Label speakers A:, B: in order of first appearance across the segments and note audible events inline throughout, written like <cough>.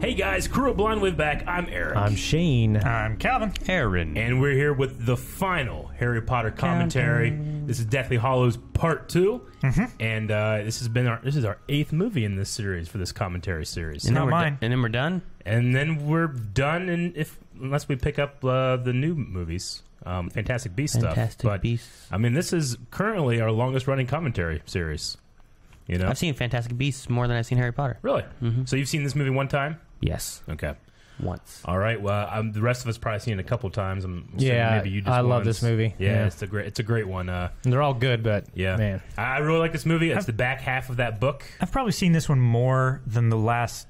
A: Hey guys, crew of Blind Win back. I'm Eric.
B: I'm Shane.
C: I'm Calvin.
D: Aaron.
A: and we're here with the final Harry Potter commentary. This is Deathly Hollows Part 2
D: Mm-hmm.
A: and uh, this has been our this is our eighth movie in this series for this commentary series.
D: and then
C: not
D: we're do-
C: mine.
D: and then we're done.
A: And then we're done, and if unless we pick up uh, the new movies, um, Fantastic Beast stuff.
D: Fantastic
A: But
D: Beasts.
A: I mean, this is currently our longest running commentary series. You know,
D: I've seen Mm-hmm. Fantastic Beasts more than I've seen Harry Potter.
A: really. So you've seen this movie one time?
D: Yes,
A: Okay.
D: once.
A: All right. Well, um, the rest of us probably seen it a couple times. I'm assuming
B: Yeah,
A: maybe you just
B: I
A: once.
B: love this movie.
A: Yeah,
B: Yeah.
A: it's a great, it's a great one. Uh,
B: They're all good, but
A: yeah,
B: man,
A: I I really like this movie. It's
C: I've-
A: the back half of that book.
C: I've probably seen this one more than the last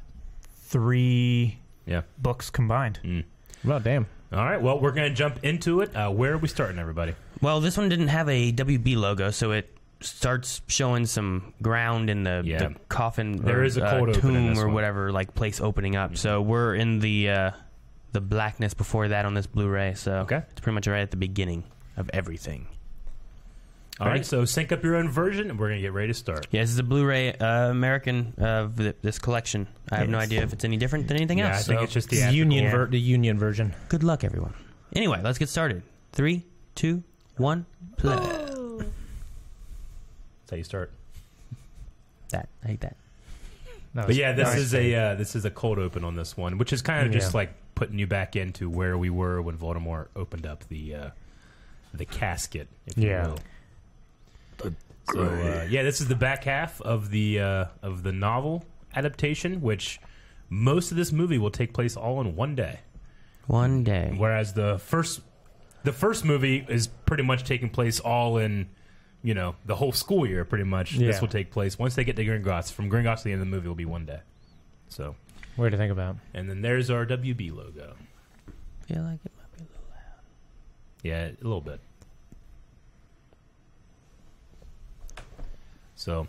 C: three
A: Yeah.
C: books combined.
B: well, damn.
A: All right. Well, we're gonna jump into it. Uh, where are we starting, everybody?
D: Well, this one didn't have a WB logo, so it starts showing some ground in the,
A: Yeah.
D: the coffin.
A: There
D: or,
A: is a
D: uh,
A: cold open
D: tomb
A: in this
D: or
A: one. Mm-hmm.
D: whatever like place opening up. So we're in the uh, the blackness before that on this Blu-ray. So
A: Okay.
D: it's pretty much right at the beginning of everything.
A: All right.
D: Ready?
A: So sync up your own version, and we're gonna get ready to start.
D: Yeah, this is a Blu-ray uh, American of th this collection. I have no
B: Yes.
D: idea if it's any different than anything
A: yeah,
D: else.
A: I think
D: so
A: it's just
B: It's
A: the
B: union
D: Yeah.
B: ver- the union version.
D: good luck, everyone. Anyway, let's get started. Three, two, one, play. <gasps>
A: That's how you start.
D: that I hate that.
B: That
A: But
B: was-
A: yeah, this
B: that was-
A: is a uh, this is a cold open on this one, which is kind of just
B: Yeah.
A: like putting you back into where we were when Voldemort opened up the uh, the casket, if
B: Yeah.
A: you will. So uh, yeah, this is the back half of the uh, of the novel adaptation, which most of this movie will take place all in one day,
D: One day.
A: whereas the first the first movie is pretty much taking place all in you know the whole school year. Pretty much,
B: Yeah.
A: this will take place once they get to Gringotts. From Gringotts, to the end of the movie will be one day. So.
B: weird to think about.
A: And then there's our WB logo.
D: feel like it might be a little loud.
A: Yeah, a little bit. So,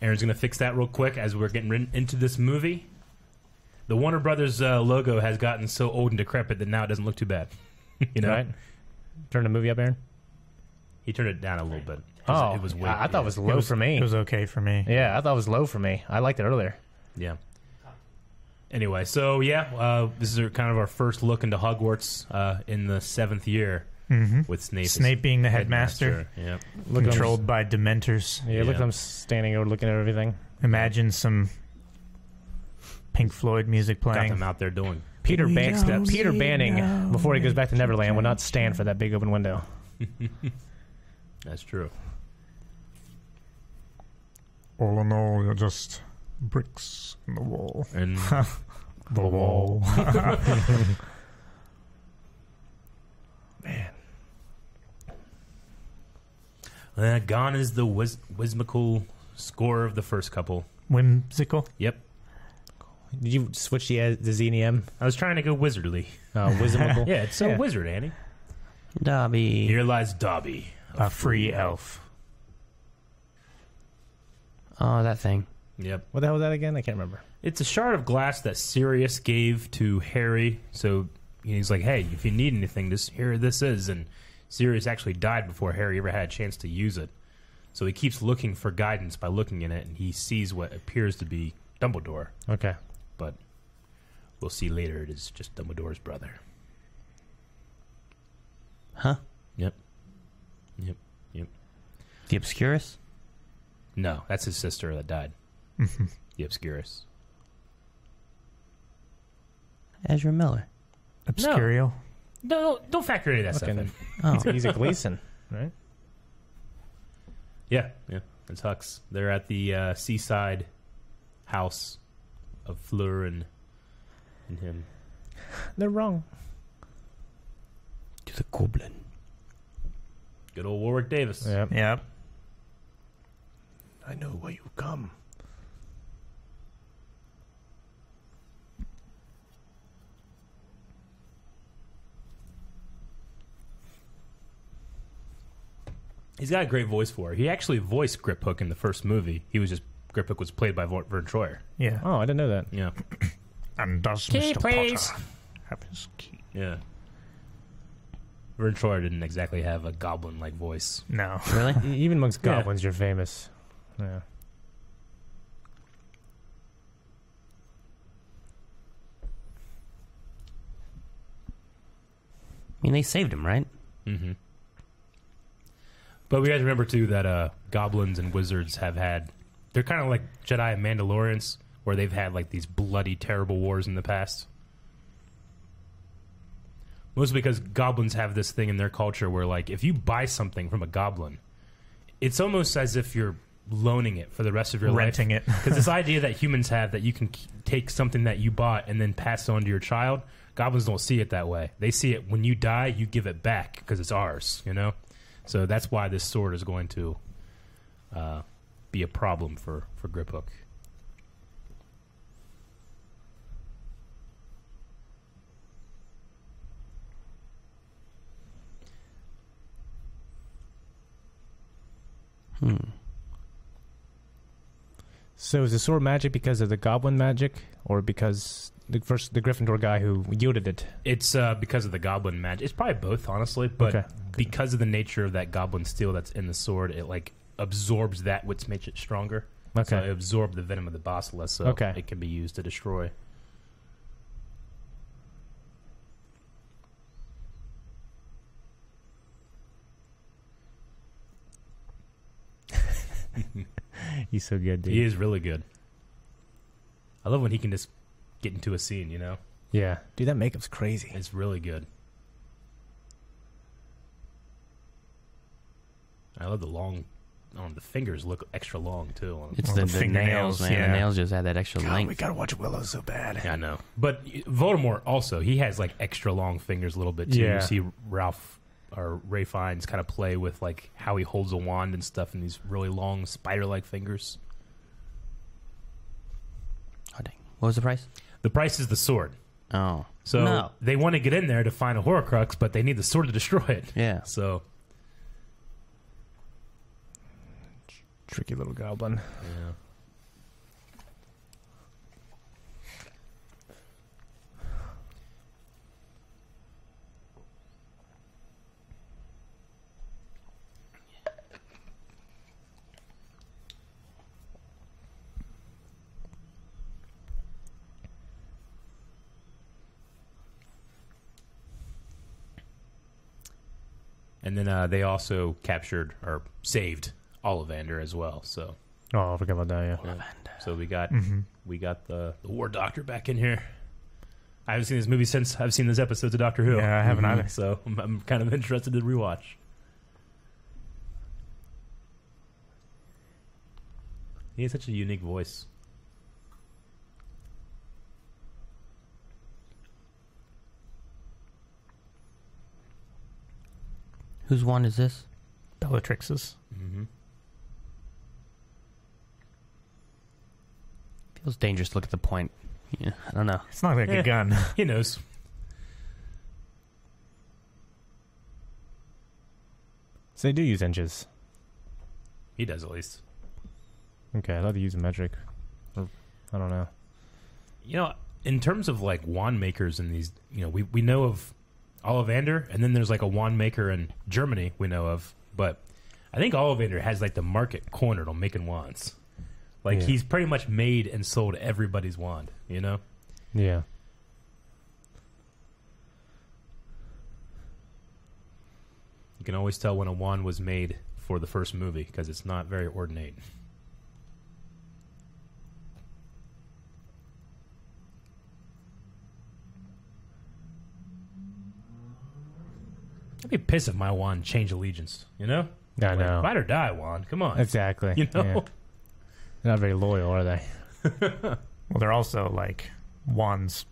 A: Aaron's going to fix that real quick as we're getting rid- into this movie. The Warner Brothers uh, logo has gotten so old and decrepit that now it doesn't look too bad. <laughs> you know,
B: Right? Turn the movie up, Aaron.
A: he turned it down a little bit. 'cause
B: Oh,
A: it was way.
B: I, I thought it was low
C: it was,
B: for me.
C: It was okay for me.
B: yeah, I thought it was low for me. I liked it earlier.
A: Yeah. Anyway, so yeah, uh, this is our, kind of our first look into Hogwarts uh, in the seventh year with Snape. as
C: Snape being the headmaster,
A: Yeah.
B: Look at 'em-
C: controlled by Dementors.
B: Yeah, look
A: Yeah.
B: at them standing over, looking at everything.
C: Imagine some Pink Floyd music
A: Got
C: playing.
A: them out there doing.
B: Peter
C: We
B: Banks,
C: don't
B: Peter
C: need
B: Banning,
C: no
B: before he goes back to Neverland, would not stand for that big open window.
A: That's true.
C: All in all, you're just bricks in the wall.
A: And
C: The wall.
A: uh, gone is the whis- whimsical score of the first couple.
C: <laughs> Whimsical.
A: Yep.
B: Did you switch the, the ZNM?
A: I was trying to go wizardly.
B: Uh, Wisdomical?
A: Yeah, it's so
B: Yeah.
A: wizard, Annie.
D: Dobby.
A: Here lies Dobby.
C: A free elf.
D: Oh, that thing.
A: Yep.
B: What the hell was that again? I can't remember.
A: It's a shard of glass that Sirius gave to Harry. So he's like, hey, if you need anything, just here this is. And Sirius actually died before Harry ever had a chance to use it. So he keeps looking for guidance by looking in it, and he sees what appears to be Dumbledore.
B: Okay.
A: But we'll see later, it is just Dumbledore's brother.
D: Huh?
A: Yep. Yep. Yep.
D: The Obscurus?
A: No, that's his sister that
B: <laughs>
A: died. the Obscurus.
D: Ezra Miller.
C: Obscurio.
A: No, don't factor any of that
B: Okay,
A: stuff in.
B: then.
D: Oh.
B: He's a Gleason, right?
A: Yeah, yeah. It's Hux. They're at the uh, seaside house of Fleur and, and him.
B: They're wrong.
D: to the Goblin.
A: Good old Warwick Davis.
B: Yep.
C: Yep.
B: I know why you come.
A: He's got a great voice for it. He actually voiced Grip Hook in the first movie. He was just Grip Hook was played by Vor- Vern Troyer.
C: Yeah.
B: Oh, I didn't know that.
A: Yeah,
C: And does
A: Key,
C: Mr.
A: please.
C: Potter have his key?
A: yeah. Vern Troyer didn't exactly have a goblin-like voice.
C: No.
D: <laughs> Really?
B: E- Even amongst
A: Yeah.
B: goblins, you're famous. Yeah.
D: mean, they saved him, right?
A: Mm-hmm. But we got to remember too that uh, goblins and wizards have had they're kind of like Jedi and Mandalorians, where they've had like these bloody, terrible wars in the past. Mostly because goblins have this thing in their culture where, like, if you buy something from a goblin, it's almost as if you're loaning it for the rest of your life.
B: renting it.
A: Because this idea that humans have that you can k- take something that you bought and then pass it on to your child, goblins don't see it that way. They see it when you die, you give it back because it's ours, you know? So that's why this sword is going to uh, be a problem for, for Grip Hook.
D: Hmm.
B: So is the sword magic because of the goblin magic, or because the first the Gryffindor guy who yielded it?
A: It's uh, because of the goblin magic. It's probably both, honestly, but
B: Okay.
A: because of the nature of that goblin steel that's in the sword, it like absorbs that, which makes it stronger.
B: Okay.
A: So it absorbs the venom of the basilisk, so
B: Okay.
A: it can be used to destroy.
B: He's so good,
A: He is really good. I love when he can just get into a scene, you know?
B: Yeah, dude, that makeup's crazy.
A: It's really good. I love the long on the fingers look extra long too. on-
D: It's
C: Well,
D: the,
C: the
D: the,
C: fingernails,
D: nails, man.
C: yeah.
D: The nails just had that extra length.
B: gotta watch Willow so bad.
A: Yeah, I know. But Voldemort also, he has like extra long fingers a little bit too.
B: Yeah.
A: You see Ralph or Ray Fiennes kind of play with like how he holds a wand and stuff and these really long spider like fingers.
D: Oh, dang. What was the price?
A: The price is the sword.
D: Oh,
A: So
D: No.
A: they want to get in there to find a Horcrux, but they need the sword to destroy it.
D: yeah.
A: So
B: Tricky little goblin.
A: Yeah. And then uh, they also captured or saved Ollivander as well. So
B: <laughs> Oh, I forgot about that. Yeah.
A: so we got
C: Mm-hmm.
A: we got the, the war doctor back in here. I haven't seen this movie since I've seen those episodes of Doctor Who. Mm-hmm.
B: Yeah, I haven't either.
A: So I'm, I'm kind of interested to rewatch. He has such a unique voice.
D: Whose wand is this?
C: Bellatrix's.
A: Mm-hmm.
D: Feels dangerous. to Look at the point. Yeah, I don't know.
C: It's not like
A: Yeah.
C: a gun.
A: He knows.
B: So they do use inches.
A: He does at least.
B: Okay, I thought they use metric. Or- I don't know.
A: You know, in terms of like wand makers and these, you know, we, we know of Ollivander, and then there's like a wand maker in Germany we know of, but I think Ollivander has like the market cornered on making wands. Like
B: Yeah.
A: he's pretty much made and sold everybody's wand, you know?
B: Yeah.
A: You can always tell when a wand was made for the first movie because it's not very ornate. I'd be pissed if my wand changed allegiance, you know?
B: I
A: Like,
B: know.
A: Fight or die wand, come on.
B: Exactly.
A: <laughs> you know?
B: Yeah. They're not very loyal, are they?
C: Well, they're also like wands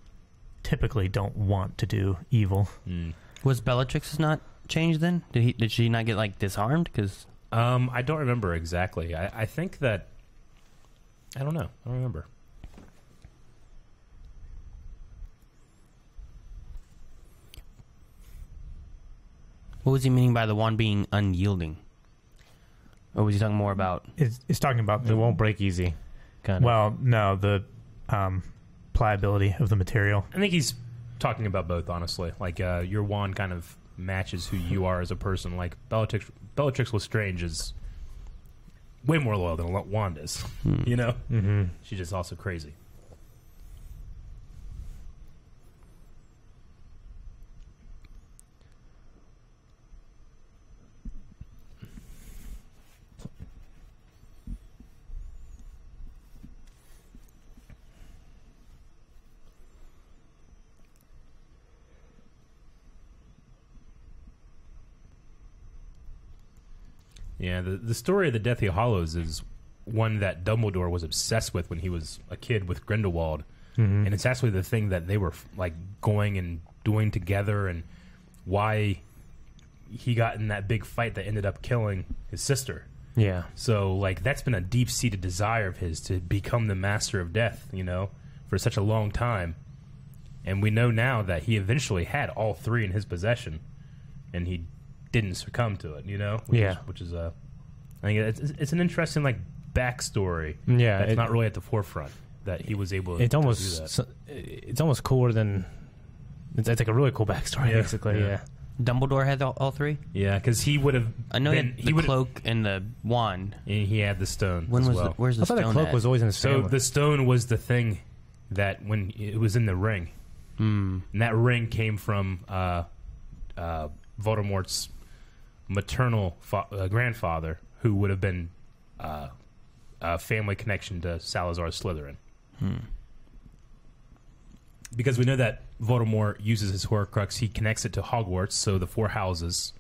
C: typically don't want to do evil.
A: Mm.
D: Was Bellatrix not changed then? Did he? Did she not get like disarmed? Because
A: Um, I don't remember exactly. I, I think that. I don't know. I don't remember.
D: what was he meaning by the wand being unyielding? Or was he talking more about?
C: It's, it's talking about
B: They
C: the
B: won't break easy. Kind of.
C: well, no, the um, pliability of the material.
A: I think he's talking about both, honestly. Like uh, your wand kind of matches who you are as a person. Like Bellatrix, Bellatrix Lestrange is way more loyal than a wand is.
D: Hmm.
A: You know,
B: Mm-hmm.
A: she's just also crazy. Yeah, the, the story of the Deathly Hollows is one that Dumbledore was obsessed with when he was a kid with Grindelwald, and it's actually the thing that they were like going and doing together, and why he got in that big fight that ended up killing his sister.
D: Yeah.
A: So like that's been a deep seated desire of his to become the master of death, you know, for such a long time. And we know now that he eventually had all three in his possession and he didn't succumb to it, you know? Which
D: Yeah.
A: Is, which is a I think it's, it's an interesting like backstory
B: Yeah,
A: that's
B: it-
A: not really at the forefront that he was able
B: it
A: to
B: almost
A: do that.
B: so- it's almost cooler than it's, it's like a really cool backstory
A: Yeah,
B: basically
A: yeah.
B: yeah.
D: Dumbledore had all, all three.
A: Yeah, cuz he would have
D: I know
A: been,
D: he
A: he
D: had the
A: would
D: cloak and the wand.
A: and he had the stone
D: When
A: as
D: was
A: well.
D: the, where's the
B: I thought
D: stone?
B: that cloak
D: at?
B: was always in his
A: So
B: family.
A: the stone was the thing that when it was in the ring,
D: Mm.
A: and that ring came from uh, uh, Voldemort's maternal fa- uh, grandfather, who would have been uh, a family connection to Salazar Slytherin. Because we know that Voldemort uses his Horcrux, he connects it to Hogwarts, so the four houses,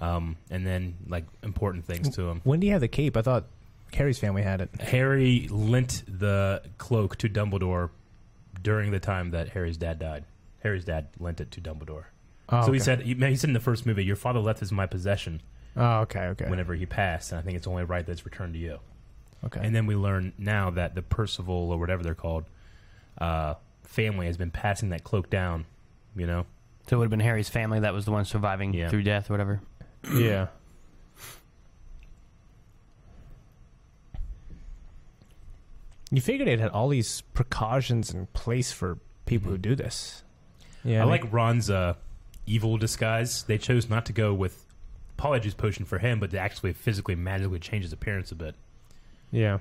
A: um, and then like important things to him.
B: when do you have the cape? I thought Harry's family had it.
A: Harry lent the cloak to Dumbledore during the time that Harry's dad died. Harry's dad lent it to Dumbledore.
B: Oh,
A: so he
B: okay.
A: said, he, he said in the first movie, your father left this in my possession
B: "Oh, okay, okay,
A: whenever he passed, and I think it's only right that it's returned to you.
B: okay."
A: And then we learn now that the Percival, or whatever they're called, uh, family has been passing that cloak down, you know?
D: So it would have been Harry's family that was the one surviving
A: Yeah.
D: through death, or whatever.
B: yeah, you figured it had all these precautions in place for people who do this. Mm-hmm. Yeah,
A: I like Ron's uh, evil disguise. They chose not to go with Polyjuice Potion for him, but to actually physically, magically change his appearance a bit.
B: yeah.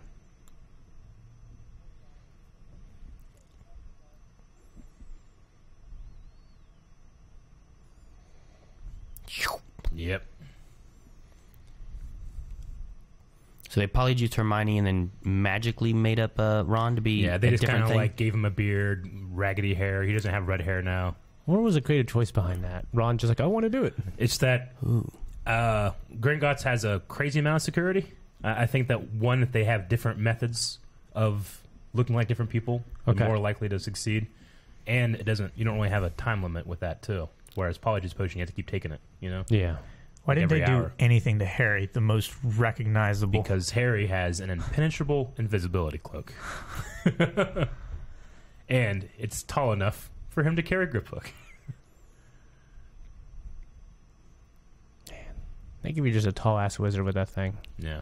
A: Yep.
D: So they polyjuiced Hermione and then magically made up uh, Ron to be
A: Yeah, they
D: a
A: just kind
D: different
A: of
D: thing.
A: like gave him a beard, raggedy hair. He doesn't have red hair now.
B: What was the creative choice behind that? Ron just like, "I want to do it."
A: It's that uh, Gringotts has a crazy amount of security. I, I think that one, if they have different methods of looking like different people,
B: Okay.
A: the more likely to succeed. And it doesn't. You don't really have a time limit with that too. Whereas Polyjuice Potion, you have to keep taking it. You know,
B: Yeah,
C: Why didn't they
A: every
C: do
A: hour.
C: anything to Harry, the most recognizable?
A: because Harry has an impenetrable invisibility cloak, <laughs> and it's tall enough for him to carry grip hook.
B: they could be just a tall ass wizard with that thing.
A: Yeah.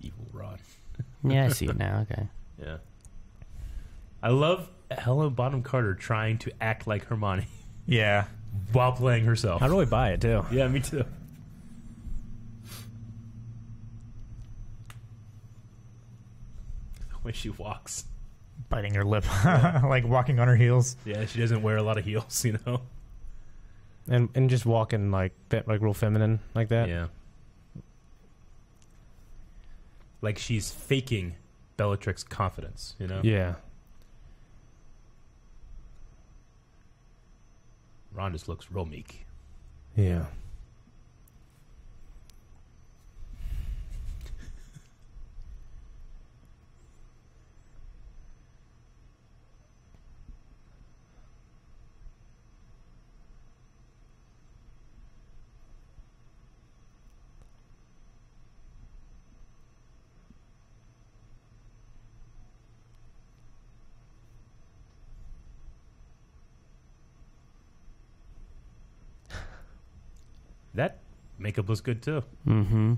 A: Evil Ron.
D: yeah, I see it now. Okay.
A: Yeah. I love Helen Bonham Carter trying to act like Hermione <laughs>
C: yeah,
A: while playing herself.
B: I really buy it too.
A: Yeah, me too. The way she walks.
C: biting her lip, <laughs> like walking on her heels.
A: Yeah, she doesn't wear a lot of heels, <laughs> you know?
B: and and just walking like fe- like real feminine like that.
A: Yeah. Like she's faking Bellatrix confidence, you know?
B: Yeah.
A: Ron just looks real meek.
B: Yeah.
A: That makeup looks good too.
D: Mm-hmm.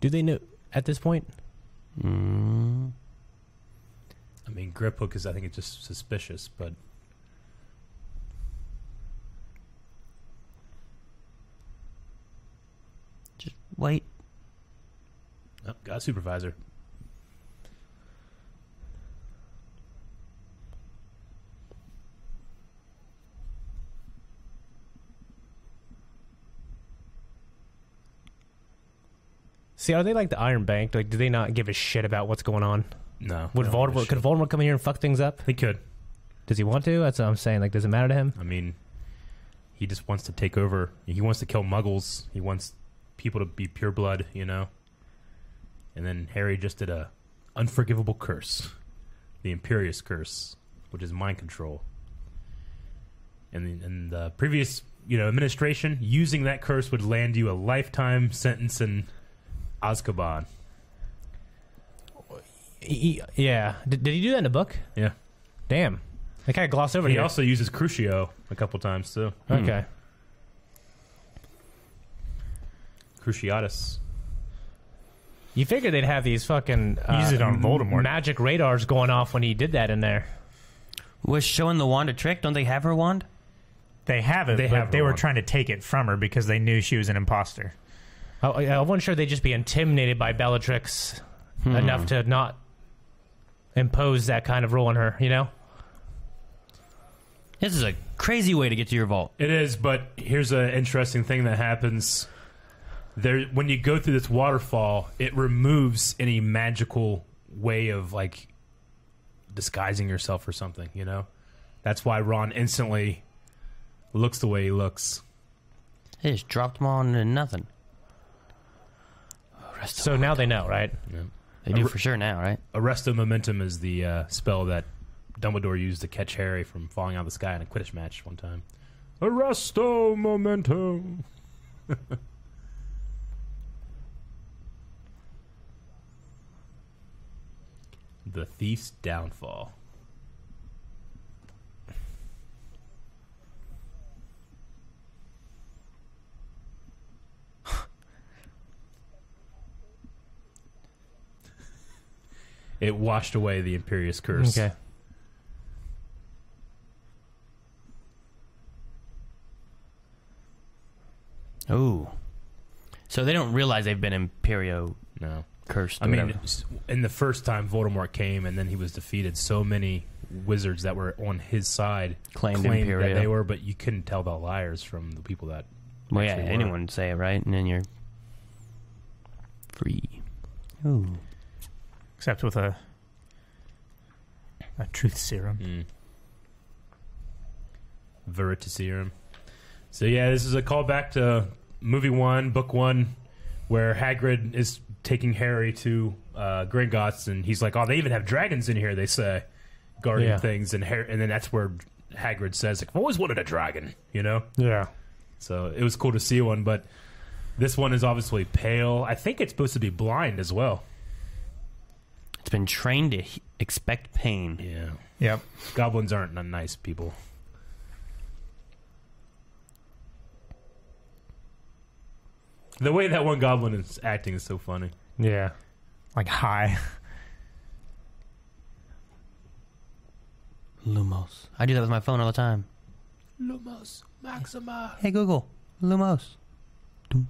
B: Do they know at this point?
D: Mm.
A: I mean, grip hook is, I think, it's just suspicious, but
D: Just wait.
A: oh, got a supervisor.
B: See, are they like the Iron Bank? Like, do they not give a shit about what's going on?
A: No.
B: Would
A: I don't give a
B: Voldemort
A: shit.
B: could Voldemort come in here and fuck things up?
A: He could.
B: Does he want to? That's what I'm saying. Like, does it matter to him?
A: I mean, he just wants to take over. He wants to kill muggles. He wants people to be pure blood, you know? And then Harry just did a unforgivable curse. The Imperious Curse, which is mind control. And the, and the previous, you know, administration, using that curse would land you a lifetime sentence in Azkaban.
B: He- he- yeah. Did, did he do that in the book?
A: Yeah.
B: Damn. They kind of gloss over
A: He
B: here.
A: also uses Crucio a couple times, too.
B: okay.
A: Cruciatus.
B: You figure they'd have these fucking uh,
C: Use it on
B: m-
C: Voldemort.
B: magic radars going off when he did that in there.
D: Was showing the wand a trick? Don't they have her wand?
C: They have it,
A: They
C: but
A: have
C: they
A: her
C: were
A: on.
C: trying to take it from her because they knew she was an imposter.
B: I, I I wasn't sure they'd just be intimidated by Bellatrix enough to not impose that kind of rule on her. You know,
D: This is a crazy way to get to your vault.
A: It is, but here's an interesting thing that happens. There, when you go through this waterfall, it removes any magical way of like disguising yourself or something. You know, that's why Ron instantly looks the way he looks.
D: They just dropped them on and nothing. Oh, rest
B: so now they know, right?
D: They do for sure now, right?
A: Arresto momentum is the uh, spell that Dumbledore used to catch Harry from falling out of the sky in a Quidditch match one time. Arresto momentum. <laughs> the thief's downfall. <laughs> It washed away the imperious curse.
B: Okay.
D: Ooh. So they don't realize they've been Imperio
A: No.
D: cursed. Or
A: I mean,
D: whatever.
A: s- in the first time Voldemort came and then he was defeated, so many wizards that were on his side
D: claimed,
A: claimed
D: Imperio.
A: that they were, but you couldn't tell the liars from the people that.
D: well, yeah,
A: actually were.
D: anyone would say it, right? And then you're free. Ooh.
C: Except with a a truth serum.
A: Mm. Veritaserum. So yeah, this is a callback to movie one, book one, where Hagrid is taking Harry to uh, Gringotts, and he's like, "Oh, they even have dragons in here." They say, guarding
B: Yeah.
A: things, and Har- and then that's where Hagrid says, "Like, I've always wanted a dragon," you know.
B: Yeah.
A: So it was cool to see one, but this one is obviously pale. I think it's supposed to be blind as well.
D: It's been trained to he- expect pain.
A: Yeah,
C: Yep.
A: goblins aren't n- nice people. The way that one goblin is acting is so funny.
B: Yeah.
C: Like high.
D: Lumos. I do that with my phone all the time.
A: Lumos Maxima.
D: Hey Google, Lumos. Doom.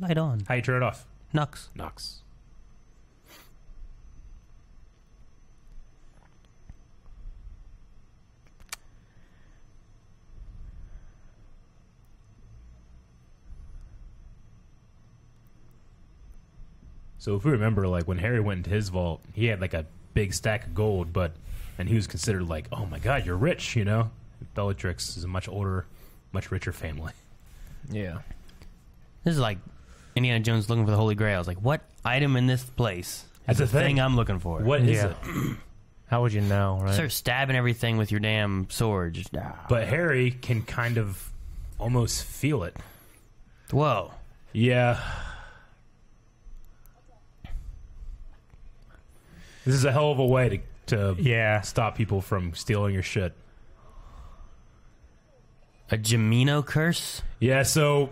D: Light on.
A: How you turn it off?
D: Nux.
A: Nox. So if we remember, like when Harry went into his vault, he had like a big stack of gold, but and he was considered like, oh my god, you're rich, you know. Bellatrix is a much older, much richer family.
B: Yeah.
D: This is like Indiana Jones looking for the Holy Grail. It's like what item in this place is
A: That's
D: the
A: the thing.
D: thing I'm looking for.
A: What is
B: Yeah.
A: it?
B: How would you know, right?
D: Start stabbing everything with your damn sword. Just,
A: But Harry can kind of almost feel it.
D: whoa.
A: Yeah. This is a hell of a way to, to
C: <laughs> Yeah.
A: stop people from stealing your shit.
D: A Jamino curse?
A: Yeah, so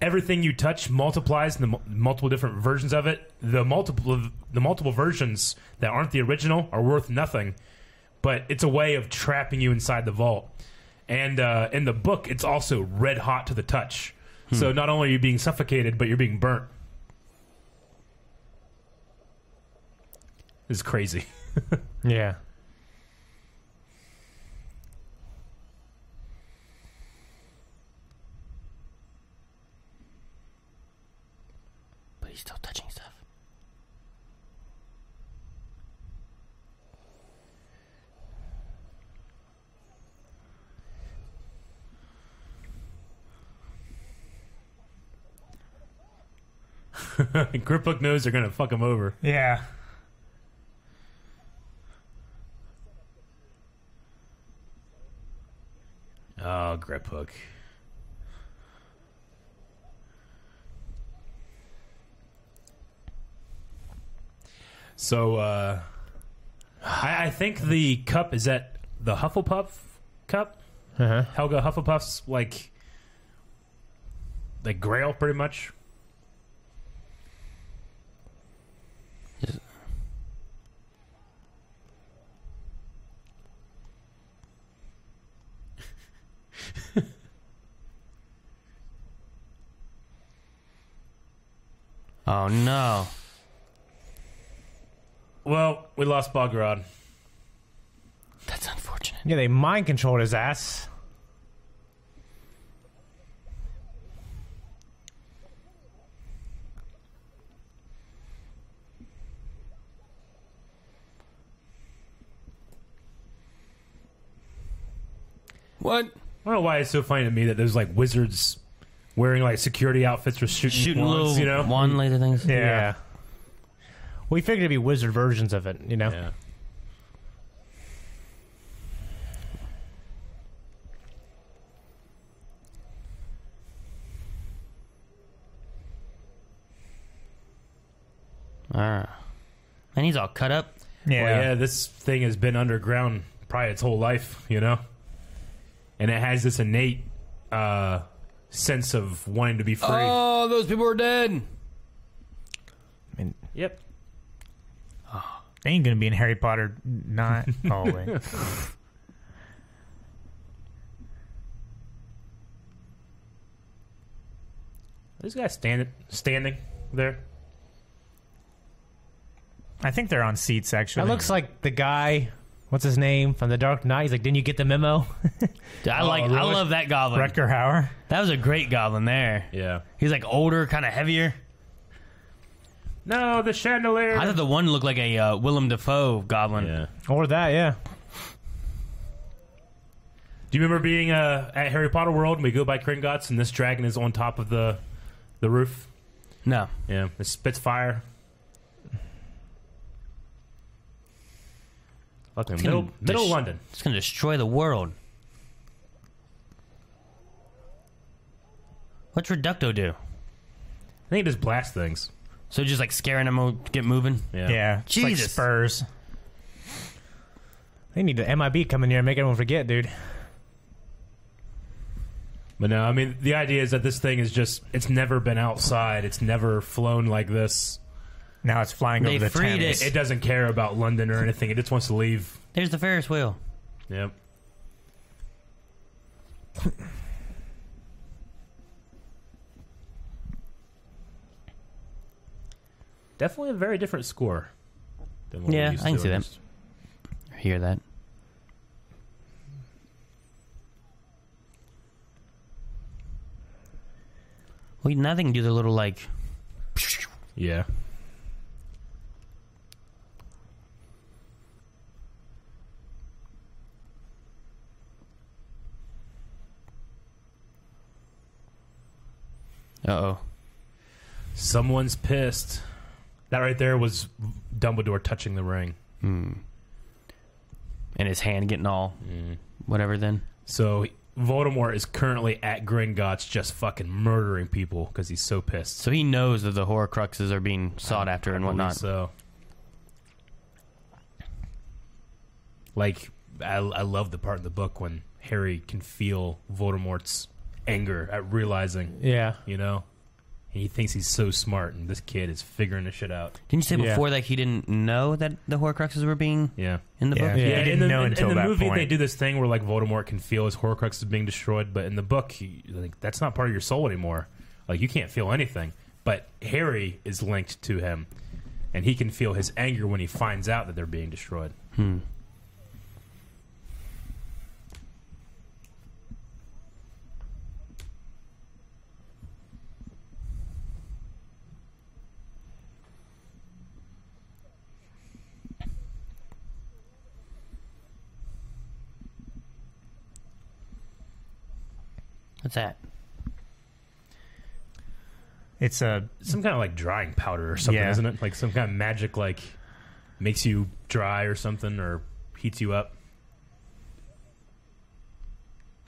A: everything you touch multiplies in the mul- multiple different versions of it. The multiple the multiple versions that aren't the original are worth nothing, but it's a way of trapping you inside the vault. And uh, in the book, it's also red hot to the touch. So not only are you being suffocated, but you're being burnt. This is crazy. <laughs>
B: Yeah.
D: But he's still touching stuff.
A: Grip Book knows they're going to fuck him over.
C: Yeah.
A: Oh, Grip Hook. So, uh, I, I think the cup is at the Hufflepuff cup.
B: Uh-huh.
A: Helga Hufflepuff's like, like Grail, pretty much.
D: Oh no.
A: Well, we lost Bogrod.
D: That's unfortunate.
B: Yeah, they mind controlled his ass.
D: What?
A: I don't know why it's so funny to me that there's like wizards wearing like security outfits or shooting,
D: Shooting
A: wands,
D: little
A: you know?
D: wand laser things.
C: Yeah.
B: We figured it'd be wizard versions of it, you know?
A: Yeah.
D: Alright. And he's all cut up.
C: Yeah.
A: Well, yeah, this thing has been underground probably its whole life, you know? And it has this innate uh, sense of wanting to be free.
D: those people are dead.
B: I mean,
A: Yep.
C: They ain't gonna be in Harry Potter.
A: <laughs>
C: Not always.
A: This guy standing standing there.
C: I think they're on seats actually.
B: that looks like the guy, what's his name, from The Dark Knight. He's like, didn't you get the memo? <laughs>
D: Dude,
A: Oh,
D: I like I love that goblin.
C: Rutger Hauer.
D: That was a great goblin there.
A: Yeah.
D: He's like older, kind of heavier.
A: No, the chandelier.
D: I thought the one looked like a uh, Willem Dafoe goblin.
A: yeah.
B: or that, yeah.
A: Do you remember being uh, at Harry Potter World and we go by Kringotts and this dragon is on top of the the roof?
D: No.
A: Yeah, it spits fire. Fucking
D: gonna
A: middle, middle
D: dis-
A: London.
D: It's going to destroy the world. What's Reducto do?
A: I think it just blasts things.
D: So just like scaring him to get moving?
A: Yeah.
C: Yeah. It's like
D: Jesus.
C: Spurs.
B: They need the MIB coming here and make everyone forget, dude.
A: But no, I mean, the idea is that this thing is just, it's never been outside. It's never flown like this.
C: Now it's flying
D: They
C: over the
D: freed
C: Thames.
A: It doesn't care about London or anything. It just wants to leave.
D: There's the Ferris wheel.
A: Yep. Definitely a very different score. Than what
D: Yeah,
A: used
D: I can
A: to
D: see
A: at
D: that.
A: least.
D: I hear that. We now they can do the little like
A: Yeah.
D: uh oh.
A: Someone's pissed. That right there was Dumbledore touching the ring.
D: And his hand getting all whatever then.
A: So Voldemort is currently at Gringotts just fucking murdering people because he's so pissed.
D: So he knows that the horcruxes are being sought after and whatnot.
A: So, like, I, I love the part in the book when Harry can feel Voldemort's anger at realizing,
B: Yeah.
A: you know, and he thinks he's so smart, and this kid is figuring this shit out.
D: Didn't you say
B: Yeah.
D: before like he didn't know that the horcruxes were being
A: Yeah.
D: in the
C: Yeah.
D: book?
C: He
A: in
C: didn't
A: the,
C: know
A: in,
C: until
A: in the
C: that
A: movie
C: point.
A: they do this thing where like Voldemort can feel his Horcrux is being destroyed, but in the book, he, like that's not part of your soul anymore. Like you can't feel anything. But Harry is linked to him, and he can feel his anger when he finds out that they're being destroyed.
D: What's that?
C: It's uh, a
A: some kind of like drying powder or something,
C: Yeah.
A: isn't it? Like some kind of magic, like makes you dry or something, or heats you up. <laughs>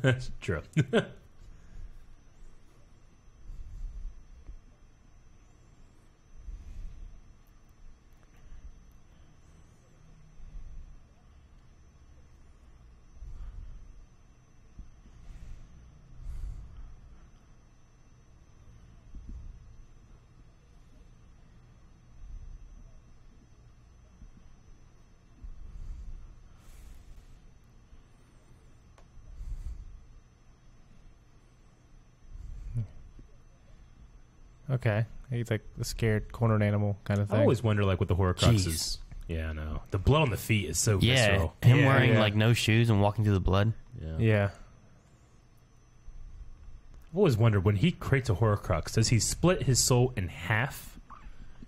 A: That's true.
E: Okay. He's like a scared cornered animal kind of thing.
A: I always wonder, like, what the Horcrux
D: Jeez.
A: is. Yeah, I know. The blow on the feet is so
D: Yeah,
A: visceral.
D: him
C: Yeah,
D: wearing
E: yeah.
D: like no shoes and walking through the blood.
E: yeah.
A: I've always wondered when he creates a Horcrux, does he split his soul in half,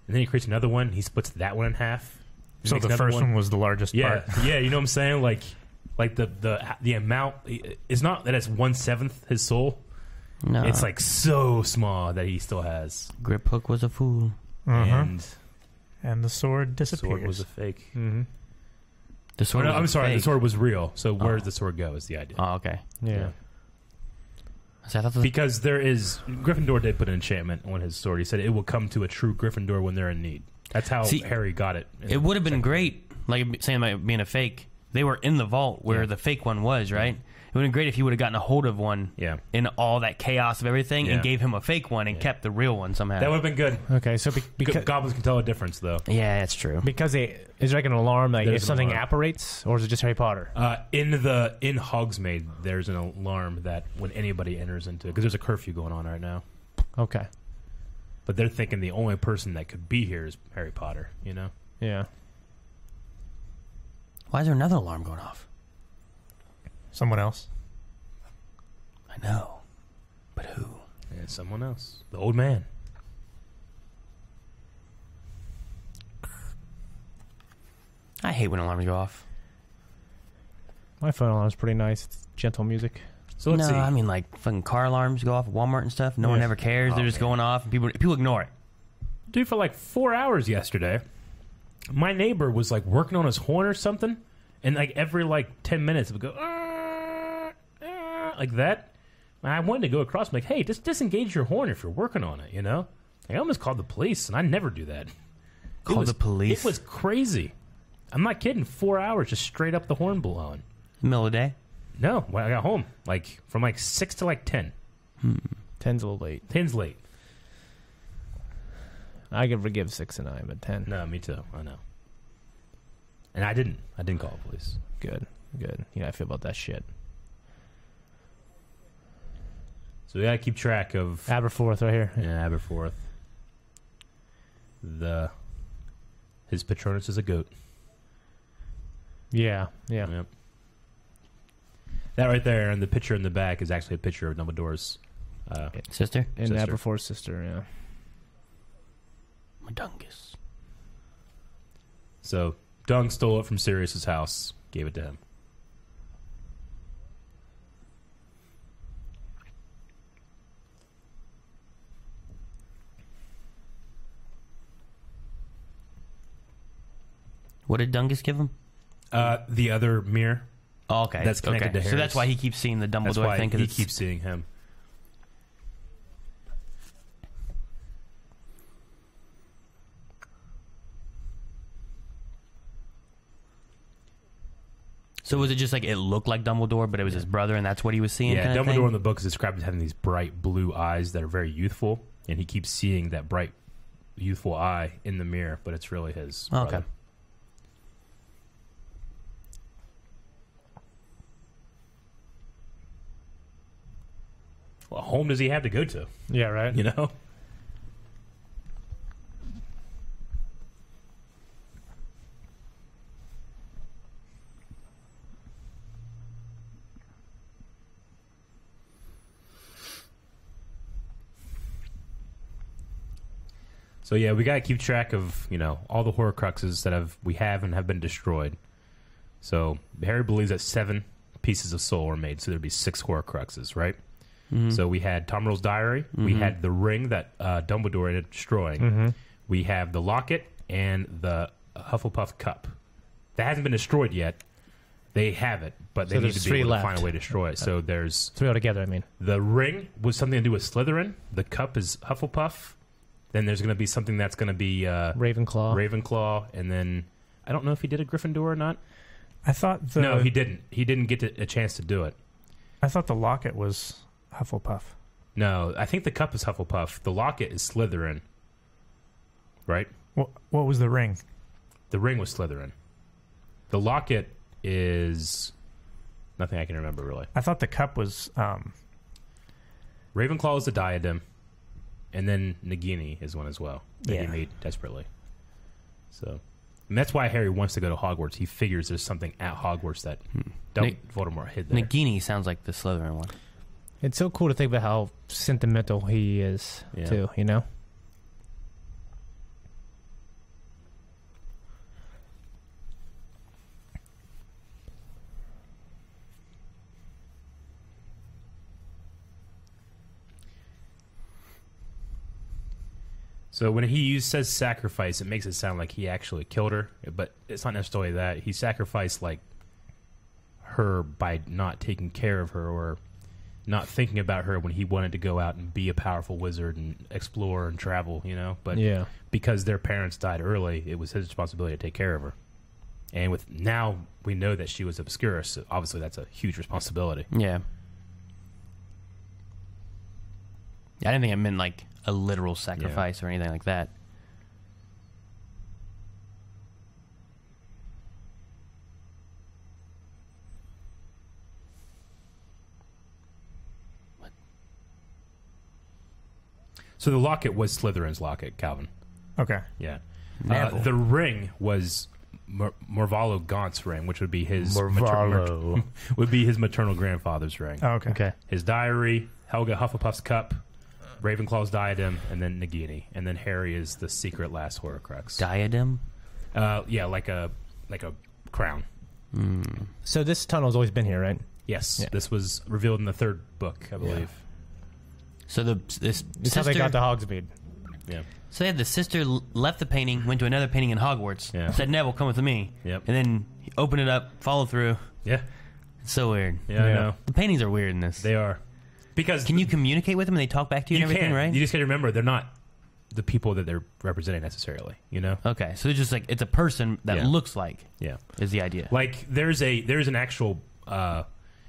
A: and then he creates another one? He splits that one in half. and
C: so
A: makes
C: the
A: another
C: first one. was the largest
A: Yeah,
C: part.
A: yeah. You know what I'm saying? Like, like the the the amount. It's not that it's one seventh his soul.
D: No,
A: It's like so small that he still has.
D: grip hook was a fool.
C: Uh-huh.
A: And
C: And the sword
A: the
C: disappears.
A: sword was a fake.
E: Mm-hmm.
D: The
A: Or
D: sword.
A: Oh, no,
D: was
A: I'm
D: a
A: sorry, the
D: fake.
A: sword was real. So where
D: Oh.
A: does the sword go? Is the idea?
D: Oh, okay.
E: Yeah.
A: Yeah.
D: So I thought the,
A: Because there is Gryffindor did put an enchantment on his sword. He said it will come to a true Gryffindor when they're in need. That's how
D: See,
A: Harry got it. in
D: it
A: the
D: would have been
A: second
D: great, like saying about being a fake. They were in the vault where
A: Yeah.
D: the fake one was, right? It would have been great if he would have gotten a hold of one
A: Yeah.
D: in all that chaos of everything
A: Yeah.
D: and gave him a fake one and kept the real one somehow.
A: That would have been good.
E: Okay, so be-
A: Go-
E: because,
A: Goblins can tell a difference, though.
D: yeah, that's true.
E: because it is there like an alarm like if
A: There's an
E: something
A: alarm.
E: apparates or is it just Harry Potter?
A: Uh, in the in Hogsmeade, there's an alarm that when anybody enters into because there's a curfew going on right now.
E: Okay.
A: But they're thinking the only person that could be here is Harry Potter. You know,
E: Yeah.
D: Why is there another alarm going off?
C: Someone else.
D: I know, but who?
A: and someone else, the old man.
D: I hate when alarms go off.
E: My phone alarm's pretty nice. It's gentle music.
A: So let's
D: no,
A: see.
D: I mean like fucking car alarms go off at Walmart and stuff. No one
E: Yeah.
D: ever cares.
A: Oh,
D: They're just
A: man.
D: going off, and people people ignore it.
A: dude for like four hours yesterday my neighbor was like working on his horn or something and like every like 10 minutes it would go "Ah, ah," like that and i wanted to go across and like hey just disengage your horn if you're working on it you know i almost called the police and i never do that It
D: Call
A: was-
D: the police?
A: it was crazy i'm not kidding four hours just straight up the horn blowing
D: Middle of the day.
A: no when i got home like from like 6 to like 10
E: Ten's a little late.
A: 10's late
E: I can forgive six and nine, but ten.
A: no me too i know and i didn't i didn't call the police
E: Good. Good. You know how I feel about that shit.
A: so we gotta keep track of
E: Aberforth right here.
A: Yeah, Aberforth. The his Patronus is a goat.
E: Yeah. Yeah.
A: Yep. That right there, and the picture in the back is actually a picture of Dumbledore's. Uh,
D: Sister,
E: And
A: Sister.
E: Aberforth's sister, yeah.
D: Madungus.
A: so Dung stole it from Sirius's house, gave it to him.
D: What did Dungus give him?
A: Uh, the other mirror.
D: Oh, okay,
A: That's connected
D: okay.
A: to
D: So
A: Harris.
D: that's why he keeps seeing the
A: That's
D: Dumbledore
A: why
D: thing because
A: he
D: it's
A: keeps seeing him.
D: So was it just like it looked like Dumbledore, but it was his brother, and that's what he was seeing?
A: Yeah,
D: kinda
A: Dumbledore
D: thing?
A: in the book is described as having these bright blue eyes that are very youthful, and he keeps seeing that bright, youthful eye in the mirror, but it's really his.
D: Okay.
A: brother. What home does he have to go to? <laughs>
E: Yeah, right?
A: You know. So yeah, we gotta keep track of you know all the Horcruxes that have we have and have been destroyed. So Harry believes that seven pieces of soul were made, so there'd be six Horcruxes, right?
B: Mm-hmm.
A: So we had Tomerl's diary, we had the ring that uh, Dumbledore ended up destroying, we have the locket and the uh, Hufflepuff cup. That hasn't been destroyed yet. They have it, but they
B: So
A: need
B: there's
A: to be
B: three
A: able to
B: left.
A: find a way to destroy it. So there's
B: Three altogether, I mean.
A: the ring was something to do with Slytherin. The cup is Hufflepuff. Then there's going to be something that's going to be uh,
B: Ravenclaw.
A: Ravenclaw, and then I don't know if he did a Gryffindor or not.
C: I thought the
A: no, he didn't. He didn't get to, a chance to do it.
C: I thought the locket was Hufflepuff.
A: No, I think the cup is Hufflepuff. The locket is Slytherin. Right?
C: What what was the ring?
A: The ring was Slytherin. The locket is nothing I can remember really.
C: I thought the cup was um
A: Ravenclaw is the diadem, and then Nagini is one as well that he
C: Yeah.
A: made desperately. So, and that's why Harry wants to go to Hogwarts. He figures there's something at Hogwarts that Dum-
D: Nick-
A: Voldemort hid there.
D: Nagini sounds like the Slytherin one.
B: It's so cool to think about how sentimental he is,
A: Yeah.
B: too, you know?
A: So when he used, says sacrifice, it makes it sound like he actually killed her, but it's not necessarily that he sacrificed like her by not taking care of her or not thinking about her when he wanted to go out and be a powerful wizard and explore and travel, you know. But
B: yeah.
A: because their parents died early, it was his responsibility to take care of her. And with now we know that she was obscure, so obviously that's a huge responsibility.
D: Yeah. I didn't think it meant like a literal sacrifice or anything like that.
A: So the locket was Slytherin's locket, Calvin.
C: okay.
A: Yeah. Uh,
D: Neville.
A: the ring was Mor- Morvalo Gaunt's ring, which would be his mater-
B: Mervalo.
A: <laughs> would be his maternal grandfather's ring.
C: Oh, okay.
B: Okay.
A: His diary, Helga Hufflepuff's cup, Ravenclaw's diadem, and then Nagini, and then Harry is the secret last Horcrux.
D: Diadem?
A: Uh, yeah, like a like a crown.
B: So this tunnel's always been here, right?
A: Yes,
B: Yeah.
A: this was revealed in the third book, I believe.
D: So the this
B: This is how
D: sister,
B: they got to Hogsmeade.
A: Yeah.
D: So they had the sister l- left the painting, went to another painting in Hogwarts.
A: Yeah.
D: Said Neville, come with me.
A: Yep.
D: And then he opened it up, followed through.
A: Yeah.
D: It's so weird.
A: Yeah, I know.
D: The paintings are weird in this.
A: They are. Because
D: Can you communicate with them and they talk back to you,
A: you
D: and everything,
A: can,
D: right?
A: You just gotta remember they're not the people that they're representing necessarily, you know?
D: okay, so it's just like it's a person that
A: Yeah.
D: looks like
A: Yeah.
D: is the idea.
A: Like there's a there's an actual uh,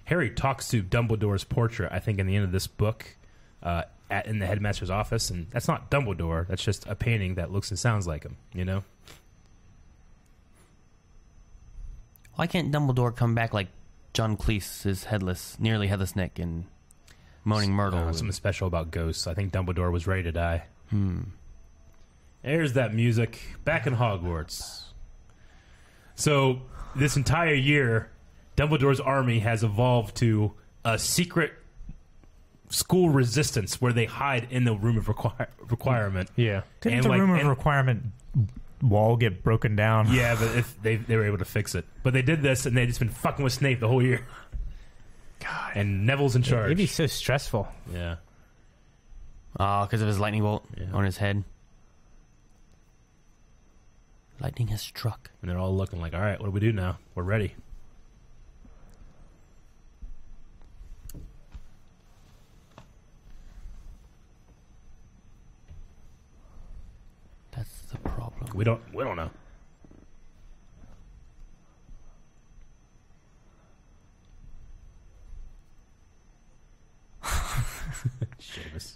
A: Harry talks to Dumbledore's portrait. I think in the end of this book, uh, at, in the headmaster's office, and that's not Dumbledore. That's just a painting that looks and sounds like him. You know,
D: Why can't Dumbledore come back like John Cleese's headless, nearly headless Nick and Moaning Myrtle?
A: Uh, something special about ghosts. I think Dumbledore was ready to die. Hmm. There's that music back in Hogwarts. So this entire year, Dumbledore's army has evolved to a secret school resistance where they hide in the room of require- requirement.
B: Yeah.
C: Didn't
A: And
C: the
A: like-
C: room of
A: and-
C: requirement wall get broken down?
A: Yeah, but if they they were able to fix it, but they did this and they just been fucking with Snape the whole year. God. And Neville's in charge.
B: It'd be so stressful.
A: yeah.
D: Ah, because of his lightning bolt
A: Yeah.
D: on his head. Lightning has struck.
A: And they're all looking like, all right, what do we do now? We're ready.
D: That's the problem.
A: We don't. We don't <laughs> know. Seamus.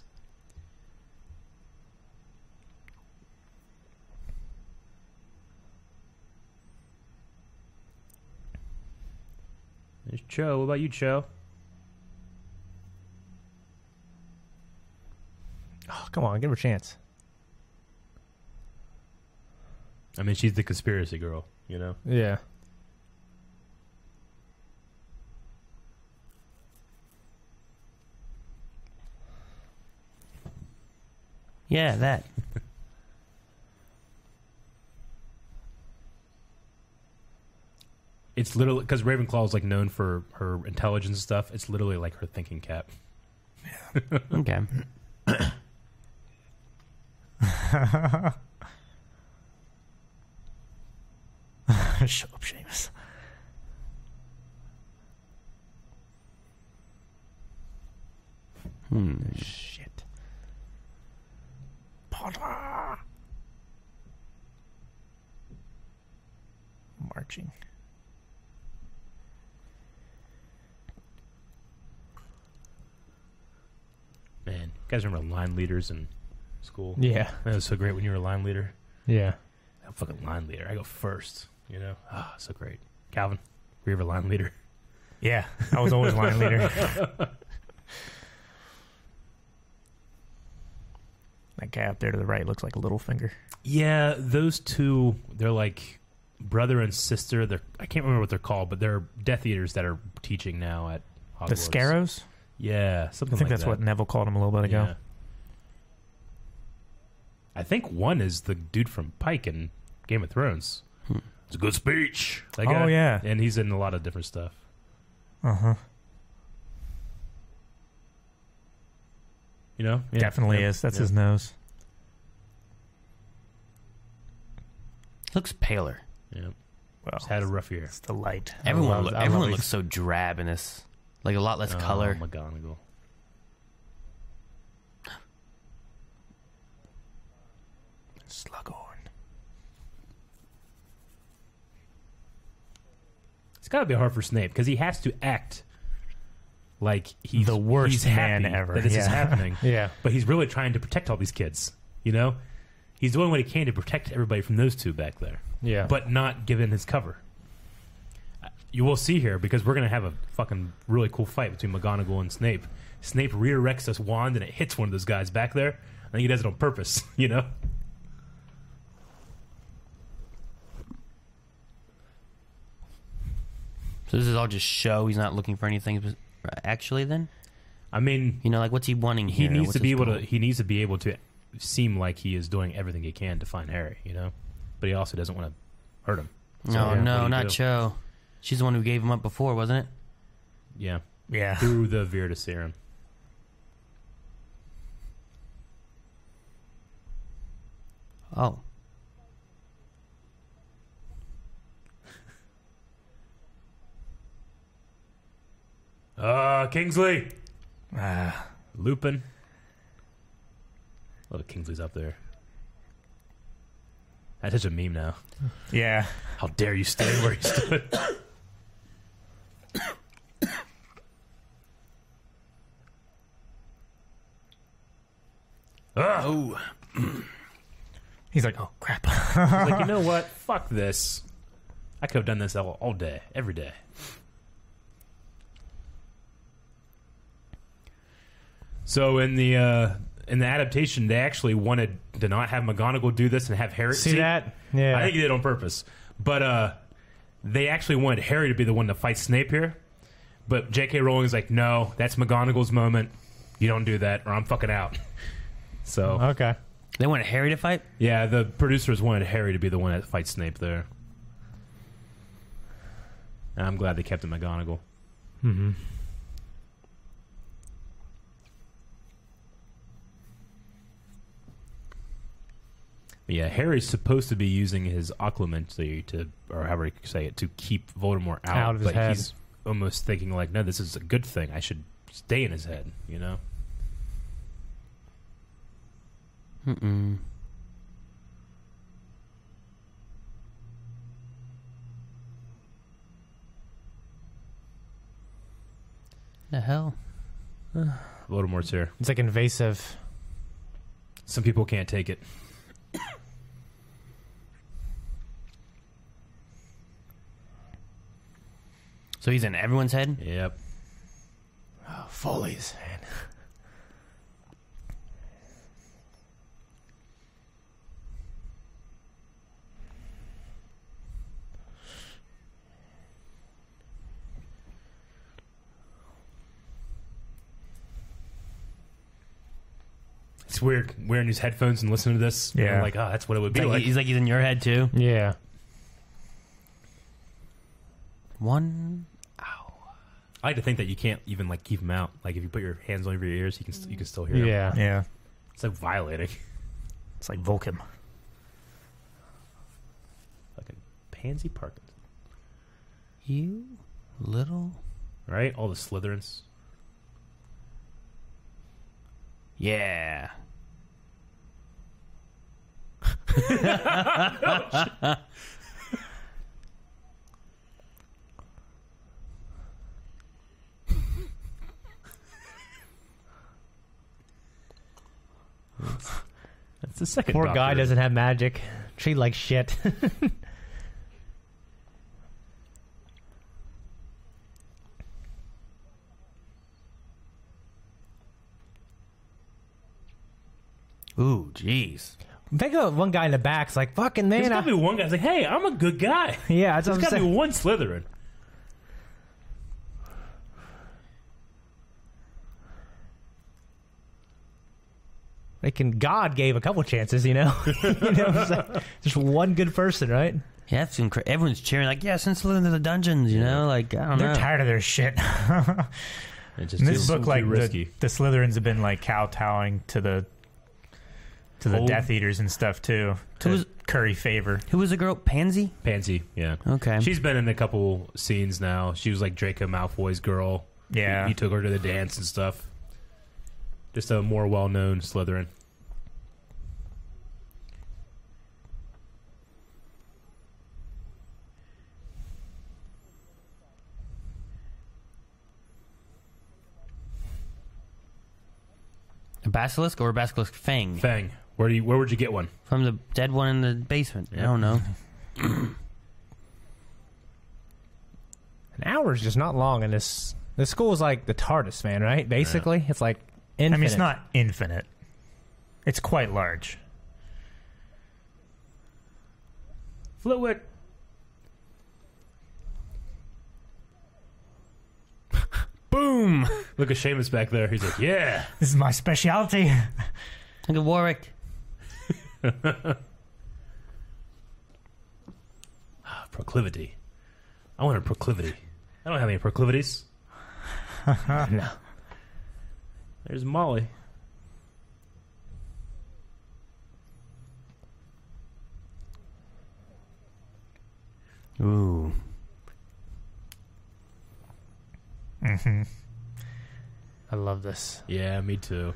A: There's Cho. What about you, Cho?
B: Oh, come on, give her a chance.
A: I mean, she's the conspiracy girl, you know.
B: Yeah.
D: Yeah, that.
A: It's literally because Ravenclaw is like known for her intelligence stuff. It's literally like her thinking cap.
D: Okay.
C: Shut up, Seamus.
A: Hmm.
C: Shit. Potter. Marching.
A: Man, you guys remember line leaders in school?
E: Yeah.
A: That was so great when you were a line leader.
E: Yeah.
A: I'm fucking line leader. I go first. You know, ah, so great. Calvin, were you ever line leader?
C: Yeah, I was always line leader. <laughs> that guy up there to the right looks like a little finger.
A: Yeah, those two, they're like brother and sister. They're I can't remember what they're called, but they're Death Eaters that are teaching now at Hogwarts.
C: The scarrows?
A: Yeah,
C: I
A: something.
C: think
A: like
C: that's
A: that.
C: what Neville called him a little bit ago.
A: Yeah. I think one is the dude from Pike in Game of Thrones. It's a good speech. That
C: Hmm. Oh,
A: guy.
C: yeah.
A: and he's in a lot of different stuff.
C: Uh huh.
A: You know, Yeah.
C: Definitely
A: Yeah.
C: is. That's
A: Yeah.
C: his nose.
D: Looks paler.
A: Yeah.
C: Well,
A: He's had a rough year.
C: it's the light.
D: Everyone,
C: I love-
D: loo-
C: I love
D: everyone
C: these.
D: looks so drab in this. Like a lot less
A: Oh,
D: color.
A: McGonagall.
C: Slug on.
A: It's got to be hard for Snape because he has to act like he's
C: The worst
A: he's
C: man
A: happy
C: ever.
A: That this is
B: <laughs>
C: Yeah.
A: happening,
E: Yeah.
A: but he's really trying to protect all these kids. You know, he's doing what he can to protect everybody from those two back there,
E: Yeah.
A: but not giving his cover. Uh, You will see here because we're gonna have a fucking really cool fight between McGonagall and Snape. Snape redirects this wand and it hits one of those guys back there. I think he does it on purpose. <laughs> You know,
D: So this is all just show. He's not looking for anything spe- actually then?
A: I mean,
D: You know, like what's he wanting
A: he
D: here?
A: needs
D: What's
A: to be
D: his
A: able to
D: goal?
A: he needs to be able to seem like he is doing everything he can to find Harry, you know. But he also doesn't want to hurt him.
D: No,
A: yeah, what do
D: no,
A: you
D: not
A: do?
D: Cho. She's the one who gave him up before, wasn't it?
A: Yeah,
C: Yeah.
A: through the Virta serum.
D: Oh.
A: Uh Kingsley,
C: Ah,
A: Lupin. Little Kingsley's up there. That's such a meme now.
C: yeah.
A: How dare you stand where you stood?
D: <coughs>
A: Ugh.
D: Oh.
C: He's like, oh crap.
A: I was
E: <laughs>
A: like, you know what? Fuck this. I could have done this all, all day, every day. So in the uh, in the adaptation, they actually wanted to not have McGonagall do this and have Harry
E: See, that? Yeah.
A: I think he did it on purpose. But uh, they actually wanted Harry to be the one to fight Snape here. But J.K. Rowling's like, no, that's McGonagall's moment. You don't do that, or I'm fucking out. So
E: okay.
D: They wanted Harry to fight?
A: yeah, the producers wanted Harry to be the one that fights Snape there. And I'm glad they kept him McGonagall.
E: Mm-hmm.
A: But yeah, Harry's supposed to be using his occlumency to, or however you say it, to keep Voldemort out.
E: Out of his
A: but
E: head.
A: he's almost thinking like, no, this is a good thing. I should stay in his head. You know.
D: Mm-mm. The hell?
A: Voldemort's here.
E: It's like invasive.
A: Some people can't take it.
D: So he's in everyone's head?
A: Yep.
E: Foley's man.
A: It's weird wearing these headphones and listening to this. and I'm
C: Yeah.
A: like, oh, that's what it would be
D: He's like,
A: like.
D: he's like he's in your head too.
E: Yeah.
D: One.
A: I like to think that you can't even like keep him out. Like if you put your hands over your ears, you can st- you can still hear him.
E: Yeah.
C: Yeah.
A: It's like violating.
C: <laughs> It's like Volcom.
A: Fucking pansy Parkinson.
D: You little.
A: Right? All the Slytherins.
D: Yeah.
A: That's the second.
B: Poor guy
A: doctor.
B: doesn't have magic. Treat like shit. <laughs>
D: Ooh, jeez.
B: Think of one guy in the back's like, fucking
A: There's
B: man.
A: gotta
B: I-
A: be one guy's like, "Hey, I'm a good
C: <laughs>
A: guy."
B: yeah, that's
A: There's
B: what I'm
A: gotta be
B: saying.
A: one Slytherin.
B: Like, God gave a couple chances, you know? <laughs> you know what I'm <laughs> saying? Just one good person, right?
D: Yeah, that's incre- everyone's cheering like, yeah, since living in the dungeons, you know, like I don't
C: They're
D: know.
C: tired of their shit.
A: It's just
C: In <laughs> this
A: too-
C: book,
A: too
C: like
A: risky.
C: the, the Slytherins have been like kowtowing to the to the
A: Old-
C: Death Eaters and stuff too to
D: Who's-
C: curry favor.
D: Who was the girl? Pansy.
A: Pansy, yeah.
D: Okay.
A: She's been in a couple scenes now. She was like Draco Malfoy's girl.
C: Yeah,
A: He, he took her to the dance and stuff. Just a more well known Slytherin.
D: a basilisk or a basilisk fang
A: Fang, where do you where would you get one?
D: from the dead one in the basement. I don't know.
B: An hour is just not long in this. This school is like the TARDIS, man, right? Basically, it's like infinite.
C: I mean it's not infinite. It's quite large.
A: Flitwick. Boom! Look at Seamus back there. He's like, yeah.
C: This is my specialty.
D: Look at Warwick.
A: Proclivity. I want a proclivity. I don't have any proclivities.
B: No.
A: There's Molly.
D: Ooh.
B: I love this.
A: Yeah, me too.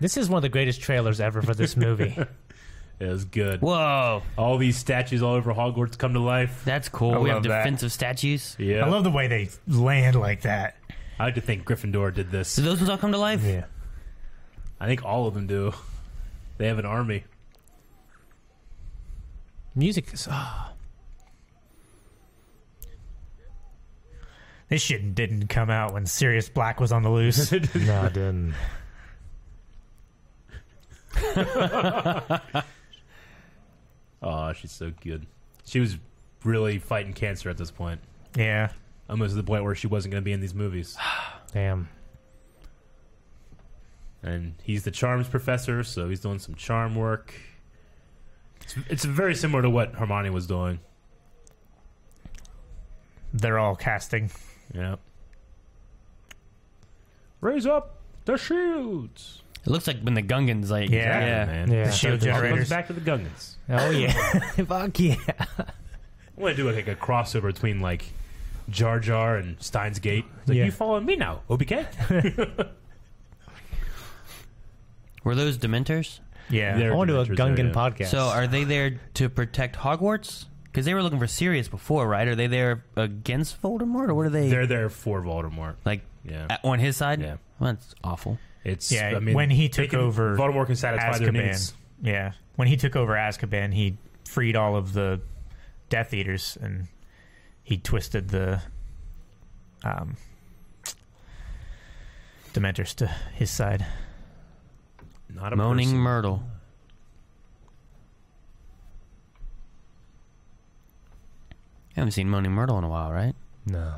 B: This is one of the greatest trailers ever for this movie.
A: It was good.
D: Whoa,
A: All these statues all over Hogwarts come to life.
D: that's cool.
C: I
D: we have
C: love that.
D: defensive statues.
A: Yeah.
C: I love the way they land like that.
A: I like to think Gryffindor did this.
D: Do those ones all come to life?
B: <laughs> yeah.
A: I think all of them do. They have an army.
B: Music is. <laughs> ah.
C: This shit didn't come out when Sirius Black was on
A: <laughs>
C: the loose.
E: No, I didn't.
A: Oh, she's so good. She was really fighting cancer at this point.
C: yeah,
A: Almost to the point where she wasn't going to be in these movies.
E: Damn.
A: And he's the charms professor, so he's doing some charm work. It's, it's very similar to what Hermione was doing.
C: they're all casting.
A: Yeah. Raise up the shields.
D: It looks like when the Gungans like
C: Yeah.
A: man.
E: Yeah.
C: The shield
A: All comes
C: generators.
A: back to the Gungans.
B: <laughs> Oh, yeah. <laughs> Fuck yeah.
A: I want to do like a crossover between like Jar Jar and Steins Gate. It's like
B: Yeah.
A: you following me now, OBK.
D: Were those Dementors?
C: Yeah,
A: They're
B: I want to do a
A: adventures there,
B: Gungan
A: yeah.
B: podcast.
D: So are they there to protect Hogwarts? Because they were looking for Sirius before, right? Are they there against Voldemort, or what are they
A: They're there for Voldemort.
D: like
A: Yeah.
D: at- on his side?
A: Yeah.
D: well, that's awful.
A: It's
C: Yeah,
A: I mean,
C: when
A: they
C: he took
A: can-
C: over
A: Voldemort can satisfy their
C: Azkaban.
A: needs.
C: Yeah, when he took over Azkaban, he freed all of the Death Eaters, and he twisted the um, Dementors to his side.
A: Not a
D: Moaning
A: person.
D: Myrtle. I haven't seen Moaning Myrtle in a while, right?
E: No.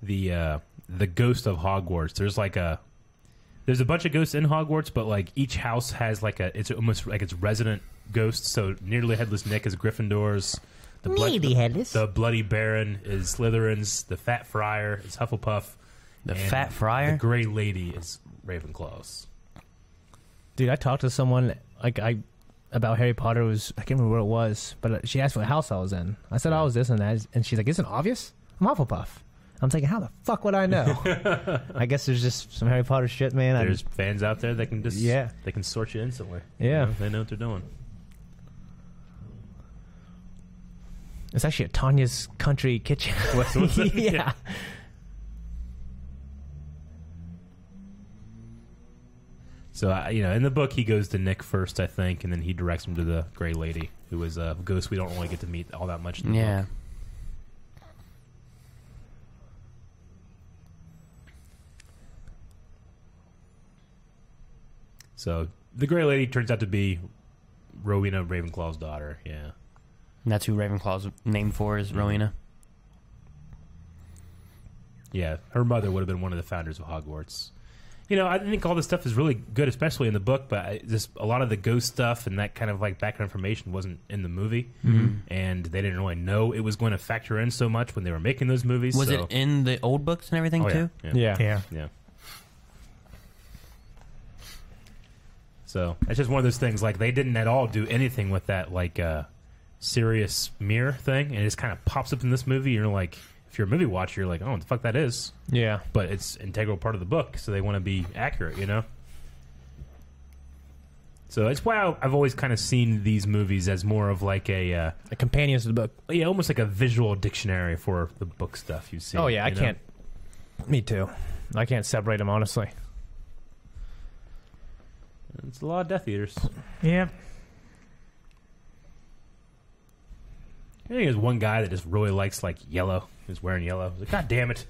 A: the uh, the ghost of Hogwarts. There's like a there's a bunch of ghosts in Hogwarts, but like each house has like a it's almost like its resident ghost. So nearly headless Nick is Gryffindor's. The
B: Nearly Headless.
A: The, bloody Baron is Slytherin's. The fat friar is Hufflepuff.
D: The
A: and
D: fat
A: The
D: friar.
A: gray lady is Ravenclaw's.
B: Dude, I talked to someone like I about Harry Potter was I can't remember what it was, but uh, she asked what house I was in. I said I was this and that, and she's like, "Isn't it obvious? I'm Hufflepuff." I'm thinking, how the fuck would
A: <laughs>
B: I know? I guess there's just some Harry Potter shit, man. I-
A: There's fans out there that can just
B: Yeah.
A: they can sort you instantly.
B: Yeah.
A: You know, they know what they're doing.
B: it's actually at Tanya's Country Kitchen.
A: <laughs> What's- what's that?
B: <laughs> yeah.
A: So I you know, in the book, he goes to Nick first, I think, and then he directs him to the Gray Lady, who is a ghost we don't really get to meet all that much. In the
D: Yeah.
A: book. So the Gray Lady turns out to be Rowena Ravenclaw's daughter. Yeah.
D: And That's who Ravenclaw's named for
A: Mm-hmm.
D: is Rowena.
A: Yeah, her mother would have been one of the founders of Hogwarts. You know, I think all this stuff is really good, especially in the book. But I- just a lot of the ghost stuff and that kind of like background information wasn't in the movie,
D: Mm-hmm.
A: and they didn't really know it was going to factor in so much when they were making those movies.
D: Was
A: so-
D: it in the old books and everything
A: Oh, yeah,
D: too?
A: yeah,
E: Yeah.
C: Yeah.
A: yeah. So it's just one of those things. Like they didn't at all do anything with that like uh, serious mirror thing, and it just kind of pops up in this movie. You're like, if you're a movie watcher, you're like, oh, what the fuck that is
E: Yeah.
A: but it's integral part of the book, so they want to be accurate, you know. So it's why I- I've always kind of seen these movies as more of like a, uh,
B: The companions of the book.
A: yeah, almost like a visual dictionary for the book stuff you see.
B: Oh yeah, I
A: you know?
B: can't. Me too. I can't separate them honestly.
A: It's a lot of Death Eaters.
C: Yep.
A: I think there's one guy that just really likes like yellow. He's wearing yellow. He's like, God damn it!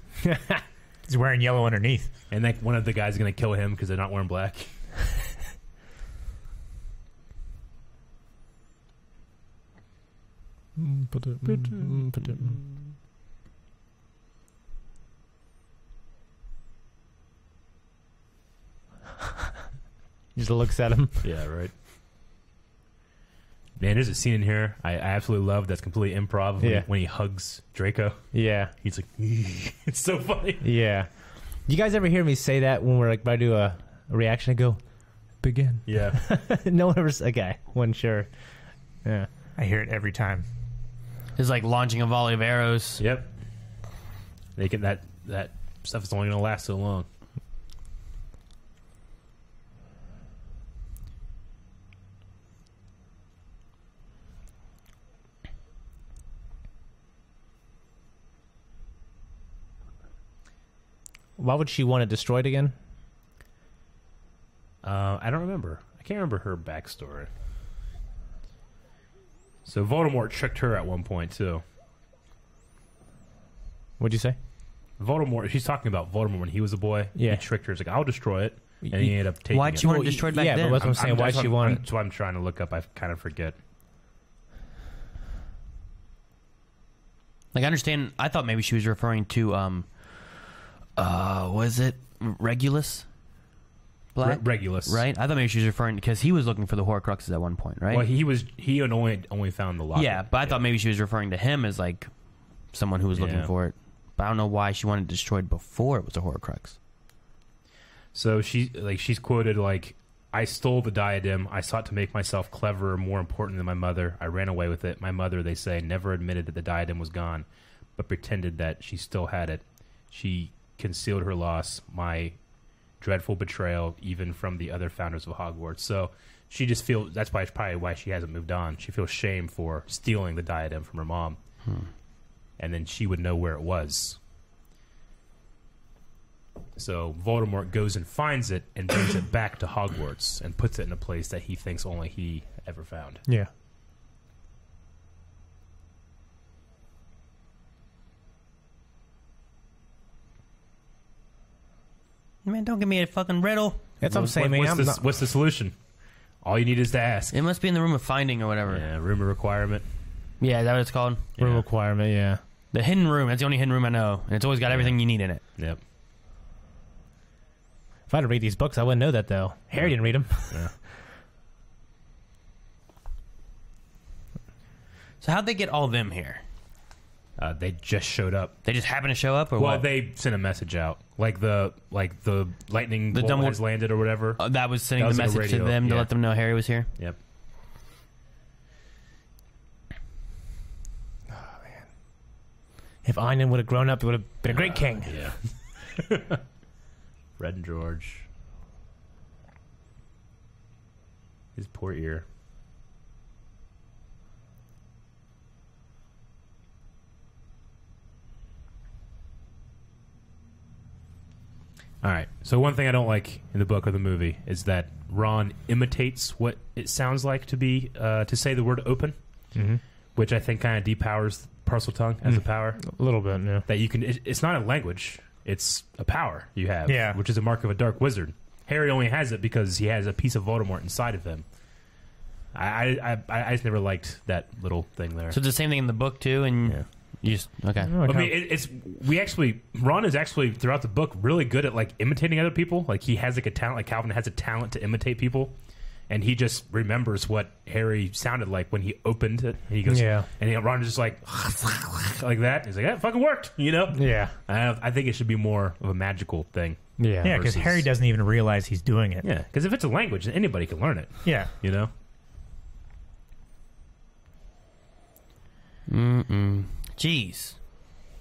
C: He's wearing yellow underneath.
A: And like one of the guys is gonna kill him because they're not wearing black.
B: Just looks at him.
A: Yeah, right. Man, there's a scene in here I, I absolutely love that's completely improv when,
B: Yeah.
A: he, when he hugs Draco.
B: Yeah.
A: He's like, <laughs> it's so funny.
B: Yeah. You guys ever hear me say that when we're like about to do a, a reaction? I go, begin. <laughs>
A: Yeah.
B: no one ever. s- Okay, one sure. Yeah.
C: I hear it every time.
D: It's like launching a volley of arrows.
A: <laughs> Yep. They can that that stuff is only going to last so long.
B: Why would she want it destroyed again?
A: Uh, I don't remember. I can't remember her backstory. So Voldemort tricked her at one point too.
B: What'd you say?
A: Voldemort. She's talking about Voldemort when he was a boy.
B: Yeah.
A: He tricked her. He's like, "I'll destroy it," and he ended up taking.
D: Why'd
A: it.
D: she want it destroyed back
B: yeah,
D: then?
B: but that's what I'm saying. Why
A: that's
B: she
A: what
B: want
A: I'm-
B: it?
A: That's what I'm trying to look up. I kind of forget.
D: Like I understand. I thought maybe she was referring to um, uh, was it Regulus
A: Re-
D: Black?
A: Regulus,
D: right? I thought maybe she was referring because he was looking for the Horcruxes at one point, right?
A: Well, he was he and only only found the locket.
D: yeah, but I thought maybe she was referring to him as like someone who was looking
A: Yeah.
D: for it. But I don't know why she wanted it destroyed before it was a Horcrux.
A: So she like she's quoted like I stole the diadem. I sought to make myself cleverer, more important than my mother. I ran away with it. My mother, they say, never admitted that the diadem was gone, but pretended that she still had it. She concealed her loss, my dreadful betrayal, even from the other founders of Hogwarts. So she just feels that's why probably why she hasn't moved on. She feels shame for stealing the diadem from her mom, and then she would know where it was. So Voldemort goes and finds it and brings it back to Hogwarts and puts it in a place that he thinks only he ever found.
E: Yeah.
D: Man, don't give me a fucking riddle.
B: That's what I'm saying, man.
A: what's,
B: I'm
A: the,
B: not-
A: what's the solution? All you need is to ask.
D: It must be in the room of finding or whatever. Yeah,
A: Yeah, rumor requirement.
D: is that what it's called?
E: Room
A: Yeah.
E: requirement, yeah.
D: The hidden room. That's the only hidden room I know, and it's always got everything you need in it.
A: Yep.
B: If I had to read these books, I wouldn't know that though. Harry didn't read them.
D: So how'd they get all them here?
A: Uh, they just showed up.
D: They just happened to show up, or
A: Well,
D: what?
A: they sent a message out, like the like the lightning
D: The
A: bolt
D: dumb-
A: has landed or whatever.
D: Uh, that was sending
A: That was
D: the
A: like a
D: message to
A: radio,
D: them to
A: yeah.
D: let them know Harry was here.
A: yep.
B: If Einan would have grown up, he would have been a great king.
A: Yeah. <laughs> Red and George. His poor ear. All right. So one thing I don't like in the book or the movie is that Ron imitates what it sounds like to be uh, to say the word "open," which I think kind of depowers parcel tongue as a power
E: A little bit, yeah.
A: that you can. It, it's not a language; it's a power you have,
C: Yeah.
A: which is a mark of a dark wizard. Harry only has it because he has a piece of Voldemort inside of him. I I, I, I just never liked that little thing there.
D: So it's the same thing in the book too, and
A: Yeah.
D: you just okay.
E: No, I
A: I
E: kinda-
A: mean, it, it's we actually Ron is actually throughout the book really good at like imitating other people. Like he has like a talent, like Calvin has a talent to imitate people, and he just remembers what Harry sounded like when he opened it. And he goes,
E: Yeah.
A: and he, Ron is just like <laughs> like that. He's like, that fucking worked, you know.
E: yeah.
A: I, I think it should be more of a magical thing.
E: Yeah.
C: Yeah, because
A: versus-
C: Harry doesn't even realize he's doing it.
A: Yeah, because if it's a language, then anybody can learn it.
C: Yeah.
A: You know.
D: Mm-mm. Jeez.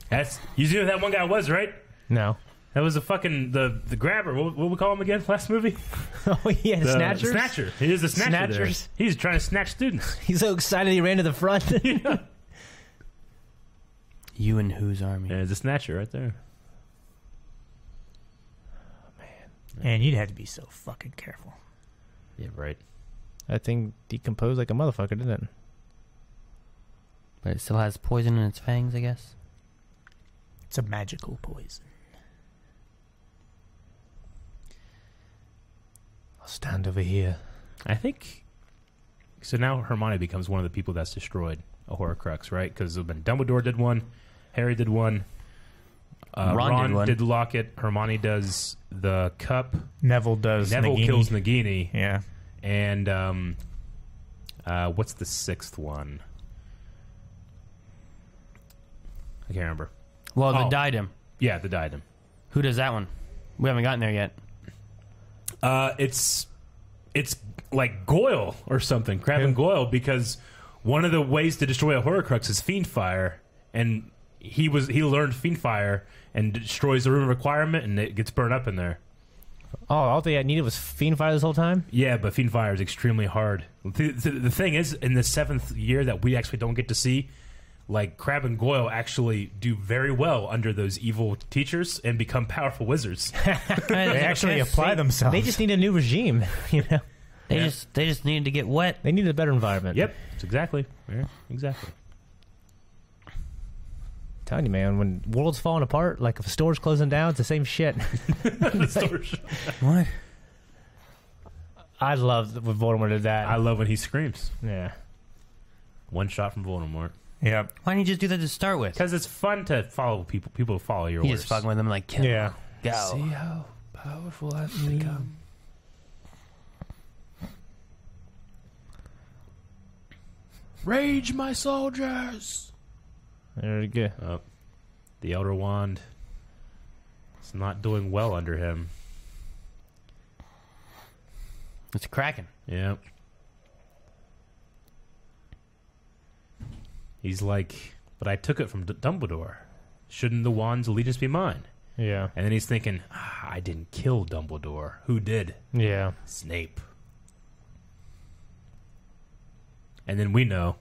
A: That's you see who that one guy was, right?
B: No.
A: That was the fucking the the grabber. What, what we call him again? Last movie,
B: <laughs> oh yeah, the,
A: The-
B: snatchers.
A: Snatcher. He is the snatcher. there.
B: Snatchers.
A: He's trying to snatch students.
B: He's so excited he ran to the front.
D: You and whose army?
A: There's a snatcher right there.
C: And you'd have to be so fucking careful.
A: Yeah, right.
B: that thing decomposed like a motherfucker, didn't it?
D: But it still has poison in its fangs, I guess.
C: It's a magical poison.
B: I'll stand over here.
A: I think. So now Hermione becomes one of the people that's destroyed a Horcrux, right? Because been Dumbledore did one, Harry did one, uh,
D: Ron
A: Ron,
D: did one.
A: did Locket, Hermione does the cup,
C: Neville does.
A: Neville
C: Nagini.
A: kills Nagini,
C: Yeah.
A: and um, uh, what's the sixth one? I can't remember.
D: Well,
A: Oh.
D: the diadem.
A: Yeah, the diadem.
D: Who does that one? We haven't gotten there yet.
A: Uh, it's it's like Goyle or something, Crab and Goyle, because one of the ways to destroy a Horcrux is Fiend Fire, and he was he learned Fiend Fire and destroys the room requirement, and it gets burned up in there.
B: Oh, all they needed was fiend fire this whole time.
A: Yeah, but Fiend Fire is extremely hard. The, the, the thing is, in the seventh year that we actually don't get to see, like Crab and Goyle actually do very well under those evil teachers and become powerful <laughs> wizards.
C: They actually apply themselves.
B: They just need a new regime. <laughs> You know,
D: They just they just needed to get wet.
B: they need a better environment.
A: yep, that's exactly. Yeah, exactly.
B: telling you, man. When world's falling apart, like if a store's closing down, it's the same shit. <laughs>
D: What?
B: I love that when Voldemort did that.
A: I love when he screams.
B: yeah.
A: One shot from Voldemort.
C: Yep.
D: Why didn't you just do that to start with?
A: Because it's fun to follow people. People to follow your
D: You
A: orders.
D: just fucking with them like "Kill him,
E: Yeah.
D: go.
A: how powerful I've become. Rage, my soldiers!
B: There you go.
A: Oh, the Elder Wand. It's not doing well under him.
D: It's cracking.
A: Yeah. He's like, but I took it from D- Dumbledore. Shouldn't the wand's allegiance be mine?
E: Yeah.
A: And then he's thinking, ah, I didn't kill Dumbledore. Who did?
E: Yeah.
A: Snape. And then we know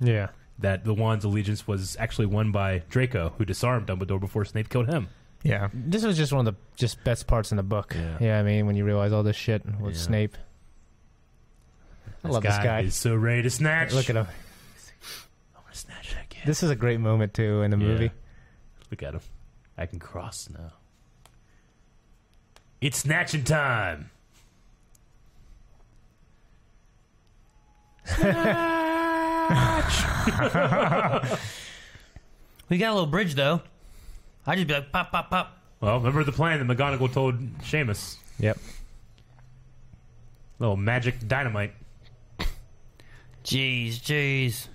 E: Yeah.
A: that the wand's allegiance was actually won by Draco, who disarmed Dumbledore before Snape killed him.
C: Yeah.
B: This was just one of the just best parts in the book.
A: Yeah.
B: I mean, when you realize all this shit with
A: Yeah.
B: Snape. I love this guy.
A: He's so ready to snatch.
B: Look at him.
A: I'm gonna snatch that kid.
B: This is a great moment too in the
A: Yeah.
B: movie.
A: Look at him. I can cross now. It's snatching time.
D: We got a little bridge though. I just be like pop pop pop.
A: Well, remember the plan that McGonagall told Seamus.
E: Yep.
A: Little magic dynamite.
D: Jeez, jeez.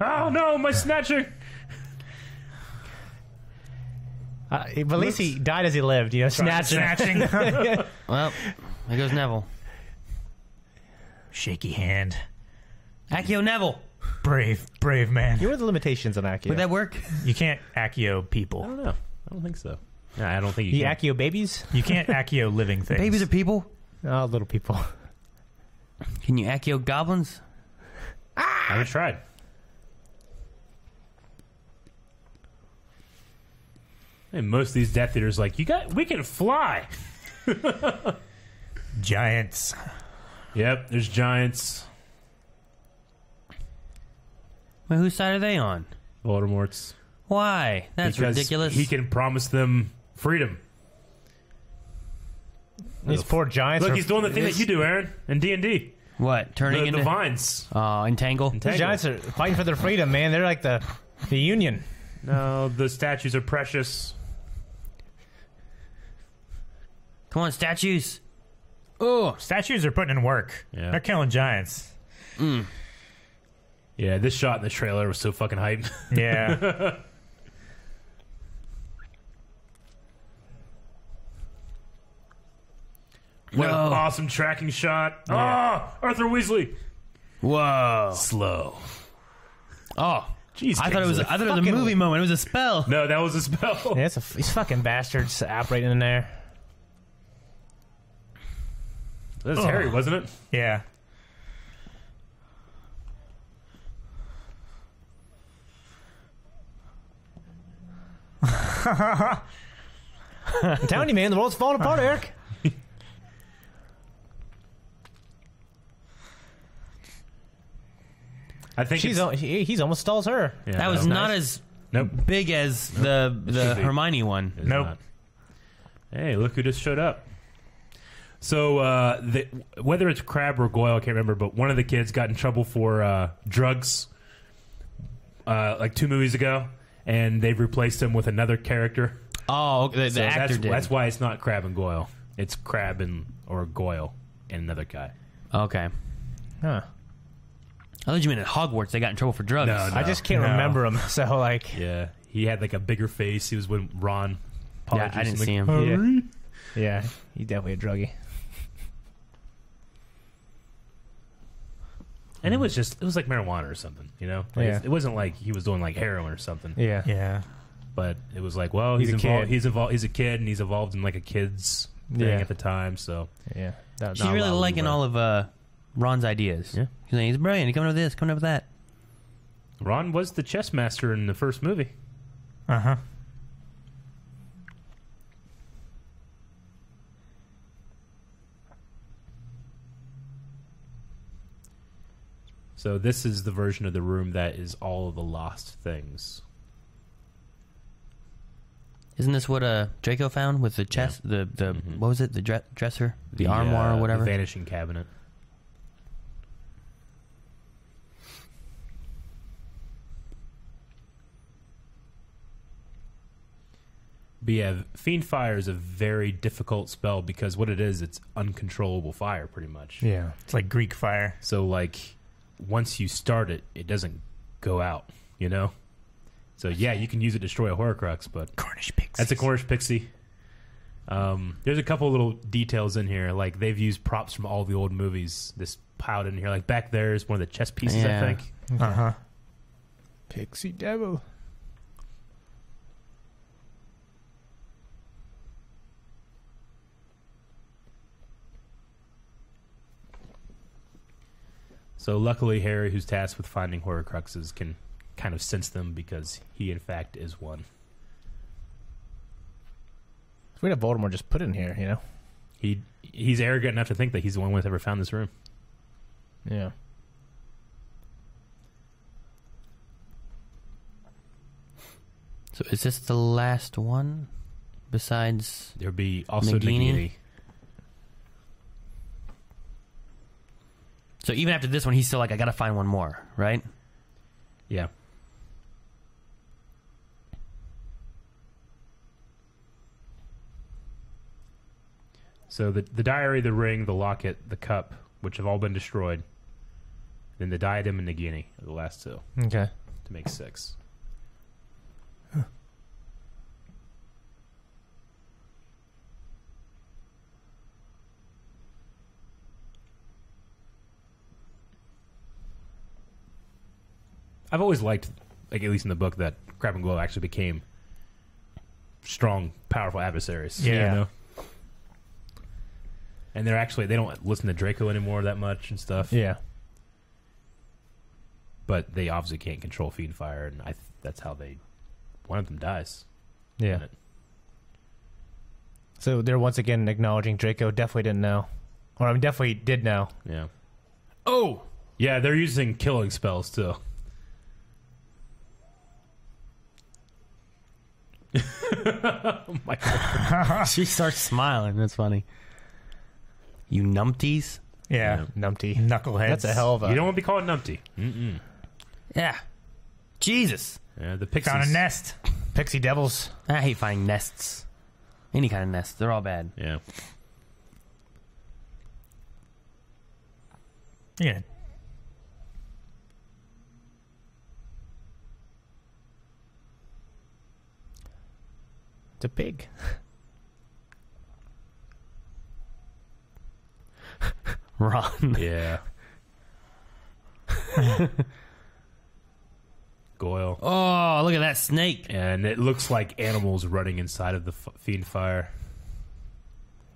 A: Oh no, my snatcher!
B: Uh,
C: But at least he died as he lived. You know, snatching.
E: <laughs>
C: snatching.
D: Well, there goes Neville.
C: <laughs> Shaky hand.
D: Accio Neville.
C: Brave, brave man.
E: You were the limitations on Accio.
D: Would that work?
C: You can't Accio
A: I
C: people.
A: don't know. I don't think so. Nah, I don't think you
E: the
A: can.
E: Accio babies?
C: You can't Accio living things.
D: Babies are people.
E: Oh, little
A: <laughs>
E: people.
D: Can you Accio goblins?
A: I haven't tried. And most of these Death Eaters like you got. We can fly.
C: giants.
A: Yep, there's giants,
D: Well, whose side are they on?
A: Voldemort's.
D: Why? That's
A: because
D: ridiculous.
A: He can promise them freedom.
E: These poor giants.
A: Look,
E: are,
A: he's doing the thing that you do, Aaron, in D and D.
D: What? Turning
A: The
D: into
A: the vines.
D: uh,
E: <laughs>
D: entangle.
E: these giants are fighting for their freedom, man. They're like the the Union.
A: No, the statues are precious.
D: Come on, statues.
C: Oh, statues are putting in work.
A: Yeah.
C: They're killing giants.
A: Yeah, this shot in the trailer was so fucking
D: <laughs>
A: hype.
C: Yeah.
A: what an
D: Whoa.
A: awesome tracking shot. Oh, Arthur Weasley.
D: Whoa.
A: Slow.
D: Oh.
A: Jeez,
D: I thought it was. I thought it was a
E: fucking-
D: movie moment. It was a spell.
A: No, that was a spell.
E: Yeah, it's a, f- these fucking bastards operating in there.
A: That's
D: Oh.
A: Harry, wasn't it?
C: yeah.
E: <laughs> I'm telling you, man, the world's falling
A: <laughs>
E: apart, Eric.
A: I think
E: She's
A: it's-
E: al- he, he's almost stalls her.
A: Yeah,
D: That was not as
A: Nope.
D: big as the the
A: should be.
D: Hermione one.
A: It's
C: Nope.
A: not. Hey, look who just showed up. So uh, the, whether it's Crab or Goyle, I can't remember, but one of the kids got in trouble for uh, drugs uh, like two movies ago, and they've replaced him with another character.
D: Oh, okay, the, the
A: So
D: actor
A: that's,
D: did.
A: that's why it's not Crab and Goyle. It's Crab and or Goyle and another guy.
D: okay.
E: Huh.
D: I thought you meant at Hogwarts they got in trouble for drugs.
A: No, no.
E: I just can't
C: no.
E: remember
B: <laughs>
E: him. So like,
A: Yeah, he had like a bigger face. He was with Ron.
D: yeah, I didn't see him.
A: oh,
E: yeah, yeah, he's definitely a druggie.
A: And it was just it was like marijuana or something, you know. Like,
E: Yeah.
A: It wasn't like he was doing like heroin or something.
E: Yeah,
C: Yeah.
A: but it was like, well, he's,
E: He's a
A: involved.
E: kid.
A: He's involved. He's a kid, and he's involved in like a kids thing
E: Yeah.
A: at the time. So
E: yeah. That,
D: She's
E: not
D: really
E: allowed
D: liking
E: over.
D: all of uh, Ron's ideas.
A: Yeah.
D: She's like, he's brilliant. He's coming up with this, coming up with that.
A: Ron was the chess master in the first movie.
C: Uh
E: Uh-huh.
C: huh.
A: So this is the version of the room that is all of the lost things.
D: Isn't this what uh, Draco found with the chest, the the what was it, the dre- dresser, the,
A: uh,
D: armoire or whatever?
A: The vanishing cabinet. But yeah, Fiend Fire is a very difficult spell because what it is, it's uncontrollable fire, pretty much.
E: Yeah,
C: It's like Greek fire.
A: So like once you start it, it doesn't go out, you know? So yeah, you can use it to destroy a horcrux, but
C: Cornish pigs.
A: that's a Cornish pixie. Um, there's a couple little details in here. Like they've used props from all the old movies. This piled in here. Like back there is one of the chess pieces,
D: Yeah.
A: I think.
C: Uh huh.
E: pixie devil.
A: So luckily Harry, who's tasked with finding horcruxes, can kind of sense them because he in fact is one.
E: We had Voldemort just put in here, you know.
A: He he's arrogant enough to think that he's the one that's ever found this room.
E: Yeah.
D: so is this the last one, besides?
A: There'd be also
D: Nagini?
A: Nagini.
D: So even after this one, he's still like, I gotta find one more, right? <laughs>
A: Yeah. So the the diary, the ring, the locket, the cup, which have all been destroyed. Then the diadem and the guinea are the last two
B: Okay.
A: to make six. I've always liked, like at least in the book, that Crab and Glow actually became strong, powerful adversaries.
C: Yeah.
A: You know? And they're actually they don't listen to Draco anymore that much and stuff
B: Yeah.
A: but they obviously can't control feed fire, and I th- that's how they. One of them dies.
B: Yeah.
A: Got it.
B: So they're once again acknowledging Draco definitely didn't know. Or I mean, definitely did know.
A: Yeah. Oh. Yeah, they're using killing spells too. oh my God.
D: she starts smiling. That's funny. You numpties.
C: Yeah.
B: Numpty.
C: Knuckleheads.
B: That's a hell of a.
A: You don't want to be called numpty. Mm-mm.
D: Yeah. Jesus.
A: Yeah, the pixies.
C: Found a nest.
B: Pixie Devils.
D: I hate finding nests. Any kind of nest. They're all bad. <laughs>
A: Yeah.
C: Yeah.
B: It's a pig.
D: Ron.
A: Yeah. Goyle.
D: Oh, look at that snake.
A: And it looks like animals running inside of the f- feed fire.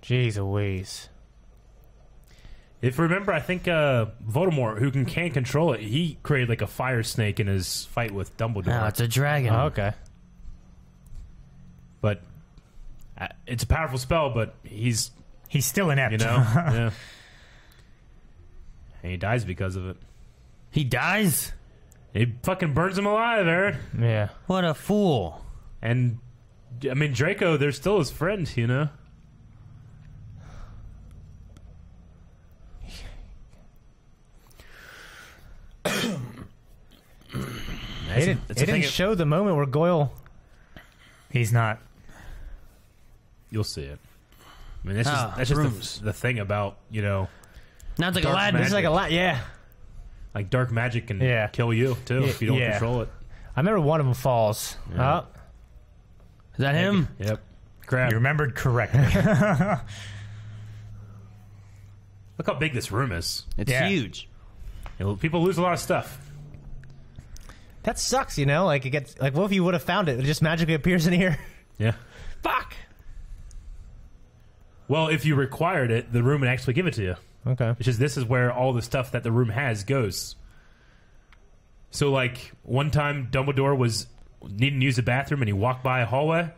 B: Jeez Louise.
A: If you remember, I think uh, Voldemort, who can, can control it, he created like a fire snake in his fight with Dumbledore.
D: Now it's a dragon.
B: Oh, okay.
A: but uh, it's a powerful spell, but he's,
C: He's still
B: <laughs>
C: inept.
A: you know. yeah. And he dies because of it.
D: He dies?
A: It fucking burns him alive, Aaron.
B: Yeah.
D: What a fool.
A: And, I mean, Draco, they're still his friends, you know?
B: It didn't,
A: That's
B: it
A: the thing,
B: didn't show the moment where Goyle.
C: <laughs> He's not.
A: You'll see it. I mean, that's just,
D: Ah,
A: that's just
D: brooms.
A: the, the thing about, you know,
D: Now it's like
A: Dark
D: Aladdin.
A: magic.
B: It's like a lot. Yeah.
A: like dark magic can
B: Yeah.
A: kill you, too, if you don't
B: Yeah.
A: control it.
B: I remember one of them falls.
A: Yeah.
B: Oh,
D: Is that him?
A: Yep. Crap.
C: You remembered correctly.
A: Look how big this room is.
D: It's
C: Yeah.
D: huge.
A: You know, people lose a lot of stuff.
B: that sucks. You know, like it gets like what if you would have found it? It just magically appears in here. <laughs>
A: Yeah.
B: Fuck.
A: Well, if you required it, the room would actually give it to you.
B: Okay.
A: Which is this is where all the stuff that the room has goes. So, like one time, Dumbledore was needing to use the bathroom, and he walked by a hallway,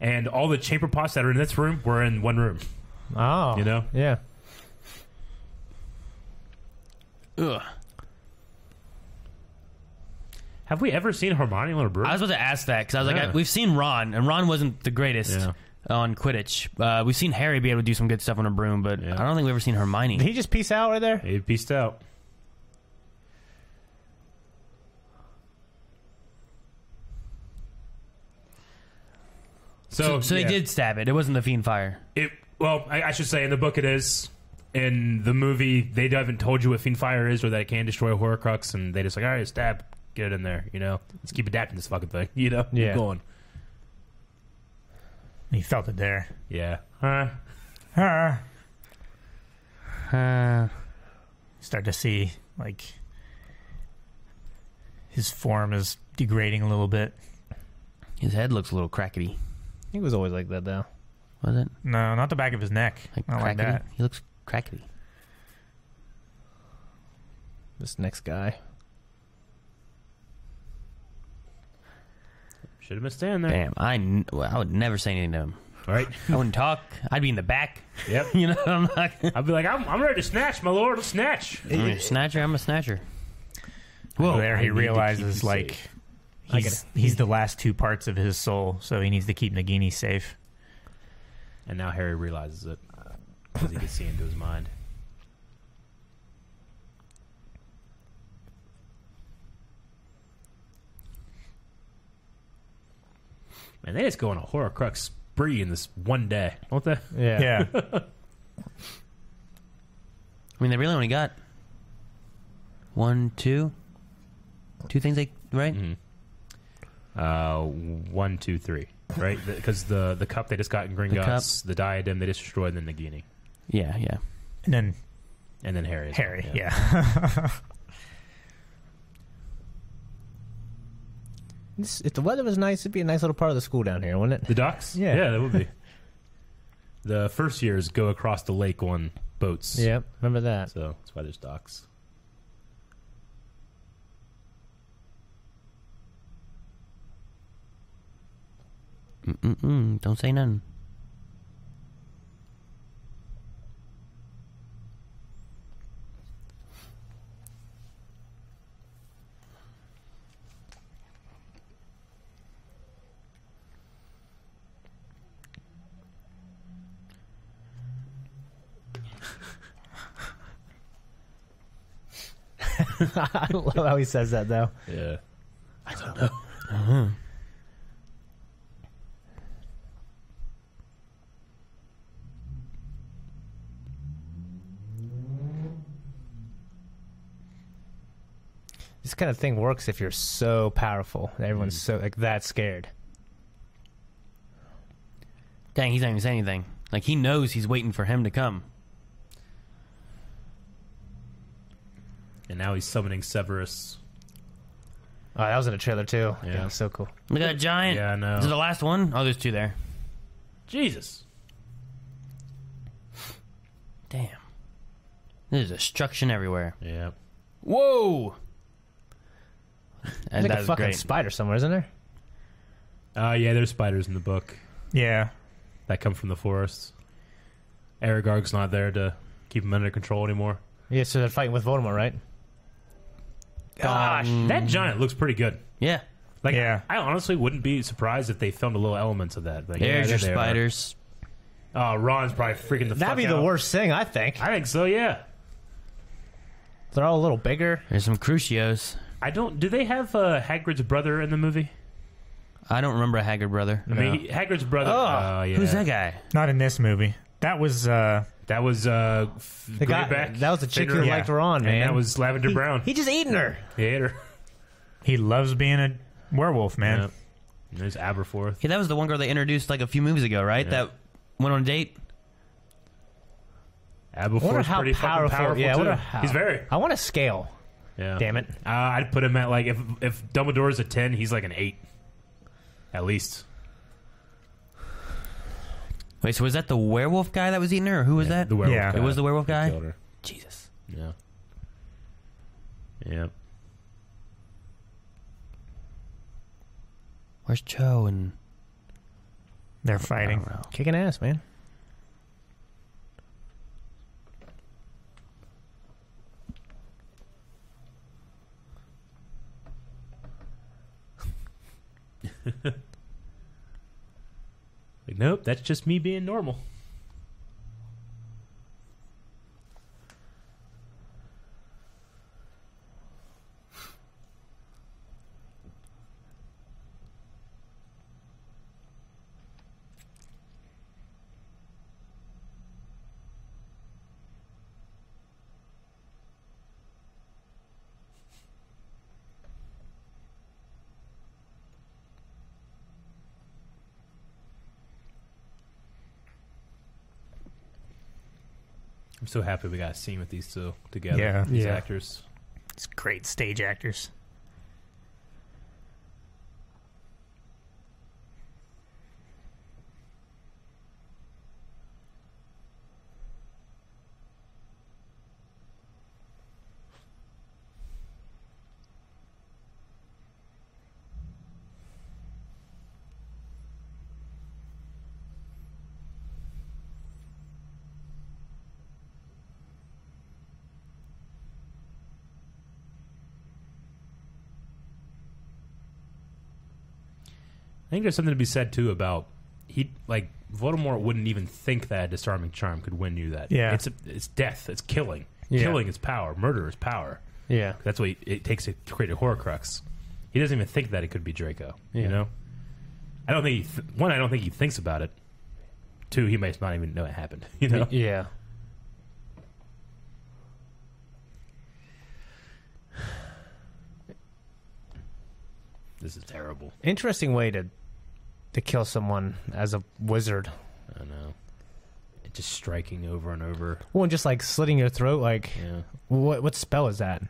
A: and all the chamber pots that are in this room were in one room.
B: Oh.
A: You know?
B: Yeah.
D: Ugh.
A: Have we ever seen Hermione or Brew?
D: I was about to ask that because I was like,
A: Yeah.
D: I- we've seen Ron, and Ron wasn't the greatest
A: Yeah.
D: on Quidditch. Uh, we've seen Harry be able to do some good stuff on a broom, but
A: Yeah.
D: I don't think we've ever seen Hermione.
B: Did he just peace out right there?
A: He pieced out.
D: so
A: So,
D: so
A: Oh, yeah.
D: they did stab it. It wasn't the fiend fire.
A: It well, I, I should say in the book it is. In the movie, they haven't told you what fiend fire is or that it can destroy Horcrux, and they just like, all right, stab, get it in there. You know, let's keep adapting this fucking thing. <laughs> You know, Keep
B: Yeah.
A: going.
C: he felt it there.
A: Yeah, huh?
C: Ah.
D: Uh,
C: Start to see like his form is degrading a little bit.
D: his head looks a little crackety.
B: He was always like that though.
D: Was it
C: No, not the back of his neck.
D: like
C: not like
D: crackety?
C: that.
D: He looks crackety.
B: This next guy.
A: Should have been standing there.
D: Damn, I, kn- well, I would never say anything to him.
A: All right.
D: I wouldn't talk. I'd be in the back.
A: Yep.
D: <laughs> You know, I'm not.
A: I'd be like, I'm, I'm ready to snatch, my lord. Let's snatch.
D: I'm <laughs> a snatcher. I'm a snatcher.
C: Well, there
A: I
C: he
A: need to keep
C: realizes
A: you
C: like
A: safe.
B: I
C: he's he's the last two parts of his soul, so he needs to keep Nagini safe.
A: And now Harry realizes it because he can see into his mind. Man, they just go on a horror crux spree in this one day. Don't they?
E: Yeah.
C: Yeah.
D: I mean, they really only got one, two, two things. They right?
A: Mhm. Uh, one, two, three. Right, because the the cup they just got in Gringotts, the, diadem they just destroyed, and then Nagini,
D: Yeah, yeah.
C: <laughs> and then
A: and then Harry. as well,
C: Harry. Yeah.
B: This, if the weather was nice, it'd be a nice little part of the school down here, <laughs> wouldn't it?
A: The docks?
B: Yeah.
A: Yeah, that would be. the first years go across the lake on boats.
B: Yeah, remember that.
A: So that's why there's docks.
D: Mm-mm-mm, don't say nothing.
B: <laughs> I love how he says that though.
A: Yeah.
B: This kind of thing works if you're so powerful. that Everyone's so like that scared.
D: Dang, he's not even saying anything. Like he knows he's waiting for him to come.
A: And now he's summoning Severus.
B: Oh, that was in the trailer too.
A: Yeah.
B: Yeah, it was so cool.
D: Look at that giant.
A: Yeah, I know.
D: Is it the last one? Oh, there's two there.
A: Jesus.
D: Damn. There's destruction everywhere.
A: Yeah.
D: Whoa!
B: There's
D: And
B: like
D: that
B: a
D: was
B: fucking
D: great.
B: spider somewhere, isn't there?
A: Uh, yeah, there's spiders in the book
C: yeah.
A: that come from the forest. Aragog's not there to keep him under control anymore.
B: Yeah, so they're fighting with Voldemort, right?
A: Gosh, that giant looks pretty good.
D: yeah.
A: Like,
C: Yeah.
A: I honestly wouldn't be surprised if they filmed a little elements of that. Like, yeah,
D: There's your
A: there they are.
D: spiders.
A: Oh, Ron's probably freaking the fuck
B: That'd be the
A: out.
B: worst thing, I think.
A: I think so. Yeah.
B: They're all a little bigger.
D: There's some crucios.
A: I don't. Do they have uh, Hagrid's brother in the movie?
D: I don't remember a Haggard brother.
A: I mean, he- Hagrid's brother.
B: Ugh.
A: uh, yeah.
D: Who's that guy?
C: Not in this movie. That was uh
A: That was uh, f-
B: The guy,
A: Greyback.
B: that was the chick
A: Fenrir,
B: who
C: Yeah.
B: liked Ron,
A: and
B: man.
A: that was Lavender
B: he,
A: Brown.
B: He just eating her.
A: He ate her.
C: he loves being a werewolf, man.
A: Yeah. And <laughs> There's Aberforth.
D: Yeah, that was the one girl they introduced like a few movies ago, right? That went on a date.
B: I wonder
A: Aberforth's
B: how
A: pretty
B: powerful.
A: fucking powerful
B: yeah, I
A: too.
B: wonder how.
A: He's very.
B: I want to scale.
A: Yeah.
B: Damn it.
A: Uh, I'd put him at like if if Dumbledore's a ten, he's like an eight, at least.
D: Wait, so was that the werewolf guy that was eating her, or who was that?
A: The werewolf.
C: Yeah.
A: guy.
D: it was the werewolf
A: He
D: guy.
A: killed her.
D: Jesus.
A: Yeah. Yeah.
D: Where's Cho and
C: They're
D: I
C: fighting.
D: don't know.
B: Kicking ass, man.
A: Like, nope, that's just me being normal. I'm so happy we got a scene with these two together.
C: Yeah.
A: These
E: Yeah.
A: actors.
C: It's great stage actors.
A: I think there's something to be said too about he like Voldemort wouldn't even think that a disarming charm could win you that.
C: Yeah.
A: it's it's death. It's killing.
B: Yeah.
A: Killing is power. Murder is power.
B: Yeah.
A: That's what he, it takes to create a Horcrux. He doesn't even think that it could be Draco.
B: Yeah.
A: You know, I don't think he th- one. I don't think he thinks about it. two, he might not even know it happened. <laughs> You know,
B: Yeah.
A: this is terrible.
B: Interesting way to to kill someone as a wizard.
A: I know. It's just striking over and over.
B: Well, and just like slitting your throat. Like,
A: Yeah.
B: what what spell is that?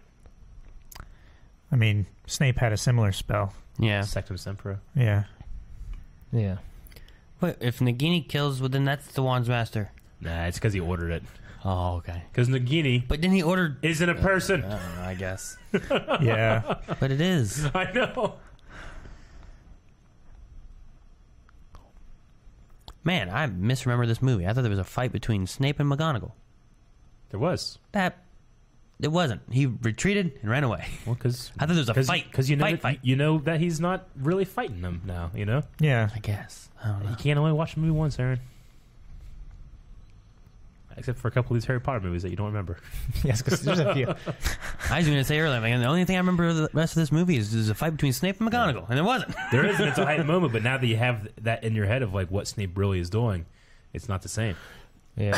C: I mean, Snape had a similar spell.
D: Yeah.
A: Sectum Sempra.
C: Yeah.
B: Yeah. <laughs>
D: Wait, if Nagini kills, well, then that's the Wand's Master.
A: Nah, it's because he ordered it.
D: Oh, okay.
A: Because Nagini
D: But then he ordered.
A: isn't a person.
D: know, I guess.
C: <laughs> Yeah.
D: But it is.
A: <laughs> I know.
D: Man, I misremember this movie. I thought there was a fight between Snape and McGonagall.
A: There was.
D: That. It wasn't. He retreated and ran away. <laughs>
A: Well, because
D: I thought there was a fight.
A: Because you know
D: fight,
A: that,
D: fight.
A: you know that he's not really fighting them now. You know
C: Yeah.
D: I guess. I don't know.
A: you can't only watch a movie once, Aaron. Except for a couple of these Harry Potter movies that you don't
D: <laughs>
A: remember.
B: Yes, because there's a
A: <laughs>
B: few.
D: I was going to say earlier, like, the only thing I remember of the rest of this movie is there's a fight between Snape and McGonagall, and there wasn't.
A: There is, and it's a hype moment. But now that you have that in your head of like what Snape really is doing, it's not the same.
B: Yeah.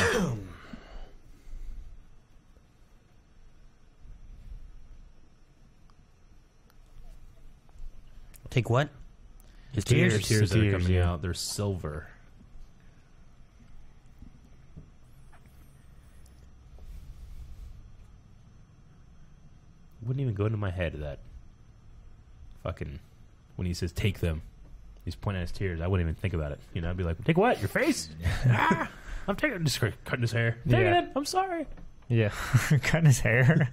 D: Take what? His
A: The
D: tears.
A: tears that are
E: Tears,
A: coming
E: yeah.
A: out. They're silver. Wouldn't even go into my head that fucking when he says take them. He's pointing at his tears. I wouldn't even think about it. You know, I'd be like, take what?
E: <laughs>
A: Your face? Ah, I'm taking just cutting his hair. Taking
E: Yeah.
A: it. I'm sorry.
E: Yeah. <laughs>
C: Cut his hair.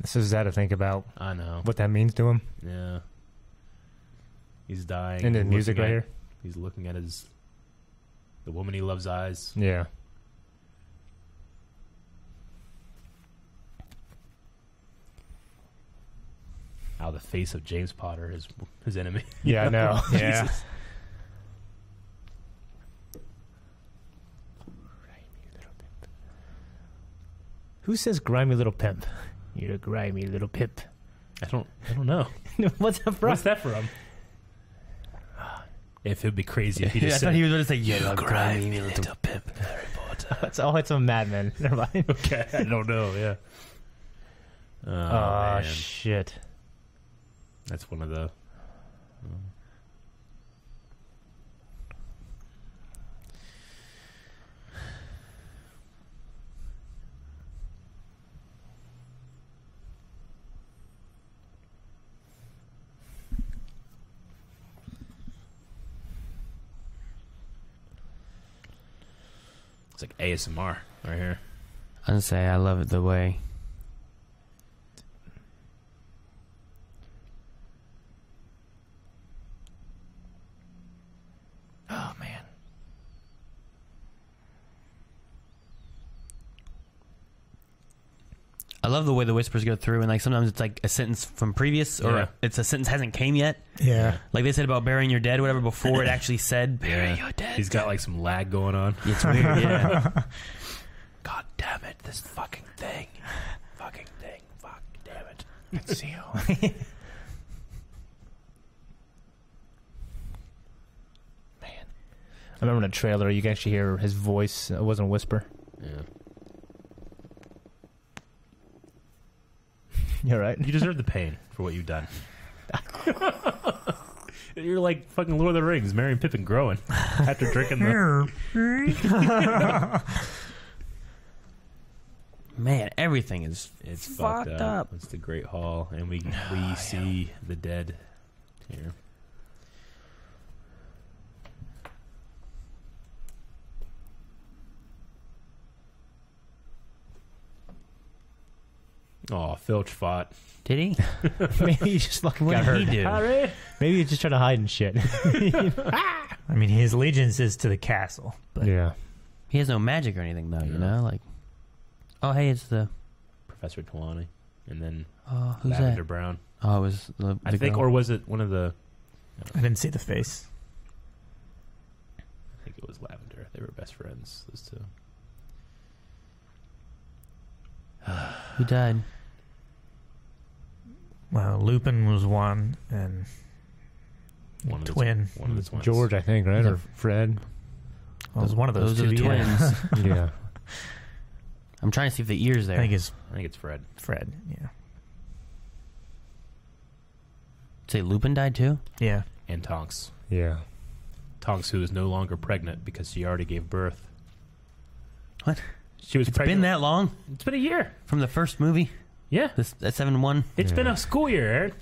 E: This is that to think about
A: I know.
E: what that means to him.
A: Yeah. He's dying.
E: And the
A: Looking
E: music
A: at-
E: right here.
A: He's looking at his the woman he loves eyes.
B: <laughs>
E: Yeah.
A: Out the face of James Potter, his his enemy.
E: Yeah, I
B: <laughs>
E: know.
B: Oh,
C: yeah.
B: Who says grimy little pimp? You're a grimy little pimp. <laughs>
A: I don't I don't know.
B: What's that from?
A: What's that from? If it'd be crazy if he
D: <laughs> I
A: just
D: thought
A: said
D: he was going to say, "You grimy little pimp."
E: <laughs>
B: That's oh, it's a madman. <laughs> Never mind.
A: <laughs> okay. I don't know, yeah. Oh,
B: Oh,
A: man.
B: shit.
A: That's one of the It's like ASMR right here.
D: I'd say I love it the way.
B: Oh man.
D: I love the way the whispers go through, and like sometimes it's like a sentence from previous, or
A: Yeah.
D: it's a sentence hasn't came yet.
C: Yeah.
D: Like they said about burying your dead, whatever. Before it actually said <laughs> bury
A: Yeah.
D: your dead.
A: He's got like some lag going on.
D: It's weird. Yeah.
A: God damn it, this fucking thing. Fucking thing. Fuck damn it.
E: <laughs>
B: It's you. man. I remember in the trailer, you can actually hear his voice. It wasn't a whisper.
A: <laughs> Yeah.
B: You're
E: <laughs>
B: right.
A: You deserve the pain for what you've done. <laughs> You're like fucking Lord of the Rings, Merry and Pippin growing after drinking
D: <laughs>
A: the.
C: <laughs>
D: Man, everything is.
A: It's
D: fucked Fucked up. up.
A: It's the Great Hall, and <sighs> we we see the dead here. Oh, Filch fought.
D: Did he?
B: Maybe you just fucking
D: What
B: got
D: did
B: hurt.
D: he do?
B: Maybe you just try to hide and shit.
C: I mean, his allegiance is to the castle. But
E: Yeah.
D: He has no magic or anything though.
A: Yeah.
D: You know, like. Oh hey, it's the.
A: Professor Trelawney, and then
D: Oh, who's
A: Lavender Brown.
D: that? Oh, it was the.
A: I
D: the
A: think,
D: girl.
A: or was it one of the?
C: I didn't see the face.
A: I think it was Lavender. They were best friends. Those two.
D: who died.
C: Well, Lupin was one, and
A: One of the
C: Twin.
A: One of
B: Hmm.
A: the twins.
E: George, I think, right? Or <laughs> Fred?
C: well, it was one of those,
D: Those are
C: two.
D: the
C: yeah.
D: twins. <laughs>
E: Yeah.
D: I'm trying to see if the ears
C: I
D: there.
C: think it's
A: I think it's Fred.
C: Fred. Yeah.
D: Say Lupin died too.
C: Yeah.
A: And Tonks.
E: Yeah.
A: Tonks, who is no longer pregnant because she already gave birth.
D: What?
A: She was
D: It's
A: pregnant.
D: been that long
A: It's been a year.
D: from the first movie.
A: Yeah.
D: This that seven one.
A: it's
E: Yeah.
A: been a school year, Eric.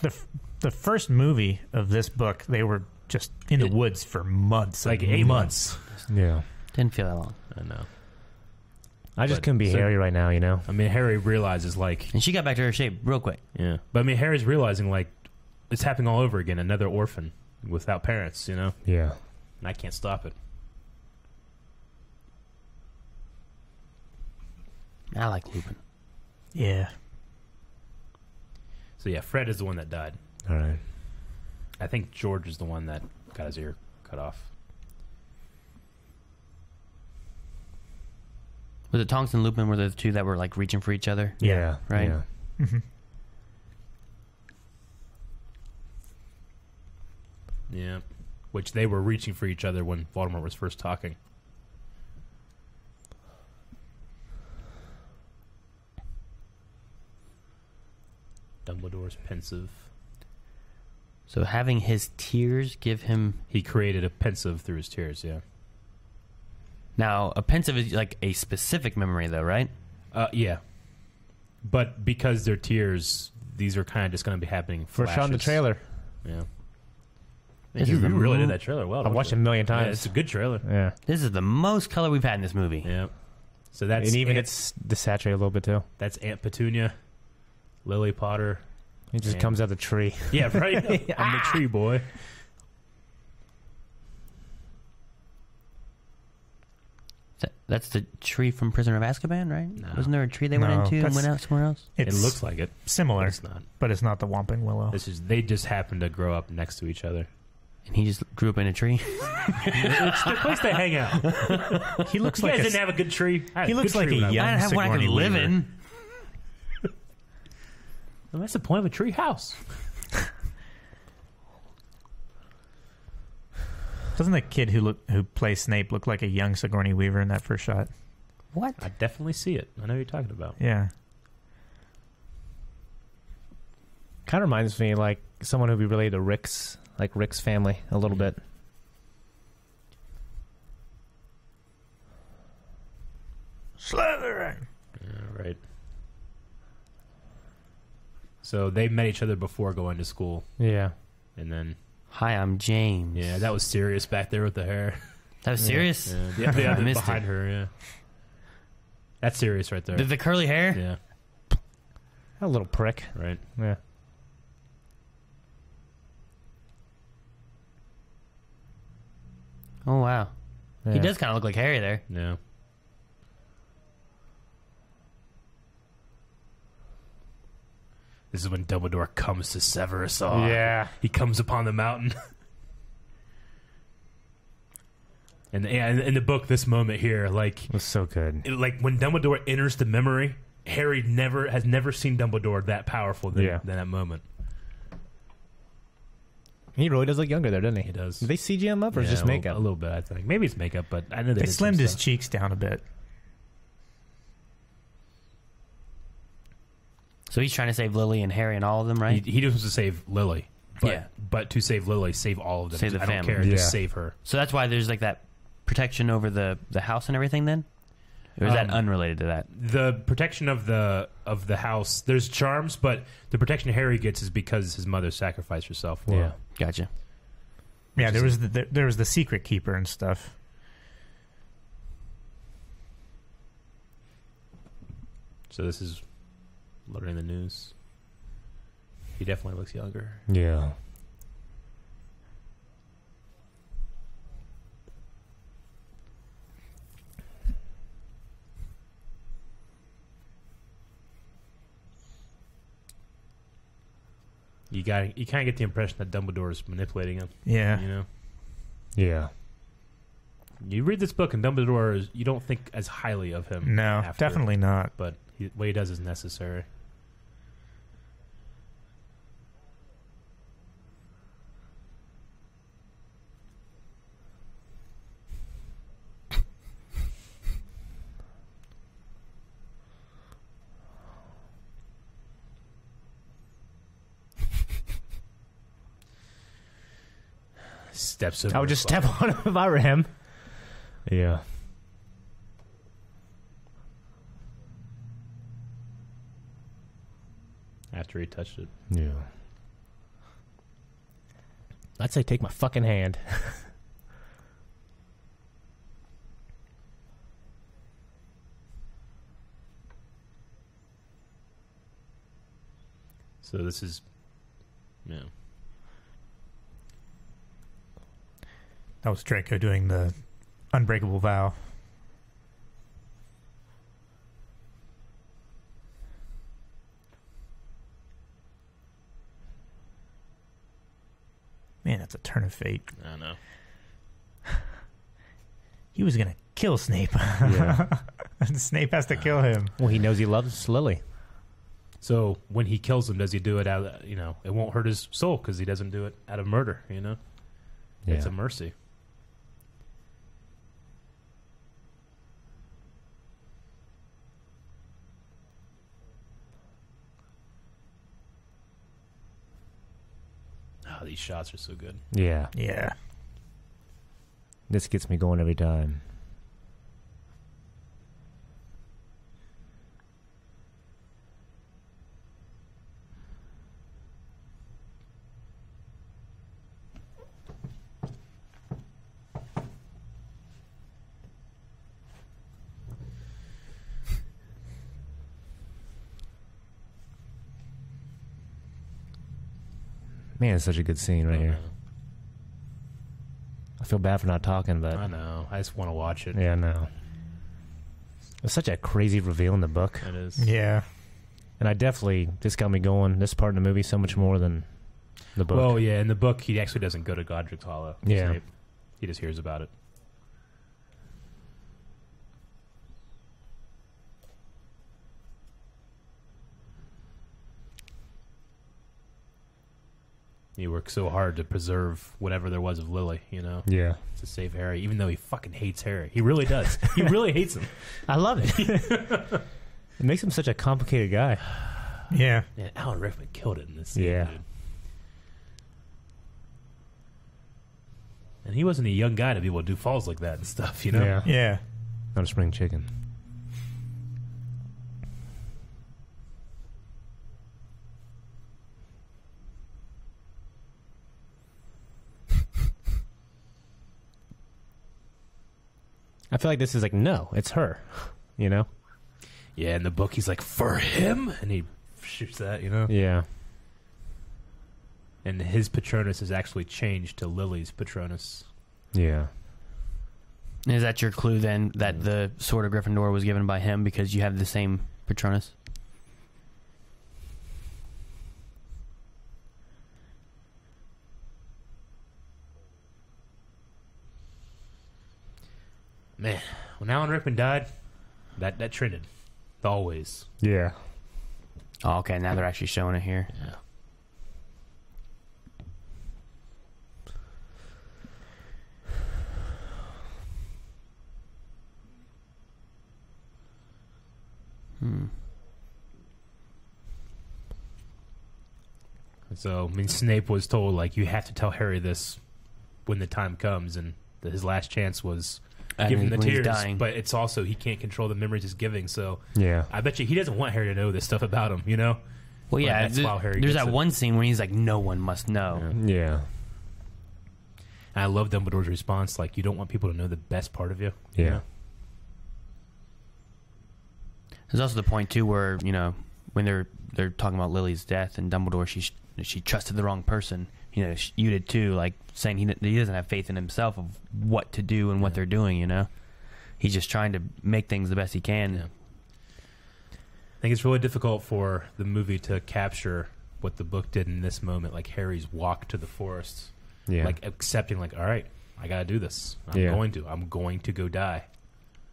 C: The f- the first movie of this book, they were just in the woods for months,
A: It's like
C: and
A: eight months.
E: Yeah.
D: Didn't feel that long.
A: I know.
E: I just
A: But-
E: couldn't be
A: so-
E: Harry right now, you know?
A: I mean, Harry realizes, like,
D: And she got back to her shape real quick.
A: yeah. But I mean, Harry's realizing, like, it's happening all over again. Another orphan without parents, you know?
E: Yeah.
A: And I can't stop it.
D: I like Lupin.
C: Yeah.
A: So, yeah, Fred is the one that died.
E: All right.
A: I think George is the one that got his ear cut off.
D: Was it Tonks and Lupin were the two that were like reaching for each other?
E: Yeah.
D: Right.
E: Yeah.
C: hmm
A: Yeah. Which they were reaching for each other when Voldemort was first talking. Dumbledore's pensive.
D: So having his tears give him
A: He created a pensive through his tears, yeah.
D: now a pensive is like a specific memory though, right?
A: Uh, yeah. But because they're tears, these are kind of just going to be happening.
E: First shot in the
A: flashes.
E: trailer.
A: Yeah.
D: This
A: you
D: is the
A: you really
D: mo-
A: did that trailer well.
E: I
A: don't
E: watched it
A: you?
E: a million
A: Yeah, it's
E: times.
A: a good trailer.
E: Yeah.
D: This is the most color we've had in this movie.
A: Yeah. So that's
E: and even
A: Aunt-
E: it's desaturated a little bit too.
A: that's Aunt Petunia, Lily Potter.
E: It just
A: Yeah.
E: comes out the tree.
A: <laughs> Yeah, Ah. right. I'm the tree boy.
D: That- that's the tree from Prisoner of Azkaban, right?
A: No.
D: Wasn't there a tree they went
C: No.
D: into and
C: That's-
D: went out somewhere else?
C: It's
A: it looks like it. But
C: similar,
A: it's not.
C: but it's not the Whomping Willow.
A: This is they just happen to grow up next to each other.
D: And he just grew up in a tree.
A: it's the place they hang <laughs> out.
C: he looks
A: You
C: like
A: guys
C: a,
A: didn't have a good tree. I had
C: he looks
A: good
C: like
A: tree
C: a
A: when I was-
C: young-
D: <laughs> I didn't have one I could
C: Sigourney
D: live
C: Weaver.
D: in.
A: Well, that's the point of a tree house.
C: doesn't the kid who look, who plays Snape look like a young Sigourney Weaver in that first shot?
D: What?
A: I definitely see it. I know what you're talking about.
C: Yeah.
E: Kind of reminds me like someone who'd be related to Rick's, like Rick's family a little bit.
C: Slytherin.
A: Yeah, right. So they met each other before going to school,
E: Yeah.
A: and then
D: Hi, I'm James.
A: yeah, that was serious back there with the hair.
D: That
A: <laughs>
D: was serious.
A: Yeah, the, the other
D: missed
A: behind her. Yeah, that's serious right there.
D: The, the curly hair.
A: yeah,
E: That little prick.
A: right.
E: Yeah.
D: Oh wow, he
E: Yeah.
D: does kind of look like Harry there.
A: Yeah. This is when Dumbledore comes to Severus Hall.
E: Yeah.
A: He comes upon the mountain. <laughs> and yeah, in- in the book, this moment here, like
E: It was so good.
A: it- like when Dumbledore enters the memory, Harry never has never seen Dumbledore that powerful than,
E: Yeah.
A: than that moment.
E: He really does look younger there, doesn't he?
A: He does.
E: Did they CG him up or is
A: Yeah,
E: just
A: a little-
E: makeup?
A: A little bit, I think. Maybe it's makeup, but I know they,
C: They
A: did some
C: slimmed his
A: stuff.
C: cheeks down a bit.
D: So he's trying to save Lily and Harry and all of them, right?
A: He, he just wants to save Lily. But,
D: Yeah.
A: but to save Lily, save all of them.
D: Save the
A: I don't
D: family.
A: care.
E: Yeah.
A: Just save her.
D: so that's why there's like that protection over the the house and everything. Then, or is that
A: Um,
D: unrelated to that?
A: The protection of the of the house. There's charms, but the protection Harry gets is because his mother sacrificed herself. for
E: Yeah.
A: him.
D: Gotcha.
C: Yeah, there was the, there, there was the secret keeper and stuff.
A: So this is learning the news. He definitely looks younger.
E: Yeah.
A: You got. You kind of get the impression that Dumbledore is manipulating him.
C: Yeah.
A: You know.
E: Yeah.
A: You read this book, and Dumbledore is. You don't think as highly of him.
C: No,
A: after,
C: definitely not.
B: <laughs>
A: But he, what he does is necessary. steps over.
B: I would
E: <laughs>
B: just step on him if I were him. Yeah.
A: after he touched it.
B: Yeah. I'd say take my fucking hand.
A: So this is, yeah.
C: That was Draco doing the unbreakable vow. Man, that's a turn of fate.
A: I don't know.
C: He was gonna kill Snape. <laughs>
B: Yeah.
C: and Snape has to kill him.
B: Well, he knows he loves Lily.
A: So when he kills him, does he do it out? Of, you know, it won't hurt his soul because he doesn't do it out of murder. You know, it's a mercy. Oh, these shots are so good.
B: yeah.
C: Yeah.
B: This gets me going every time. Man, it's such a good scene right
A: I
B: here.
A: know.
B: I feel bad for not talking, but
A: I know. I just want to watch it.
B: Yeah, no. It's such a crazy reveal in the book,
A: It is.
C: Yeah.
B: and I definitely this got me going. This part in the movie so much more than the book.
A: Well, yeah. In the book, he actually doesn't go to Godric's Hollow.
B: Yeah.
A: Snape. He just hears about it. He worked so hard to preserve whatever there was of Lily, you know,
B: yeah,
A: to save Harry, even though he fucking hates Harry. He really does.
B: <laughs>
A: he really hates him.
B: I love <laughs> it. it makes him such a complicated guy.
C: Yeah.
A: And Alan Rickman killed it in this scene,
B: Yeah.
A: dude. And he wasn't a young guy to be able to do falls like that and stuff, you know?
C: Yeah.
B: not a spring chicken. <laughs> I feel like this is like no, it's her, you know.
A: Yeah, in the book he's like, for him? And he shoots that, you know?
B: Yeah.
A: And his Patronus is actually changed to Lily's Patronus.
B: Yeah.
D: Is that your clue then that the sword of Gryffindor was given by him because you have the same Patronus?
A: Man, when Alan Rickman died, that, that trended. Always.
B: Yeah.
D: Oh, okay. Now they're actually showing it here.
A: Yeah.
D: Hmm.
A: So, I mean, Snape was told, like, you have to tell Harry this when the time comes, and that his last chance was
D: And
A: giving the
D: when he's
A: tears.
D: dying.
A: But it's also, he can't control the memories he's giving, so
B: Yeah.
A: I bet you he doesn't want Harry to know this stuff about him, you know?
D: well, yeah.
A: that's
D: th-
A: how Harry
D: there's
A: gets
D: that
A: it.
D: one scene where he's like, "No one must know."
B: Yeah.
A: And I love Dumbledore's response, like, you don't want people to know the best part of you. you
B: Yeah.
A: know?
D: There's also the point too where you know when they're they're talking about Lily's death and Dumbledore, she she trusted the wrong person. You know, sh- you did too. Like saying he he doesn't have faith in himself of what to do and what they're doing. You know, he's just trying to make things the best he can.
A: Yeah. I think it's really difficult for the movie to capture what the book did in this moment, like Harry's walk to the forest,
B: Yeah.
A: like accepting, like, all right, I got to do this. I'm
B: Yeah.
A: going to. I'm going to go die.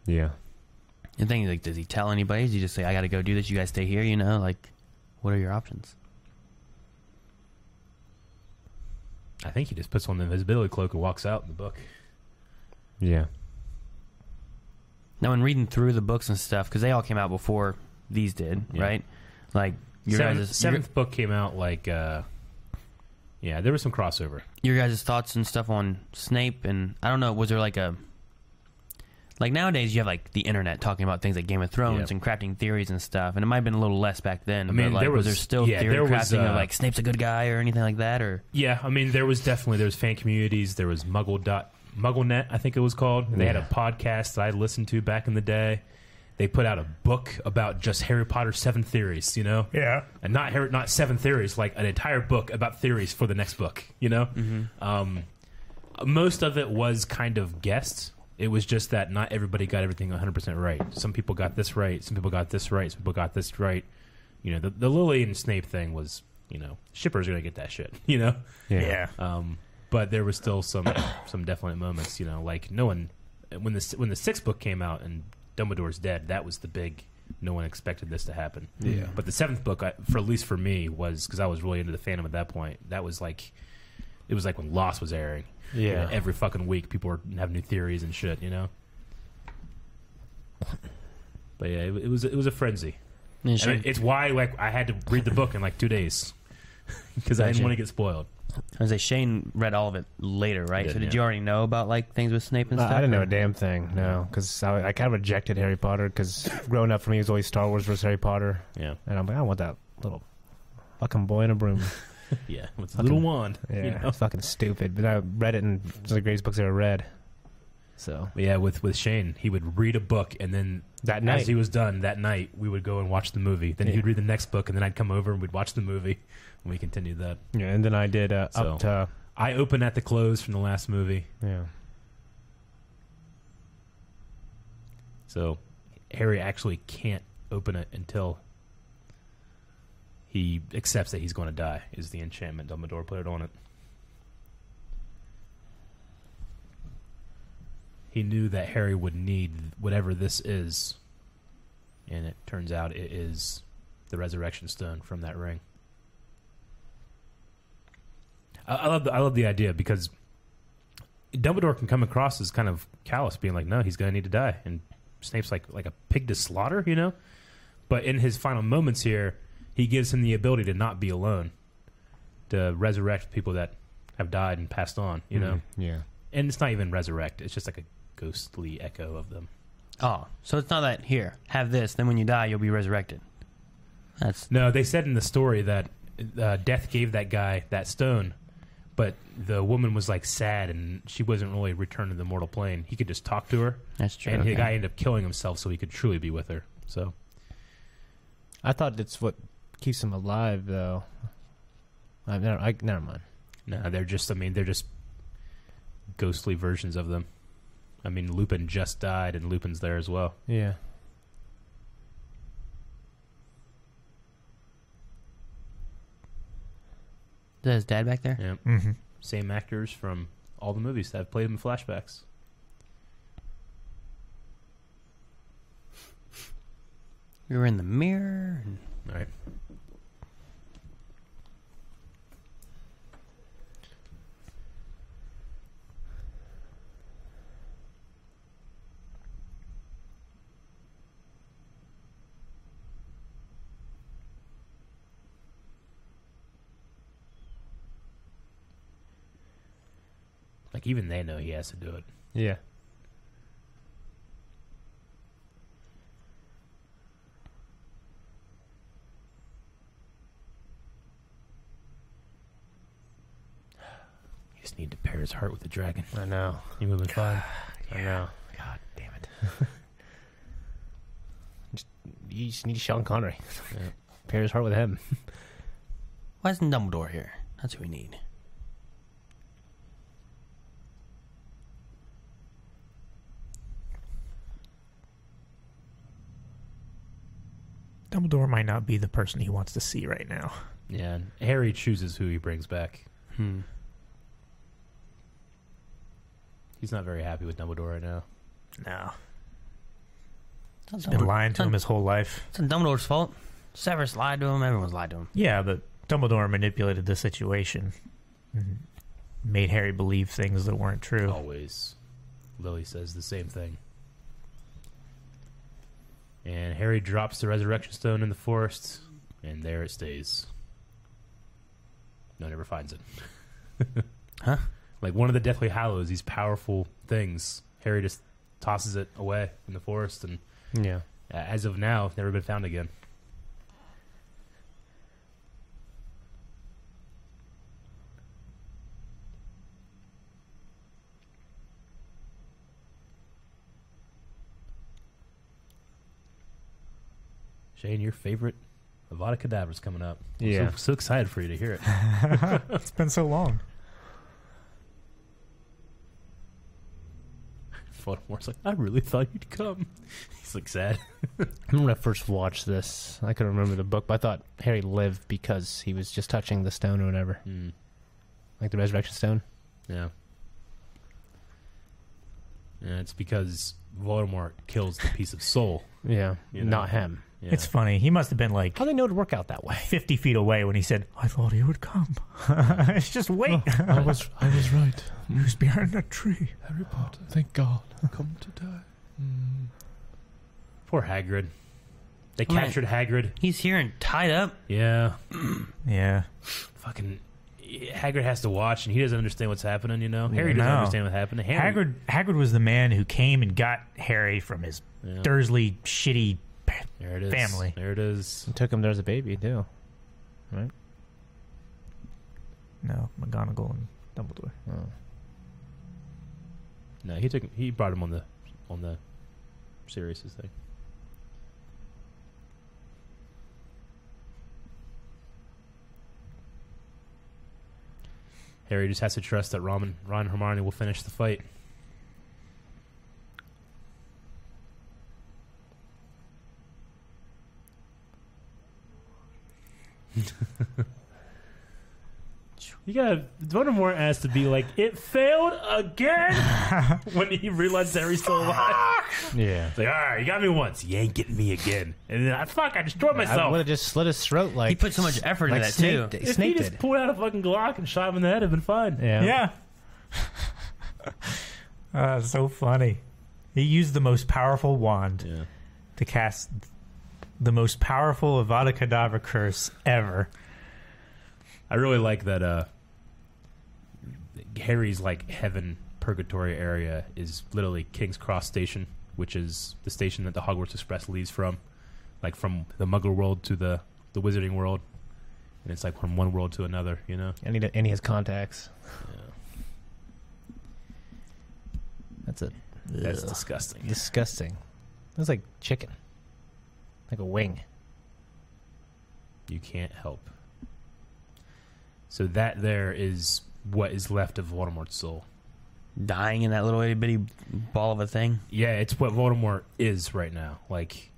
B: yeah.
D: The thing is, like, does he tell anybody? Does he just say, "I got to go do this. You guys stay here." You know, like, what are your options?
A: I think he just puts on the invisibility cloak and walks out in the book.
B: Yeah.
D: Now, when reading through the books and stuff, because they all came out before these did,
A: Yeah.
D: right? Like, your
A: Seventh,
D: guys'
A: seventh book came out like, uh, Yeah, there was some crossover.
D: your guys' thoughts and stuff on Snape and I don't know, was there like a like nowadays you have like the internet talking about things like Game of Thrones
A: Yep.
D: and crafting theories and stuff, and it might have been a little less back then.
A: I mean,
D: but like,
A: there
D: was, there
A: was-
D: still
A: yeah,
D: theory
A: there was,
D: crafting of
A: uh,
D: like Snape's a good guy or anything like that, or
A: Yeah, I mean, there was definitely there was fan communities. There was Muggle dot MuggleNet, I think it was called. And they had a podcast that I listened to back in the day. They put out a book about just Harry Potter seven theories, you know,
C: Yeah.
A: and not Harry, not seven theories, like an entire book about theories for the next book, you know. Um, most of it was kind of guessed. It was just that not everybody got everything 100% right. Some people got this right, some people got this right, some people got this right. You know, the, the Lily and Snape thing was, you know, shippers are going to get that shit, <laughs> you know?
C: Yeah.
A: Um, but there was still some <coughs> some definite moments, you know, like no one when the when the sixth book came out and Dumbledore's dead, that was the big no one expected this to happen.
E: Yeah.
A: But the seventh book, I, for at least for me, was because I was really into the Phantom at that point. That was like it was like when Lost was airing. You know, every fucking week people were have new theories and shit, you know. But yeah, it, it was it was a frenzy.
D: Yeah,
A: And it- it's why like I had to read the book in like two days <laughs> because I didn't
D: Gotcha.
A: want to get spoiled.
D: I was like Shane read all of it later, right?
A: did,
D: so did
A: yeah.
D: you already know about like things with Snape and
E: I-
D: stuff?
E: I didn't know
D: or-
E: a damn thing, no, because I, I kind of rejected Harry Potter because growing up for me it was always Star Wars versus Harry Potter,
A: Yeah,
E: and I'm like, I want that little fucking boy in a broom.
A: yeah. With a
E: Fucking-
A: little wand.
E: Yeah,
A: <laughs> you know?
E: fucking stupid. But I read it in it's the greatest books I ever read. So
A: Yeah, with with Shane, he would read a book and then
E: that
A: as he was done that night, we would go and watch the movie. Then
E: Yeah.
A: he'd read the next book, and then I'd come over and we'd watch the movie, and we continued that.
E: yeah, and then I did uh,
A: So-
E: up to
A: I open at the close from the last movie,
E: yeah.
A: so Harry actually can't open it until he accepts that he's going to die. Is the enchantment Dumbledore put it on it? He knew that Harry would need whatever this is, and it turns out it is the resurrection stone from that ring. I, I love the, I love the idea because Dumbledore can come across as kind of callous, being like, "No, he's going to need to die," and Snape's like like a pig to slaughter, you know. But in his final moments here, he gives him the ability to not be alone, to resurrect people that have died and passed on, you know.
E: Yeah.
A: And it's not even resurrect; it's just like a ghostly echo of them.
D: Oh, so it's not that here have this, then when you die you'll be resurrected. That's
A: No, they said in the story that uh, Death gave that guy that stone, but the woman was like sad and she wasn't really returned to the mortal plane. He could just talk to her,
D: that's true.
A: and
D: okay.
A: the guy ended up killing himself so he could truly be with her. So
E: I thought that's what keeps him alive, though. I, never, I never mind.
A: no, they're just. I mean, they're just ghostly versions of them. I mean, Lupin just died, and Lupin's there as well.
E: Yeah.
D: Is that his dad back there?
A: Yeah,
C: Mm-hmm.
A: same actors from all the movies that have played him in flashbacks.
D: We were in the mirror. and-
A: All right. Like even they know he has to do it.
E: Yeah.
A: You just need to pair his heart with the dragon.
E: I know.
A: You're moving fine.
E: I know. God damn it. <laughs> Just- you just need Sean Connery.
A: Yeah.
E: <laughs> Pair his heart with him.
D: Why isn't Dumbledore here? That's who we need.
C: Dumbledore might not be the person he wants to see right now.
A: Yeah, and Harry chooses who he brings back.
D: Hmm.
A: He's not very happy with Dumbledore right now.
C: No.
D: It's
C: Been lying to him
D: It's
C: his whole life.
D: not Dumbledore's fault. Severus lied to him. Everyone's lied to him.
C: Yeah, but Dumbledore manipulated the situation. and
E: Mm-hmm.
C: Made Harry believe things that weren't true.
E: Oh.
A: Always. Lily says the same thing. And Harry drops the resurrection stone in the forest, and there it stays. No one ever finds it.
D: <laughs> Huh?
A: Like one of the Deathly Hallows, these powerful things. Harry just tosses it away in the forest, and
E: Yeah.
A: uh, as of now, never been found again. Shane, your favorite Avada Kedavra's coming up. I'm
E: Yeah.
A: so, so excited for you to hear <laughs> it.
C: it's been so long.
A: Voldemort's like, I really thought you'd come. <laughs> He's like sad.
E: I remember when I first watched this. I couldn't remember the book, but I thought Harry lived because he was just touching the stone or whatever,
A: Mm,
E: like the resurrection stone.
A: yeah. Yeah, it's because Voldemort kills the piece of soul. <laughs>
E: Yeah,
A: You know.
E: not him.
A: Yeah.
C: It's funny. He must have been like
E: How they know it would work out that way?
C: 50 feet away when he said, I thought he would come. <laughs> it's just wait.
E: Oh, I was, I was right.
C: He was behind that tree.
E: Harry Potter, thank God, come to die.
A: Poor Hagrid. They
D: Man.
A: captured Hagrid.
D: He's here and tied up.
A: Yeah.
C: Yeah.
A: Fucking Hagrid has to watch and he doesn't understand what's happening, you know? Harry doesn't
C: No.
A: understand what's happening. Harry,
C: Hagrid, Hagrid was the man who came and got Harry from his
A: Yeah.
C: Dursley shitty.
A: There it is.
C: family.
A: There it is.
E: took him there as a baby too.
C: No, McGonagall and Dumbledore.
A: No, he took he brought him on the on the Sirius's thing. Harry just has to trust that Ron, Ron and Hermione will finish the fight. You gotta. Voldemort has to be like, it failed again when he realized Harry's still alive.
E: Yeah.
A: It's like, all right, you got me once. You ain't getting me again. And then I fuck, I destroyed
E: I
A: myself.
E: would have just slit his throat like
D: He put so much effort
E: like
D: into that
E: Snape
D: too.
E: did-
A: if
E: Snape
A: he just
E: did.
A: pulled out a fucking Glock and shot him in the head, it'd been fine.
E: Yeah.
C: Yeah.
A: <laughs>
C: uh, so funny. He used the most powerful wand
A: Yeah.
C: to cast the most powerful Avada Kedavra curse ever.
A: I really like that. uh Harry's like heaven purgatory area is literally King's Cross Station, which is the station that the Hogwarts Express leaves from, like from the Muggle world to the the Wizarding world, and it's like from one world to another. You know.
E: And he, did- and he has contacts. That's a
A: That's
E: Ugh.
A: disgusting.
E: disgusting. That's like chicken, like a wing.
A: You can't help. So that there is what is left of Voldemort's soul.
D: Dying in that little itty bitty ball of a thing.
A: Yeah, it's what Voldemort is right now. Like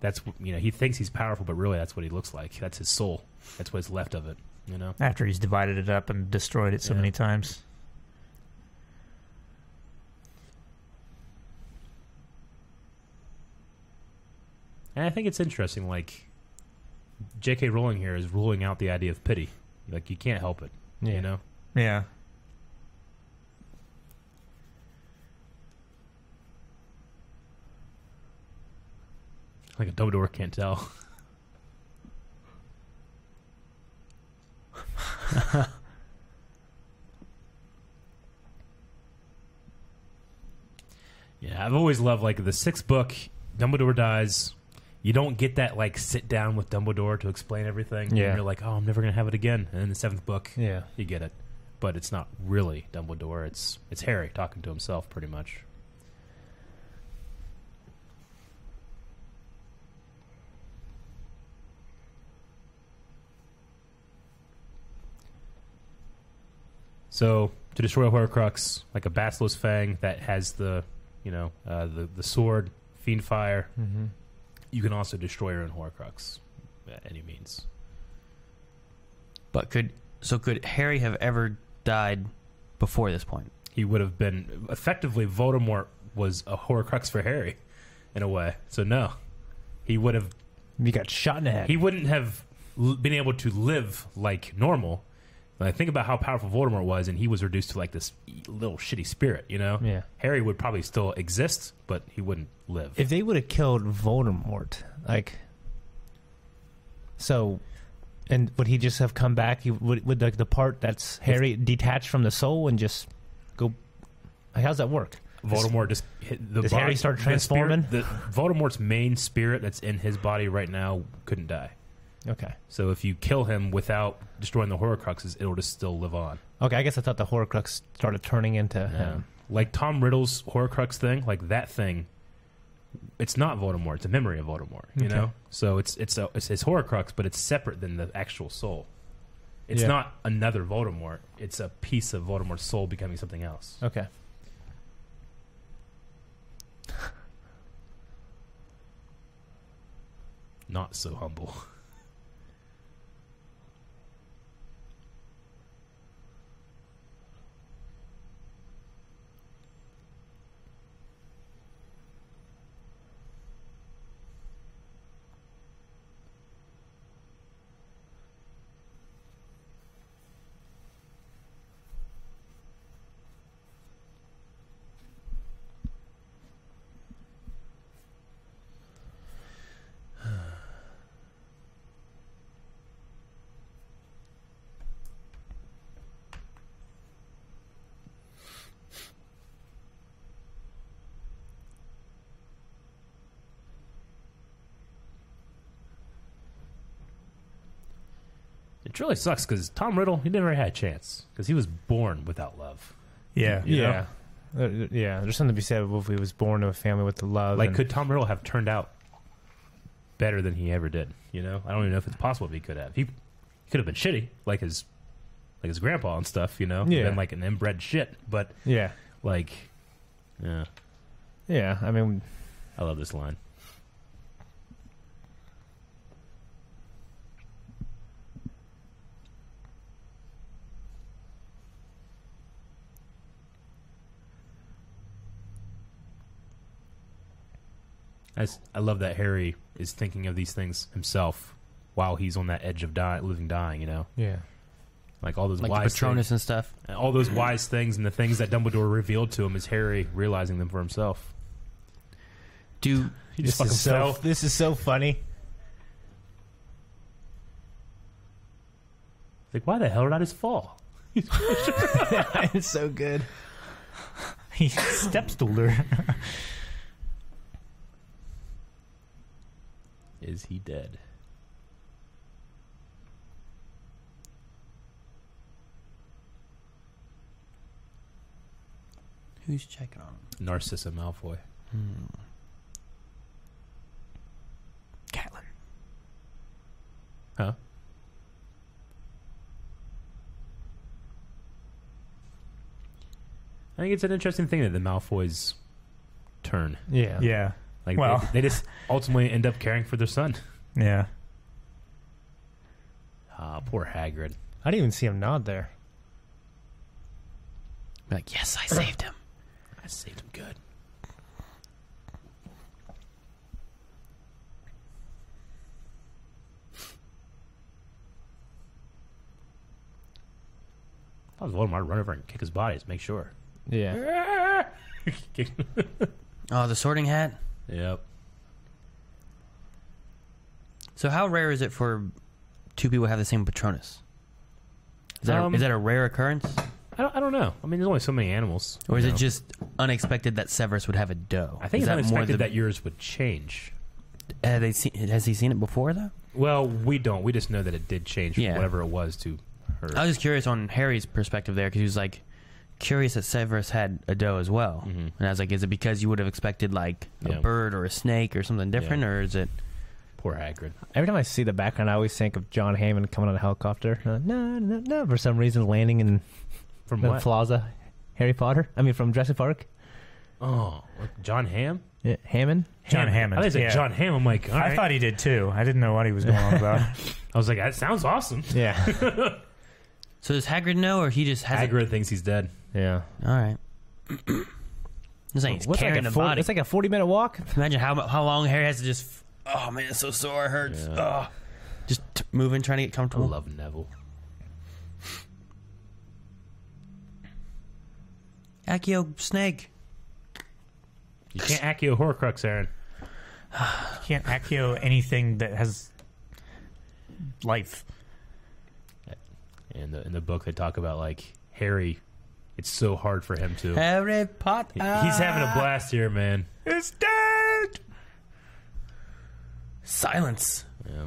A: that's wh- you know he thinks he's powerful, but really that's what he looks like. That's his soul. That's what's left of it. You know.
C: After he's divided it up and destroyed it so
A: Yeah.
C: many times.
A: And I think it's interesting. Like J.K. Rowling here is ruling out the idea of pity. Like you can't help it. You know.
C: Yeah.
A: Like a Dumbledore can't tell. <laughs> yeah, I've always loved like the sixth book. Dumbledore dies. You don't get that like sit down with Dumbledore to explain everything.
E: Yeah.
A: and you're like, oh, I'm never gonna have it again. And in the seventh book,
E: Yeah.
A: you get it, but it's not really Dumbledore. It's it's Harry talking to himself, pretty much. So to destroy a Horcrux, like a Basilisk Fang that has the, you know, uh, the the sword, Fiend Fire,
E: Mm-hmm.
A: you can also destroy your own Horcrux, by any means.
D: But could so could Harry have ever died before this point?
A: he would have been effectively Voldemort was a Horcrux for Harry, in a way. So no, he would have
E: You got shot in the head.
A: he wouldn't have l- been able to live like normal. Like, think about how powerful Voldemort was, and he was reduced to like this e- little shitty spirit. You know,
E: yeah.
A: Harry would probably still exist, but he wouldn't live.
E: If they would have killed Voldemort, like, so
B: And would he just have come back? He would, would like the part that's Harry detached from the soul and just go. Like, how's that work?
A: Voldemort just hit the
B: Does
A: body-
B: Harry start
A: the spirit-
B: transforming?
A: The Voldemort's main spirit that's in his body right now couldn't die.
B: Okay.
A: So if you kill him without destroying the Horcruxes, it'll just still live on.
B: Okay, I guess I thought the Horcrux started turning into him.
A: Um, Like Tom Riddle's Horcrux thing, like that thing. It's not Voldemort. It's a memory of Voldemort. You
B: Okay.
A: know, so it's it's a, it's his Horcrux, but it's separate than the actual soul. It's
B: Yeah.
A: not another Voldemort. It's a piece of Voldemort's soul becoming something else.
B: Okay.
A: Not so humble. It really sucks because Tom Riddle he never had a chance because he was born without love.
C: Yeah.
A: you know?
B: Uh, uh, yeah, there's something to be said if he was born to a family with the love.
A: Like,
B: and-
A: could Tom Riddle have turned out better than he ever did? You know, I don't even know if it's possible if he could have. He, he could have been shitty, like his, like his grandpa and stuff. You know,
B: Yeah.
A: been like an inbred shit. But
B: yeah,
A: like, yeah,
B: yeah. I mean,
A: I love this line. I, s- I love that Harry is thinking of these things himself while he's on that edge of dying, living, dying. You know,
B: yeah,
A: like all those
D: like the
A: wise
D: Patronus and stuff.
A: things, all those wise things, and the things that Dumbledore revealed to him is Harry realizing them for himself. <laughs>
D: Do
A: He
B: this
A: just fucking
B: is so.
A: fell.
B: This is so funny.
A: Like, why the hell did I just fall?
B: it's so good.
C: He step stooled her.
A: Is he dead?
D: who's checking on him?
A: Narcissa Malfoy.
C: Catelyn.
A: Huh? I think it's an interesting thing that the Malfoys turn.
B: Yeah,
C: Yeah.
A: Like,
C: Well.
A: they, they just ultimately end up caring for their son.
C: Yeah.
A: Ah, poor Hagrid.
B: I didn't even see him nod there.
D: Be like, yes, I saved him.
A: I saved him good. If I was Voldemort, I'd run over and kick his body to make sure.
B: Yeah,
D: Oh, the Sorting Hat.
A: yep.
D: So how rare is it for two people to have the same Patronus? Is that,
A: Um,
D: a, is that a rare occurrence,
A: I don't, I don't know. I mean, there's only so many animals.
D: or is
A: you
D: it
A: know.
D: just unexpected that Severus would have a doe?
A: I think it's
D: is that more
A: unexpected
D: the-
A: that yours would change.
D: have they seen, has he seen it before though?
A: Well, we don't. We just know that it did change from
D: Yeah. Uh,
A: whatever it was to her.
D: I was just curious on Harry's perspective there because he was like curious that Severus had a doe as well,
B: Mm-hmm.
A: Mhm.
D: and I was like, is it because you would have expected like a
A: Yeah.
D: bird or a snake or something different, or is it?
A: Poor Hagrid.
B: <laughs> every time I see the background, I always think of John Hammond coming on a helicopter. Uh, no, no, no. For some reason, landing in
A: From
B: the
A: what?
B: plaza, Harry Potter. I mean, from Jurassic Park.
A: oh, John Ham?
B: Yeah, Hammond.
C: John
A: Ham.
C: Hammond,
A: I think
C: yeah.
A: John Ham. I'm like, all
C: I
A: right.
C: thought he did too. I didn't know what he was going on
A: <laughs>
C: about.
A: I was like, that sounds awesome.
B: <laughs> Yeah,
D: So does Hagrid know, or he just has
A: Hagrid thinks he's dead.
B: yeah.
D: All right. This thing he's
B: What's like
D: carrying
B: a
D: the
B: four-
D: body.
B: It's like a forty-minute walk.
D: Imagine how how long Harry has to just. f- Oh man, it's so sore. It hurts. Oh. Just t- moving, trying to get
A: I
D: comfortable.
A: love Neville.
D: Accio snake.
A: You can't Accio Horcrux, Aaron.
C: Can't Accio anything that has life.
A: And the, in the book, they talk about like Harry. It's so hard for him to.
D: Harry Potter.
A: He- He's having a blast here, man.
C: It's dead.
D: Silence.
A: Yeah.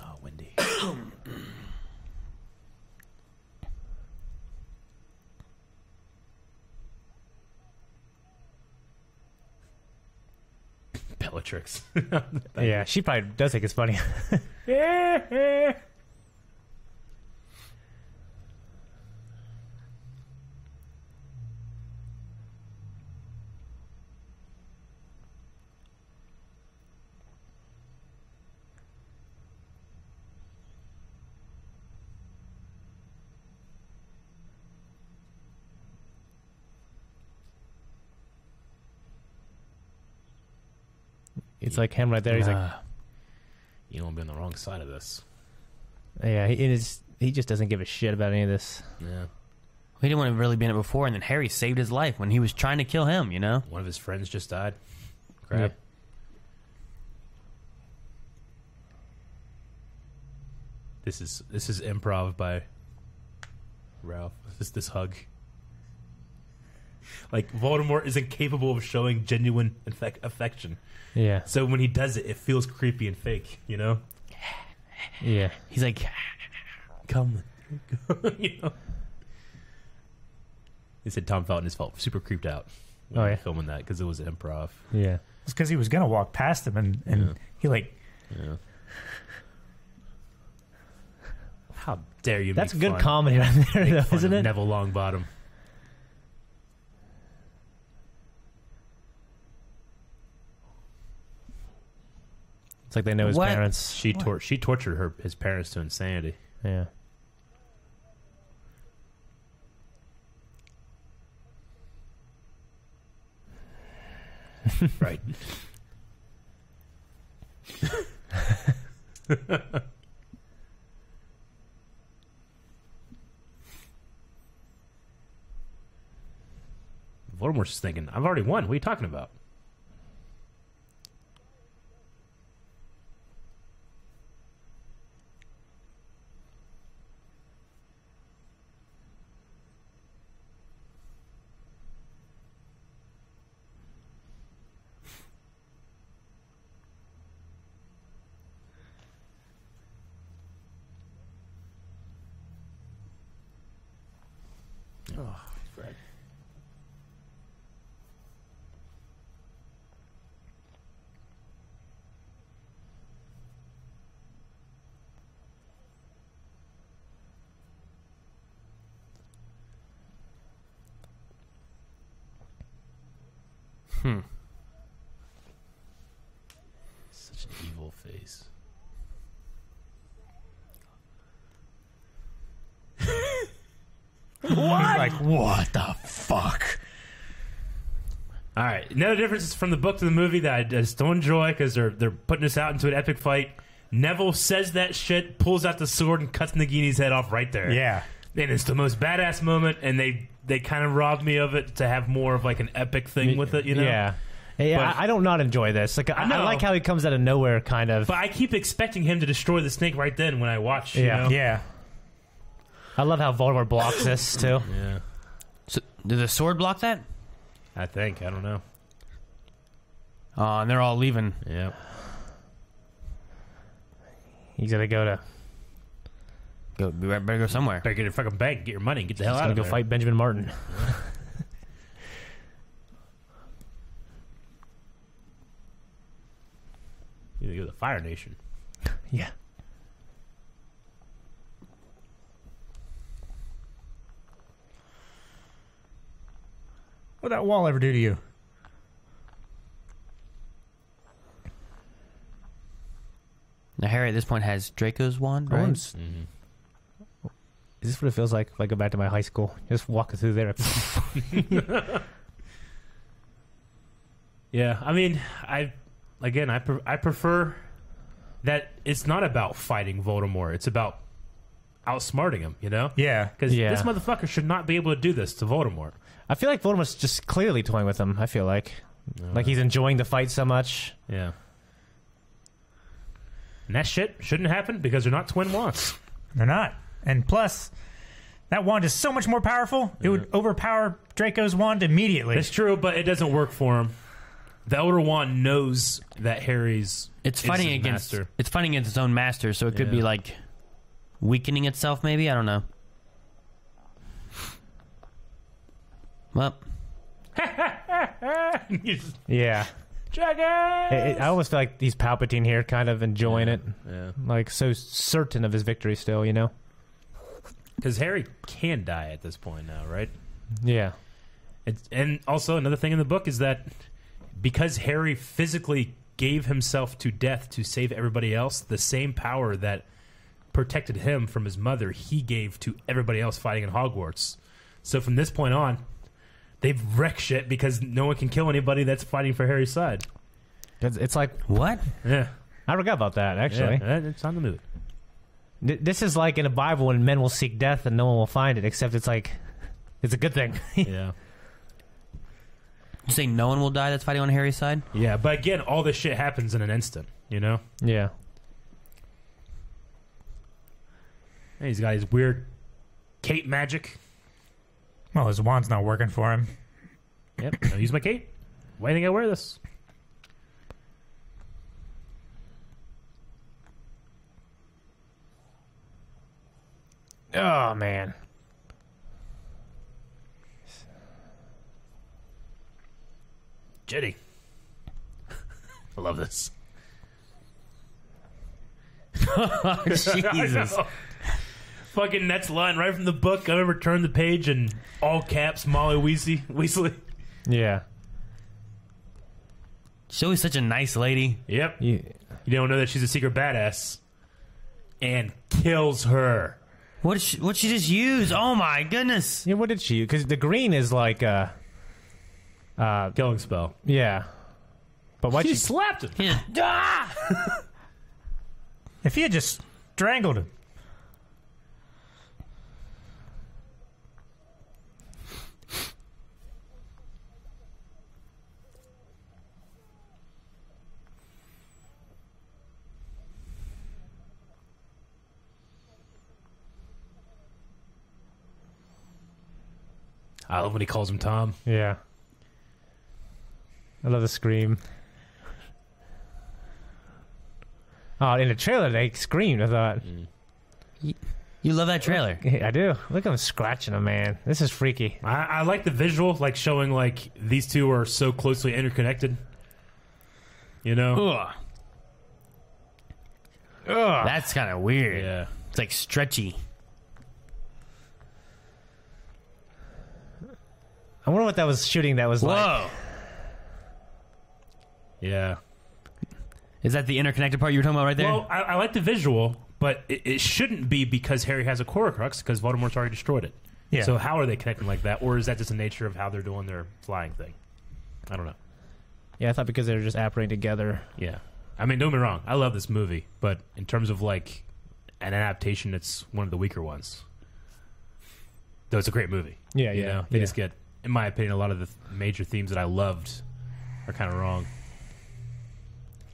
A: Oh, windy. Bellatrix. <laughs>
B: Yeah, she probably does think it's funny. It's like him right there. He's like,
D: Nah.
A: you don't be on the wrong side of this.
B: yeah, he it is. He just doesn't give a shit about any of this.
A: Yeah.
D: he didn't want to really be in it before, and then Harry saved his life when he was trying to kill him. You know.
A: One of his friends just died. Crap. This is this is improv by Ralph. This this hug. Like Voldemort is incapable of showing genuine affec- affection,
B: Yeah,
A: so when he does it, it feels creepy and fake. You know,
B: yeah.
D: He's like,
A: come, <laughs> you know. They said Tom felt it in his fault. Super creeped out. when
B: Oh,
A: they were
B: yeah.
A: filming that because it was improv.
B: Yeah.
C: It's because he was gonna walk past him, and and
A: Yeah.
C: he like
A: Yeah. How dare you?
B: That's
A: make
B: good
A: fun-
B: comedy right
A: make
B: there, though,
A: fun
B: isn't
A: of
B: it?
A: Neville Longbottom.
B: It's like they know his
D: What?
B: parents.
A: She tor- she tortured her his parents to insanity.
B: Yeah.
A: Right. Voldemort's just thinking, I've already won. What are you talking about? Such an evil face.
C: he's like
D: "What the fuck?"
A: All right. No differences from the book to the movie that I just don't enjoy because they're they're putting us out into an epic fight. Neville says that shit, pulls out the sword, and cuts Nagini's head off right there.
C: yeah.
A: and it's the most badass moment. And they they kind of robbed me of it to have more of like an epic thing with it, you know.
B: Yeah. Yeah,
A: But-
B: I, I don't not enjoy this. Like, I, I
A: No.
B: like how he comes out of nowhere, kind of.
A: But I keep expecting him to destroy the snake right then when I watch. you
B: Yeah.
A: know?
C: Yeah.
B: I love how Voldemort blocks
A: <laughs>
B: this too.
A: yeah.
D: So, did the sword block that?
A: I think I don't know.
D: Oh, and they're all leaving.
A: Yeah.
B: He's gonna go to
D: Go, we better go somewhere.
A: Better get your fucking bank, get your money, and get the hell
B: he's
A: out
B: gonna
A: of
B: go
A: there.
B: fight Benjamin Martin.
A: You go to the Fire Nation.
B: Yeah.
C: What'd that wall ever do to you?
D: Now Harry at this point has Draco's wand, right?
B: Is this what it feels like if I go back to my high school? Just walk
A: <laughs>
B: through there.
A: Yeah, I mean, I again, I pre- I prefer that it's not about fighting Voldemort. It's about outsmarting him. You know,
C: Yeah.
A: because
B: Yeah.
A: this motherfucker should not be able to do this to Voldemort.
B: I feel like Voldemort's just clearly toying with him. I feel like, like he's enjoying the fight so much.
A: Yeah. And that shit shouldn't happen because they're not twin wands.
C: They're not. And plus, that wand is so much more powerful. It would overpower Draco's wand immediately.
A: It's true, but it doesn't work for him. The Elder Wand knows that Harry's
D: It's
A: is
D: fighting
A: his
D: against
A: master.
D: it's fighting against its own master, so it could be
A: Yeah.
D: like weakening itself. Maybe I don't know. Well,
A: You just-
B: Yeah,
A: Dragon.
B: It- it- I almost feel like he's Palpatine here, kind of enjoying it,
A: Yeah,
B: like so certain of his victory still. You know?
A: because Harry can die at this point now, right?
B: Yeah.
A: It's, and also another thing in the book is that because Harry physically gave himself to death to save everybody else, the same power that protected him from his mother, he gave to everybody else fighting in Hogwarts. So from this point on, they've wrecked shit because no one can kill anybody that's fighting for Harry's side.
B: 'Cause It's like
D: what?
A: Yeah,
B: I forgot about that actually.
A: yeah, that- it's on the movie.
B: Th- This is like in a Bible when men will seek death and no one will find it, except it's like it's a good thing. <laughs>
A: Yeah,
D: You say no one will die that's fighting on
A: <laughs>
D: Harry's side? <laughs>
A: yeah, but again, all this shit happens in an instant. You know,
B: yeah.
A: And he's got his weird cape magic.
C: Well, his wand's not working for him.
A: Yep. I use my cape. Why didn't I wear this?
B: Oh man.
A: Jetty. I love <laughs> this.
D: Jesus.
A: Fucking that's line right from the book. I remember turning the page and all caps Molly Weasley. Weasley.
B: Yeah.
D: She's always such a nice lady.
A: Yep.
B: You,
A: You don't know that she's a secret badass. And kills her.
D: What did she, what she just use? Oh my goodness!
B: yeah. What did she? Because the green is like uh, uh,
A: Killing spell.
B: yeah. But why
A: She
B: she?
A: slapped him.
D: Yeah.
C: If he had just strangled him.
A: I love when he calls him Tom.
B: Yeah. I love the scream. Oh, in the trailer they screamed. I thought
D: You love that trailer.
B: I do. Look at him scratching a man. This is freaky.
A: I, I like the visual, like showing like these two are so closely interconnected. You know?
D: Ugh. That's kind of weird.
A: Yeah.
D: It's like stretchy.
B: I wonder what that was shooting. That was like.
D: Whoa!
A: Yeah.
D: Is that the interconnected part you were talking about right there?
A: Well, I, I like the visual, but it, it shouldn't be because Harry has a Horcrux because Voldemort's already destroyed it.
C: Yeah.
A: So how are they connecting like that, or is that just the nature of how they're doing their flying thing? I don't know.
B: Yeah, I thought because they were just apparating together.
A: Yeah. I mean, don't be wrong. I love this movie, but in terms of like an adaptation, it's one of the weaker ones. Though it's a great movie.
B: Yeah,
A: you
B: yeah,
A: know? They
B: yeah.
A: just get, in my opinion, a lot of the th- major themes that I loved are kind of wrong.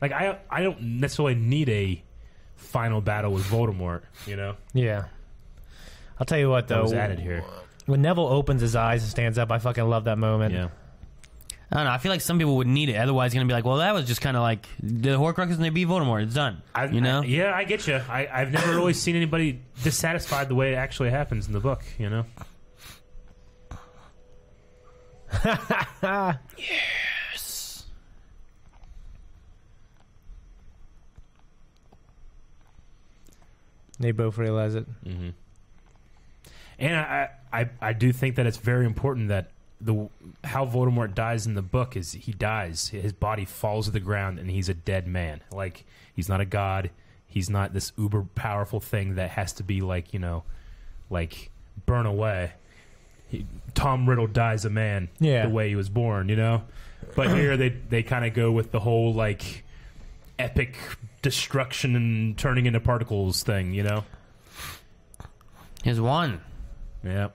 A: Like I, I don't necessarily need a final battle with Voldemort. You know,
B: Yeah. I'll tell you what
A: that
B: though.
A: was added
D: Oh.
A: here.
B: When Neville opens his eyes and stands up, I fucking love that moment.
A: Yeah,
D: I don't know. I feel like some people would need it. Otherwise, it's gonna be like, well, that was just kind of like the Horcruxes and they beat Voldemort. It's done.
A: I,
D: you know?
A: I- yeah, I get you. I, I've never really seen anybody dissatisfied the way it actually happens in the book. You know.
B: They both realize it.
A: And I, I, I do think that it's very important that the how Voldemort dies in the book is he dies, his body falls to the ground, and he's a dead man. Like he's not a god, he's not this uber powerful thing that has to be like you know, like burn away. He, Tom Riddle dies a man,
B: Yeah.
A: the way he was born, you know. But here they they kind of go with the whole like epic destruction and turning into particles thing, you know?
D: Here's one.
A: Yeah.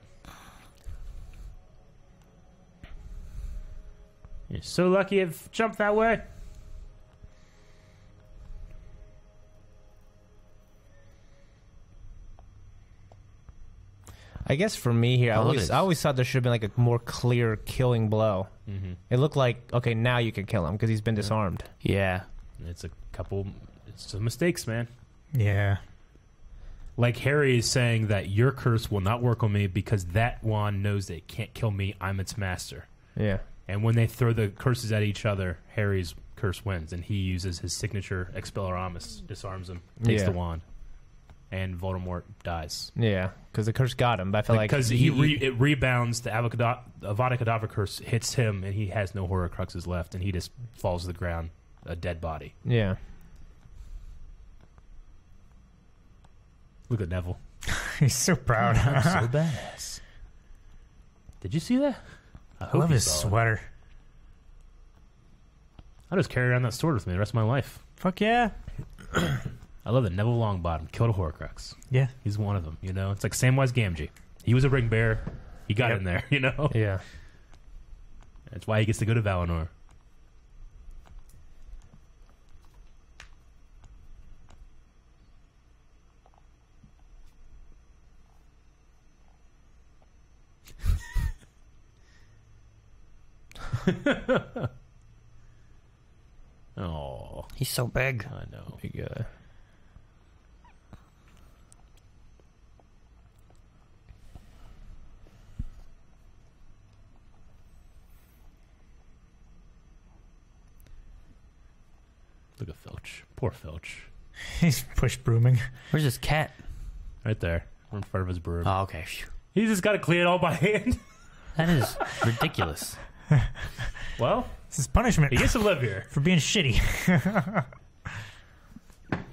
A: You're so lucky I've jumped that way.
E: I guess for me here, I
D: Oh, look
E: always
D: at
E: I
D: this.
E: always thought there should have been like a more clear killing blow. It looked like okay, now you can kill him because he's been disarmed.
D: Yeah.
A: It's a couple, it's some mistakes, man.
C: Yeah. <laughs>
A: Like Harry is saying that your curse will not work on me because that wand knows that it can't kill me. I'm its master.
E: Yeah,
A: And when they throw the curses at each other, Harry's curse wins, and he uses his signature Expelliarmus, disarms him, takes
E: Yeah.
A: the wand, and Voldemort dies.
E: yeah, because the curse got him. But I felt like
A: Because he, re- it rebounds, the Avocado- Avada Kedavra curse hits him, and he has no Horcruxes left, and he just falls to the ground, a dead body.
E: yeah,
A: Look at Neville.
C: He's so proud.
A: <laughs> so badass. Did you see that?
C: I <laughs> love
A: you
C: his
A: saw it.
C: sweater.
A: I'll just carry around that sword with me the rest of my life.
C: Fuck yeah.
A: I love that Neville Longbottom killed a Horcrux.
C: Yeah. <laughs>
A: He's one of them, you know. It's like Samwise Gamgee. He was a ring bearer. He got
C: Yep.
A: in there, <laughs> you know.
E: yeah.
A: That's why he gets to go to Valinor. <laughs> oh,
D: He's so big.
A: I know.
E: Big, uh,
A: Look at Filch. Poor Filch.
C: He's push brooming.
D: Where's this cat?
A: Right there. We're in front of his broom.
D: Oh, okay. Phew.
A: He's just got to clean it all by hand. <laughs>
D: That is ridiculous.
A: well,
C: This is punishment
A: he gets to live here.
C: for being shitty. <laughs>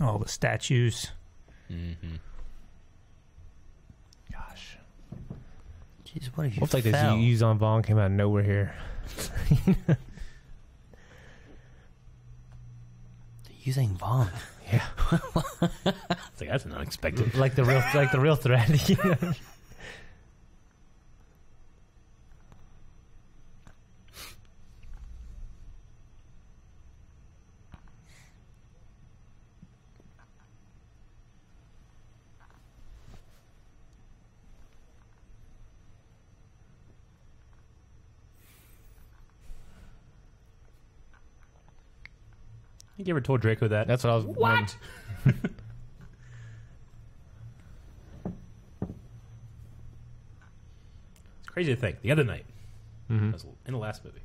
C: All the statues.
E: gosh,
D: Jeez, what if you
E: what if like this
D: fell?
E: use on Vaughn came out of nowhere here?
D: Using bomb.
A: It's <laughs> like, that's an unexpected.
E: Like the real, like the real threat. <laughs>
A: you ever told Draco that?
E: That's what I was. What?
A: It's crazy to think. The other night, I was in the last movie.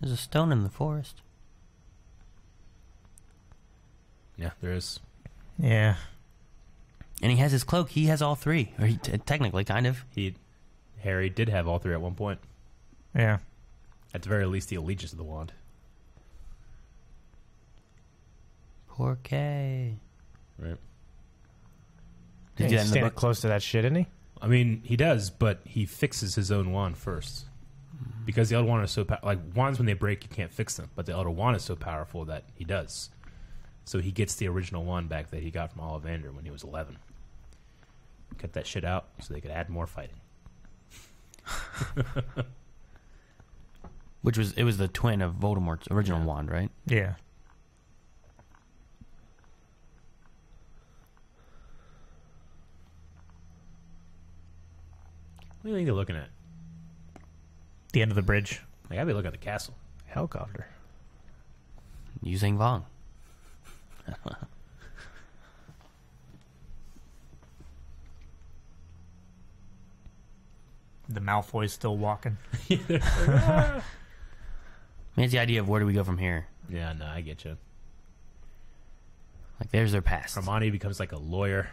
D: There's a stone in the forest.
A: Yeah, there is.
C: Yeah.
D: And he has his cloak. He has all three. Or he t- technically, kind of.
A: He, Harry, did have all three at one point.
C: Yeah.
A: At the very least, the allegiance of the wand.
D: Poor Kay.
A: Right.
E: Yeah,
D: Did you do
E: he's
D: that in the
E: standing
D: book?
E: close to that shit, isn't he?
A: I mean, he does, but he fixes his own wand first. Because the other wand is so pow- like wands when they break, you can't fix them. But the other wand is so powerful that he does. So he gets the original wand back that he got from Ollivander when he was eleven. Cut that shit out so they could add more fighting.
D: Which was it was the twin of Voldemort's original wand, right?
C: Yeah.
A: What do you think they're looking at?
C: The end of the bridge.
A: Like I'd be looking at the castle.
E: Helicopter.
D: Using Vong.
C: The Malfoy's still walking.
D: I mean, it's the idea of where do we go from here?
A: Yeah, no, I get you.
D: Like, there's their past.
A: Hermione becomes like a lawyer.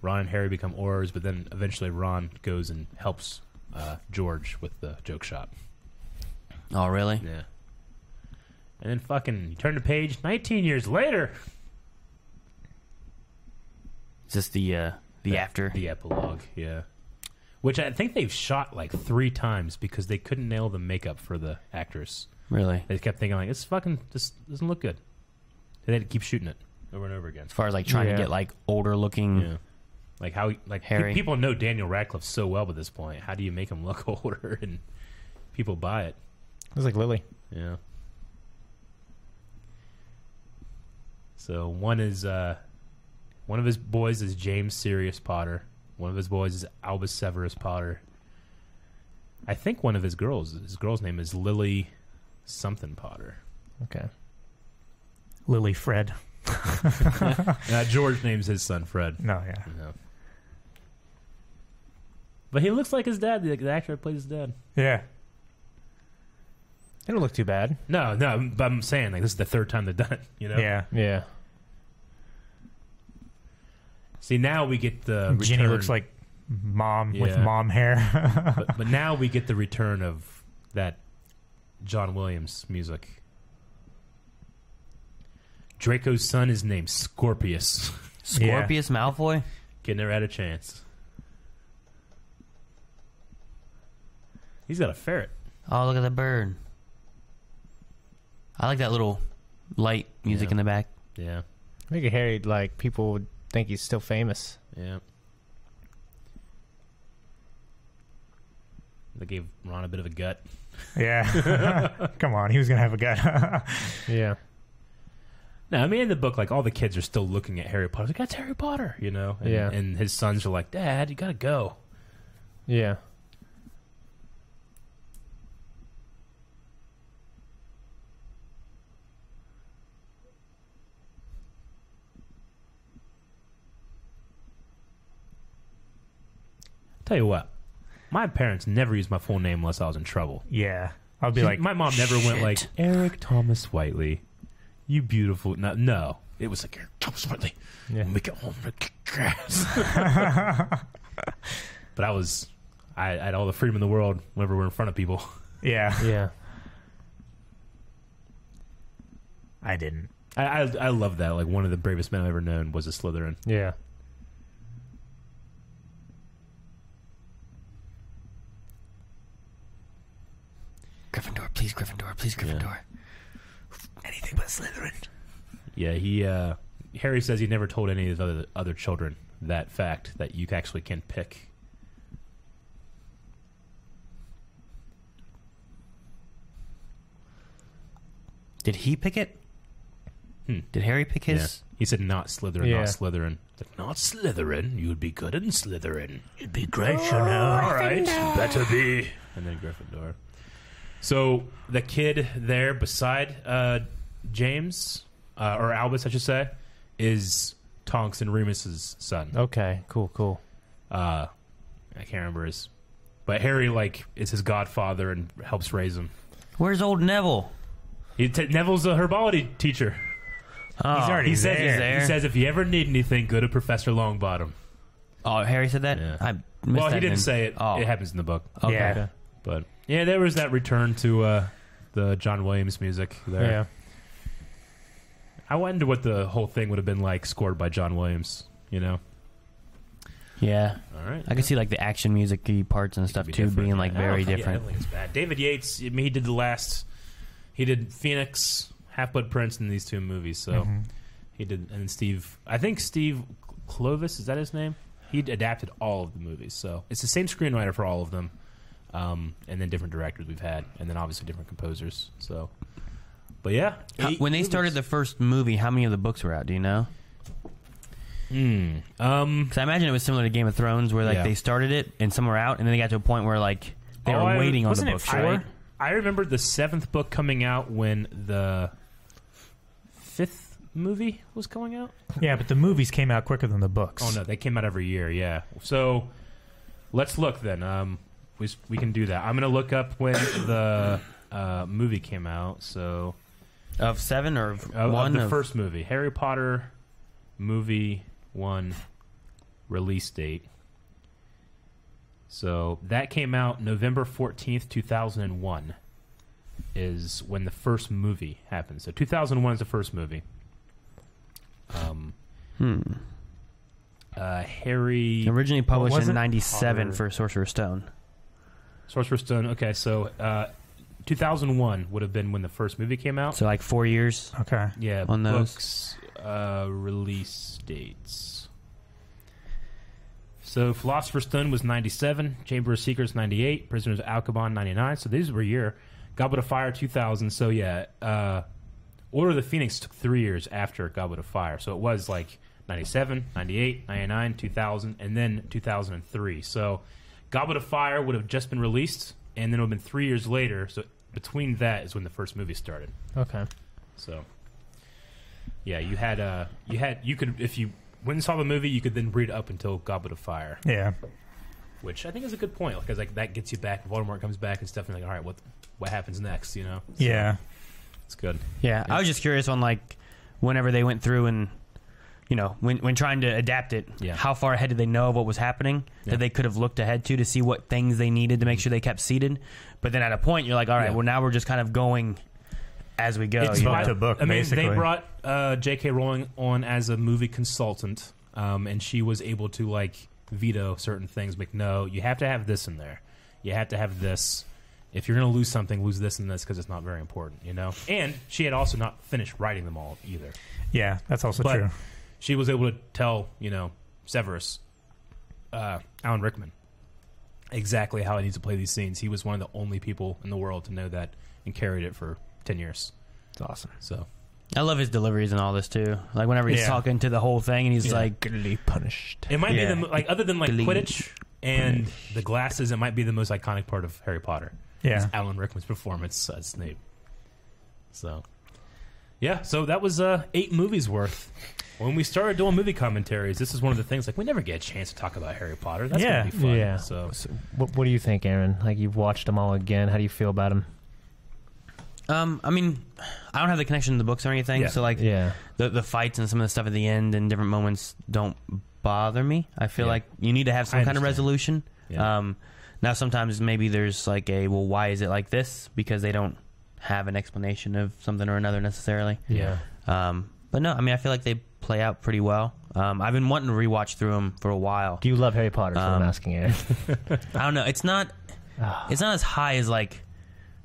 A: Ron and Harry become orrs, but then eventually Ron goes and helps
F: uh, George with the joke shop.
D: Oh, really?
F: Yeah.
A: And then fucking you turn the page, 19 years later.
D: Is this the uh, the after?
F: The epilogue. Yeah.
A: Which I think they've shot like three times because they couldn't nail the makeup for the actress.
D: Really?
A: They kept thinking like, "This fucking this doesn't look good." They had to keep shooting it over and over again.
D: As far as like trying
C: Yeah.
D: to get like older looking.
A: Yeah. Like how like
D: Harry.
A: pe- people know Daniel Radcliffe so well by this point. How do you make him look <laughs> older and people buy it?
E: was like Lily.
A: Yeah. So one is uh one of his boys is James Sirius Potter. One of his boys is Albus Severus Potter. I think one of his girls his girl's name is Lily something Potter.
C: Lily Fred.
A: Uh, George names his son Fred.
C: No, yeah.
A: Yeah. But he looks like his dad. The, the actor that plays his dad.
C: Yeah.
E: It don't look too bad.
A: No, no. But I'm saying like this is the third time they've done it. You know.
C: Yeah.
E: Yeah.
A: See, now we get the
C: Ginny
A: return-
C: looks like mom with
A: Yeah.
C: mom hair. <laughs>
A: but, but now we get the return of that John Williams music. Draco's son is named Scorpius. <laughs>
D: Scorpius Malfoy?
A: Get never had a chance. He's got a ferret.
D: Oh, look at that bird. I like that little light music
A: Yeah.
D: in the back.
A: Yeah,
E: I think Harry, like, people would think he's still famous.
A: yeah. They gave Ron a bit of a gut. <laughs>
C: yeah. Come on, he was gonna have a gut. <laughs>
E: Yeah.
A: No, I mean in the book, like all the kids are still looking at Harry Potter. Like that's Harry Potter, you know. And,
E: Yeah.
A: And his sons are like, Dad, you gotta go.
E: Yeah.
A: Tell you what, my parents never used my full name unless I was in trouble.
C: yeah. I'll be
A: She-
C: like
A: my mom never went like
D: "Shit."
A: Eric Thomas Whiteley, you beautiful. No, no, it was like Eric Thomas Whiteley.
E: Yeah.
A: When we get home, we're gonna kick your ass." but I was, I, I had all the freedom in the world whenever we're in front of people.
C: Yeah.
E: Yeah.
C: I didn't.
A: I, I, I love that. Like one of the bravest men I've ever known was a Slytherin.
E: Yeah.
D: Gryffindor, please, Gryffindor, please, Gryffindor.
C: Anything but Slytherin.
A: Yeah, he uh, Harry says he never told any of his other other children that fact that you actually can pick.
D: Did he pick it?
A: Hmm.
D: Did Harry pick his?
A: He said not Slytherin,
E: Yeah.
A: not Slytherin. Like, not Slytherin. You'd be good in Slytherin.
C: It'd be great, you know.
A: All right, better be. And then Gryffindor. So the kid there beside uh, James uh, or Albus, I should say, is Tonks and Remus's son.
E: Okay. Cool. Cool.
A: uh, I can't remember his, but Harry like is his godfather and helps raise him.
D: Where's old Neville?
A: He t- Neville's a herbality teacher.
D: Oh,
C: He's already
A: He said
C: there.
D: there.
A: he says if you ever need anything, go to Professor Longbottom.
D: Oh, Harry said that.
A: Yeah.
D: I missed
A: Well,
D: that
A: he didn't
D: then.
A: say it.
D: Oh,
A: It happens in the book,
D: okay.
C: Yeah.
A: but yeah, there was that return to uh, the John Williams music there.
E: Yeah.
A: I wonder what the whole thing would have been like scored by John Williams. You know,
D: Yeah,
A: all right.
D: I can see like the action music parts and stuff
A: Be
D: too
A: different.
D: being like
A: I don't
D: very
A: think- yeah, I
D: different.
A: don't think it's bad. David Yates, I mean, he did the last, he did Phoenix, Half Blood Prince, in these two movies. So he did, and Steve, I think Steve Clovis is that his name? He adapted all of the movies. So it's the same screenwriter for all of them, um, and then different directors we've had, and then obviously different composers. So, but yeah,
D: How-
A: eight
D: Uh, when they
A: movies.
D: started the first movie, how many of the books were out? Do you know?
A: Hmm. um,
D: Because I imagine it was similar to Game of Thrones, where like
A: Yeah.
D: they started it and some were out, and then they got to a point where like they
A: Oh,
D: were
A: I-
D: waiting on the
C: wasn't it
D: books,
C: four?
D: right?
A: I remember the seventh book coming out when the fifth movie was coming out.
C: Yeah, but the movies came out quicker than the books.
A: Oh no, they came out every year. Yeah. So let's look then. Um, we s- we can do that. I'm gonna look up when the uh, movie came out. So
D: Of seven or of
A: of, of
D: one
A: Uh, the first movie, Harry Potter movie one release date. So that came out November 14th, 2001 is when the first movie happened. So 2001 is the first movie. Um,
D: Hmm.
A: uh, Harry
D: Originally published in
C: wasn't
D: '97
C: Potter-
D: for Sorcerer's Stone.
A: Sorcerer's Stone. Okay, so uh, 2001 would have been when the first movie came out.
D: So like four years.
C: Okay.
A: yeah,
D: on those.
A: books uh, release dates. So Philosopher's Stone was 97, Chamber of Secrets 98, Prisoners of Alcabon 99. So these were a year. Goblet of Fire 2000. So yeah, uh, Order of the Phoenix took 3 years after Goblet of Fire. So it was like 97, 98, 99, 2000 and then 2003. So Goblet of Fire would have just been released and then it would have been 3 years later. So between that is when the first movie started.
B: Okay.
A: So, yeah, you had uh, you had you could if you went and saw the movie, you could then read up until Goblet of Fire,
C: Yeah.
A: which I think is a good point because like that gets you back. Voldemort comes back and stuff, and like, all right, what what happens next? You know,
C: Yeah.
A: it's good.
D: Yeah, I was just curious on like whenever they went through and you know when when trying to adapt it,
A: Yeah.
D: how far ahead did they know of what was happening
A: Yeah.
D: that they could have looked ahead to to see what things they needed to make sure they kept seated. But then at a point, you're like, all right,
A: Yeah.
D: well now we're just kind of going as we go.
A: It's
D: you know?
A: fine.
C: the book,
A: I mean, they
C: basically.
A: brought uh, J.K. Rowling on as a movie consultant, um, and she was able to like veto certain things. Like, no, you have to have this in there. You have to have this. If you're going to lose something, lose this and this because it's not very important, you know. And she had also not finished writing them all either.
C: Yeah. That's also
A: But-
C: true.
A: she was able to tell you know Severus, uh, Alan Rickman, exactly how he needs to play these scenes. He was one of the only people in the world to know that and carried it for ten years.
B: It's awesome.
A: So
D: I love his deliveries and all this too. Like whenever he's
C: Yeah.
D: talking to the whole thing and he's
A: Yeah.
D: like,
B: punished.
A: it might
D: Yeah.
A: be the mo- like other than like
D: Glee.
A: Quidditch and the glasses, it might be the most iconic part of Harry Potter.
C: Yeah.
A: is Alan Rickman's performance as Snape. So, yeah, so that was uh, eight movies worth. When we started doing movie commentaries, this is one of the things like we never get a chance to talk about Harry Potter. That's
C: Yeah.
A: gonna be fun.
B: Yeah.
A: So
B: So, what, what do you think, Aaron? Like you've watched them all again. How do you feel about them?
D: um, I mean, I don't have the connection to the books or anything,
A: Yeah.
D: so like
B: Yeah.
D: the the fights and some of the stuff at the end and different moments don't bother me. I feel
A: Yeah.
D: like you need to have
A: I
D: some kind of
A: understand.
D: resolution.
A: Yeah.
D: Um, now sometimes maybe there's like a well, why is it like this? Because they don't have an explanation of something or another necessarily.
A: yeah.
D: Um, but no, I mean I feel like they play out pretty well. Um, I've been wanting to rewatch through them for a while.
B: Do you love Harry Potter? Is what
D: Um,
B: I'm asking Aaron.
D: I don't know. It's not.
B: Ah.
D: It's not as high as like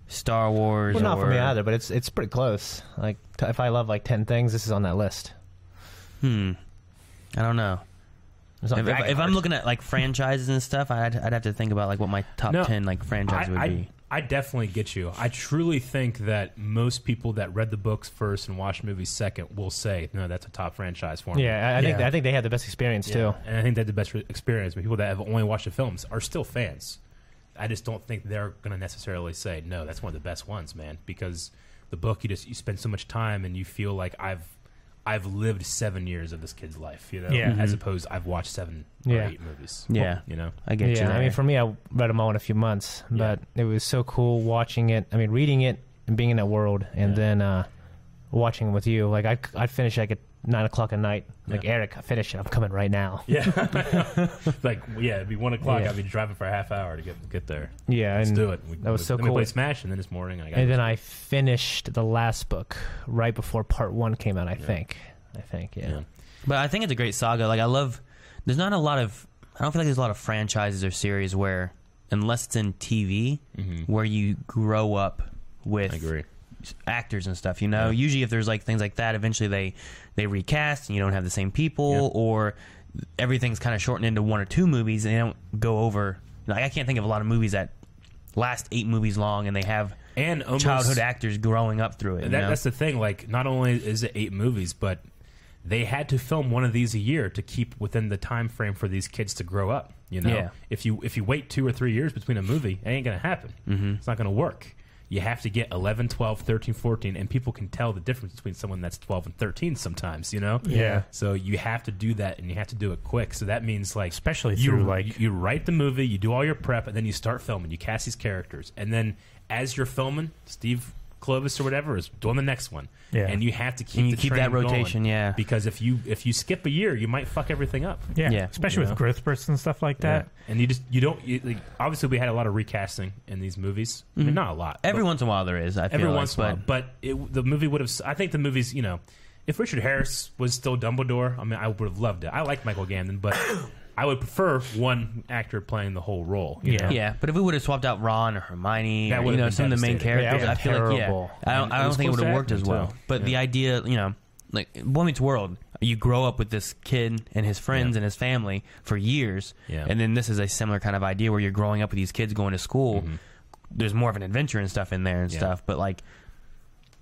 D: Star Wars.
B: well, not for
D: or-
B: me either, but it's it's pretty close. Like t- if I love like ten things, this is on that list.
D: Hmm. I don't know.
B: It's not
D: If,
B: that
D: if- if
B: hard.
D: I'm looking at like franchises and stuff, I'd, I'd have to think about like what my top
A: No,
D: ten like franchise would
A: I,
D: be.
A: I, I definitely get you. I truly think that most people that read the books first and watched movies second will say, "No, that's a top franchise for me."
B: yeah, I, I think
C: Yeah.
B: I think they had the best experience too.
A: and I think that's the best re- experience. But people that have only watched the films are still fans. I just don't think they're going to necessarily say, "No, that's one of the best ones, man," because the book you just you spend so much time and you feel like I've I've lived seven years of this kid's life, you know,
C: Yeah.
A: as opposed I've watched seven or
B: Mm-hmm. Yeah.
A: eight movies.
D: Yeah.
A: you know,
D: I get you.
B: yeah, I mean,
D: there.
B: for me, I read them all in a few months,
A: Yeah.
B: but it was so cool watching it. I mean, reading it and being in that world, and
A: Yeah.
B: then uh, watching with you. Like I, I'd finish like at nine o'clock at night. Like Eric, I finish it. I'm coming right now.
A: yeah,
B: <laughs>
A: <laughs> like yeah, it'd be one o'clock.
B: Yeah.
A: I'd be driving for a half hour to get get there.
B: Yeah,
A: Let's
B: and
A: do it. We,
B: that was
A: we-
B: so
A: then we
B: cool.
A: played Smash, and then this morning I got.
B: and then I finished the last book right before part one came out. I
A: Yeah.
B: think. I think. Yeah.
A: Yeah.
D: But I think it's a great saga. Like I love. There's not a lot of. I don't feel like there's a lot of franchises or series where, unless it's in TV,
B: Mm-hmm.
A: Mhm.
D: where you grow up with
A: I agree.
D: actors and stuff. You know,
A: Yeah.
D: usually if there's like things like that, eventually they they recast and you don't have the same people,
A: Yeah.
D: or everything's kind of shortened into one or two movies and they don't go over. Like I can't think of a lot of movies that last eight movies long and they have
A: And almost,
D: childhood actors growing up through it. you
A: And that,
D: know?
A: that's the thing. Like, not only is it eight movies, but they had to film one of these a year to keep within the time frame for these kids to grow up. You know,
D: Yeah.
A: if you if you wait two or three years between a movie, it ain't gonna happen. Mm-hmm. It's not gonna work. You have to get 11, 12, 13, 14, and people can tell the difference between someone that's 12 and 13 sometimes, you know?
C: Yeah.
A: So you have to do that and you have to do it quick. So that means, like,
C: Especially
A: you,
C: through, like-
A: you write the movie, you do all your prep, and then you start filming. You cast these characters, and then as you're filming, Steve Clovis or whatever is doing the next one,
C: Yeah.
A: and you have to keep
D: And you
A: the
D: keep
A: train
D: that
A: going,
D: rotation, yeah.
A: because if you if you skip a year, you might fuck everything up.
C: yeah.
D: Yeah.
C: Especially
A: Yeah.
C: with growth spurts and stuff like that.
A: And you just you don't you, like, obviously we had a lot of recasting in these movies. I mean, not a lot. but
D: Every once in a while there is. I feel
A: every
D: Mm-hmm. like,
A: once in a while.
D: but-
A: But it, the movie would have. I think the movie's. You know, if Richard Harris was still Dumbledore, I mean, I would have loved it. I like Michael Gambon, but <coughs> I would prefer one actor playing the whole role. you
C: Yeah.
A: know?
D: Yeah, but if we would have swapped out Ron or Hermione,
A: That
D: or, you
A: would've
D: know,
A: been
D: some of the main
A: devastating.
D: characters,
B: Yeah,
D: I feel like yeah,
B: terrible.
D: I don't,
A: And
D: I
A: it
D: don't
A: was
D: think it
A: close
D: would
A: to
D: have worked as
A: happening,
D: well.
A: too.
D: But the idea, you know, like Boy Meets World, you grow up with this kid and his friends and his family for years,
A: Yeah.
D: and then this is a similar kind of idea where you're growing up with these kids going to school. There's more of an adventure and stuff in there and
A: Mm-hmm. Yeah.
D: stuff, but like,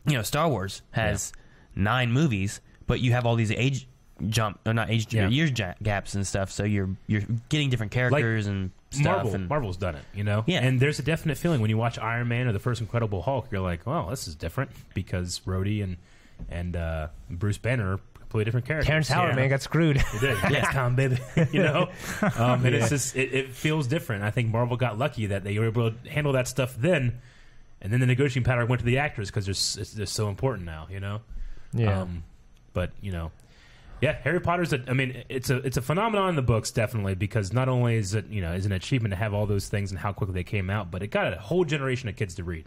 D: you know, Star Wars has nine movies, but you have all these age jump or not age
A: Yeah.
D: years ja- gaps and stuff, so you're you're getting different characters and stuff
A: Marvel,
D: and.
A: Marvel's done it, you know.
D: Yeah.
A: and there's a definite feeling when you watch Iron Man or the first Incredible Hulk. You're like, well, this is different because Rhodey and and uh, Bruce Banner are completely different characters.
B: Terrence Howard,
A: Yeah.
B: man, got screwed.
A: It did. Yes, Tom, baby. <laughs> you know, um, and it's just it, it feels different. I think Marvel got lucky that they were able to handle that stuff then, and then the negotiating power went to the actors because they're, s- it's- they're so important now. You know,
B: yeah.
A: um, but you know, yeah, Harry Potter's. A, I mean, it's a it's a phenomenon in the books definitely because not only is it you know is an achievement to have all those things and how quickly they came out, but it got a whole generation of kids to read,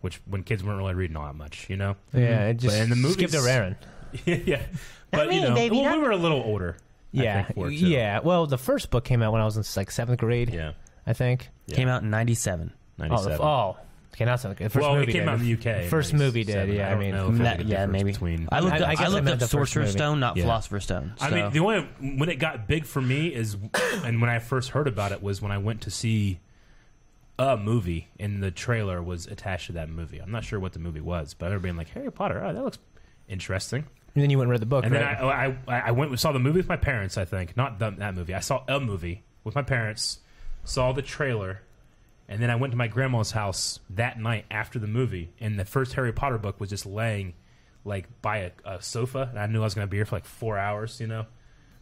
A: which when kids weren't really reading all that much, you
B: <laughs>
A: know.
B: yeah, it just
A: in the
B: skipped
A: movies-
B: over Aaron.
A: yeah, but you
B: me,
A: know,
B: baby,
A: well,
B: not
A: we were a little older. I
B: Yeah,
A: think, for it, too.
B: yeah. Well, the first book came out when I was in like seventh grade,
A: yeah.
B: I think.
D: Came out in '97.
B: Oh, the,
A: 97.
B: oh, okay, not seventh grade. The first
A: well,
B: movie
A: it came
B: did.
A: out in the UK. in
B: First movie did,
A: 97.
B: yeah, I
A: don't
B: mean,
A: know if there's
D: That-
A: a
D: yeah,
A: difference
D: maybe.
A: Between,
D: I looked
B: I-
D: up,
B: I
D: I
B: guess I
D: looked
B: meant
D: up
B: the first
D: Sorcerer's
B: movie.
D: Stone, not
A: Yeah.
D: Philosopher's Stone.
A: I
D: so-
A: mean, the only when it got big for me is, and when I first heard about it was when I went to see a movie, and the trailer was attached to that movie. I'm not sure what the movie was, but I remember being like, "Harry Potter, oh, that looks interesting."
B: And then you went and read the book,
A: And then
B: right?
A: I, I, I went and saw the movie with my parents. I think not the, that movie. I saw a movie with my parents, saw the trailer, and then I went to my grandma's house that night after the movie. And the first Harry Potter book was just laying like by a, a sofa, and I knew I was going to be here for like four hours. You know,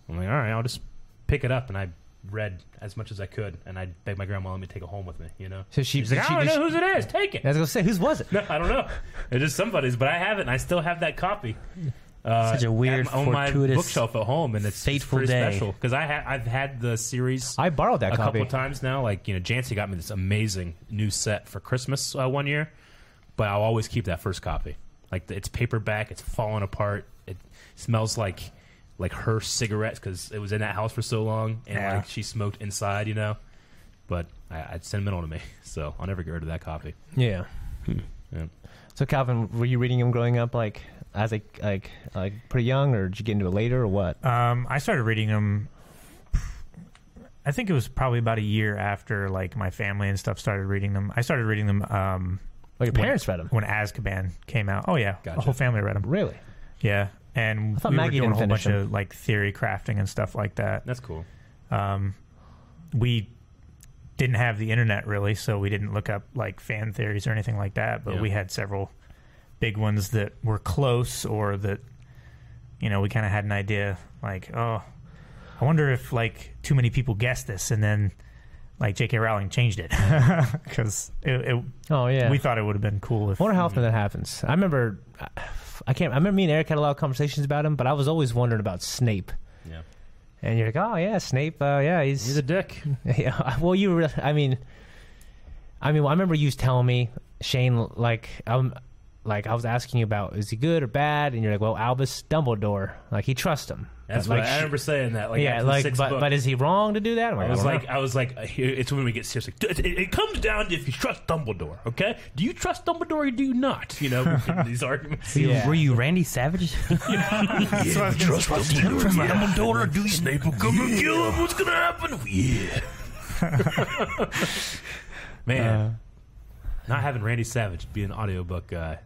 A: I'm like, all right, I'll just pick it up, and I read as much as I could, and I begged my grandma let me take it home with me. You know,
B: so she,
A: she's like,
B: she,
A: I don't
B: did she-
A: know whose it is. Take it.
B: I was gonna say, whose was it?
A: <laughs> No, I don't know. It's just somebody's, but I have it, and I still have that copy. Uh,
D: Such a weird,
A: at- on my
D: fortuitous, <laughs>
A: bookshelf at home, and it's
D: fateful
A: pretty
D: day.
A: special because I ha- I've had the series
B: I borrowed that
A: a
B: copy.
A: couple times now. Like you know, Jancy got me this amazing new set for Christmas uh, one year, but I'll always keep that first copy. Like it's paperback, it's falling apart. It smells like like her cigarettes because it was in that house for so long, and
C: Yeah.
A: like she smoked inside, you know. But I, it's sentimental to me, <laughs> so I'll never get rid of that copy.
B: Yeah.
A: Hmm, Yeah.
B: So Calvin, were you reading him growing up, like as a like like pretty young, or did you get into it later, or what?
C: Um, I started reading them. I think it was probably about a year after like my family and stuff started reading them. I started reading them um,
B: Well, your
C: When-
B: parents read him.
C: when Azkaban came out. Oh yeah,
A: Gotcha.
C: the whole family read them.
B: Really?
C: Yeah, and
B: I thought
C: we
B: Maggie
C: were doing
B: didn't
C: a whole
B: finish
C: bunch of like theory crafting and stuff like that.
A: That's cool.
C: um, we didn't have the internet really, so we didn't look up like fan theories or anything like that. But
A: Yeah.
C: we had several big ones that were close, or that you know we kind of had an idea like, oh, I wonder if like too many people guessed this, and then like J.K. Rowling changed it <laughs> because it, it,
B: Oh yeah.
C: we thought it would have been cool if
B: I wonder how often that happens. I remember, I can't. I remember me and Eric had a lot of conversations about him, but I was always wondering about Snape.
A: Yeah.
B: And you're like, oh yeah, Snape. Uh, yeah, he's,
A: He's a dick.
B: <laughs> yeah. Well, you. Re- I mean, I mean, well, I remember you telling me Shane, like, um, like I was asking you about is he good or bad, and you're like, well, Albus Dumbledore, like he trusts him.
A: That's
B: But, like,
A: what I,
B: sh-
A: remember saying that. Like
B: yeah,
A: after the
B: like,
A: sixth
B: but,
A: book,
B: but is he wrong to do that? I'm
A: I
B: I
A: was
B: don't know.
A: like, I was like, it's when we get serious. Like, it, it comes down to if you trust Dumbledore. Okay, do you trust Dumbledore or do you not? You know <laughs> we get into these arguments.
D: Were you-
B: Yeah.
D: Were you
A: <laughs>
D: Randy Savage?
A: trust Dumbledore. Dumbledore, do you? Snape will come and kill him. What's gonna happen? Yeah. Man,
D: Uh,
A: not having Randy Savage be an audiobook guy.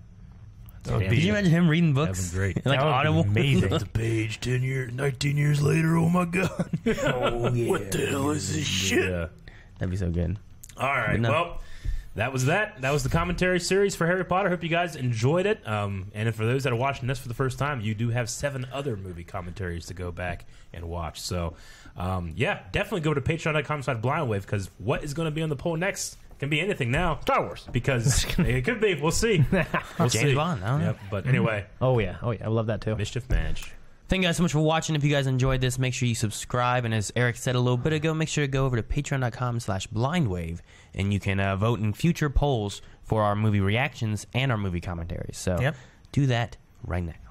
C: That
A: Damn
C: would be-
D: <laughs> Oh, Did you imagine him reading
A: That'd
D: books?
A: been great.
D: <laughs> Like
C: That would be
D: Audible?
C: amazing.
A: the page 10 years 19 years later oh my god
D: Oh,
A: <laughs> what the hell is this shit
D: That'd be so good.
A: all right
D: No.
A: well that was that that was the commentary series for harry potter hope you guys enjoyed it um, and if for those that are watching this for the first time you do have seven other movie commentaries to go back and watch so um, yeah definitely go to patreon.com slash blindwave because what is going to be on the poll next Can be anything now. Star Wars. <laughs> Because it could be. We'll <laughs> see. We'll
D: James
A: see.
D: Bond. I don't know.
A: Yep. But anyway,
B: Oh yeah, oh yeah, I love that too.
A: Mischief Manage.
D: Thank you guys so much for watching. If you guys enjoyed this, make sure you subscribe. And as Eric said a little bit ago, make sure to go over to patreon.com slash blindwave and you can uh, vote in future polls for our movie reactions and our movie commentaries. So
C: Yep.
D: do that right now.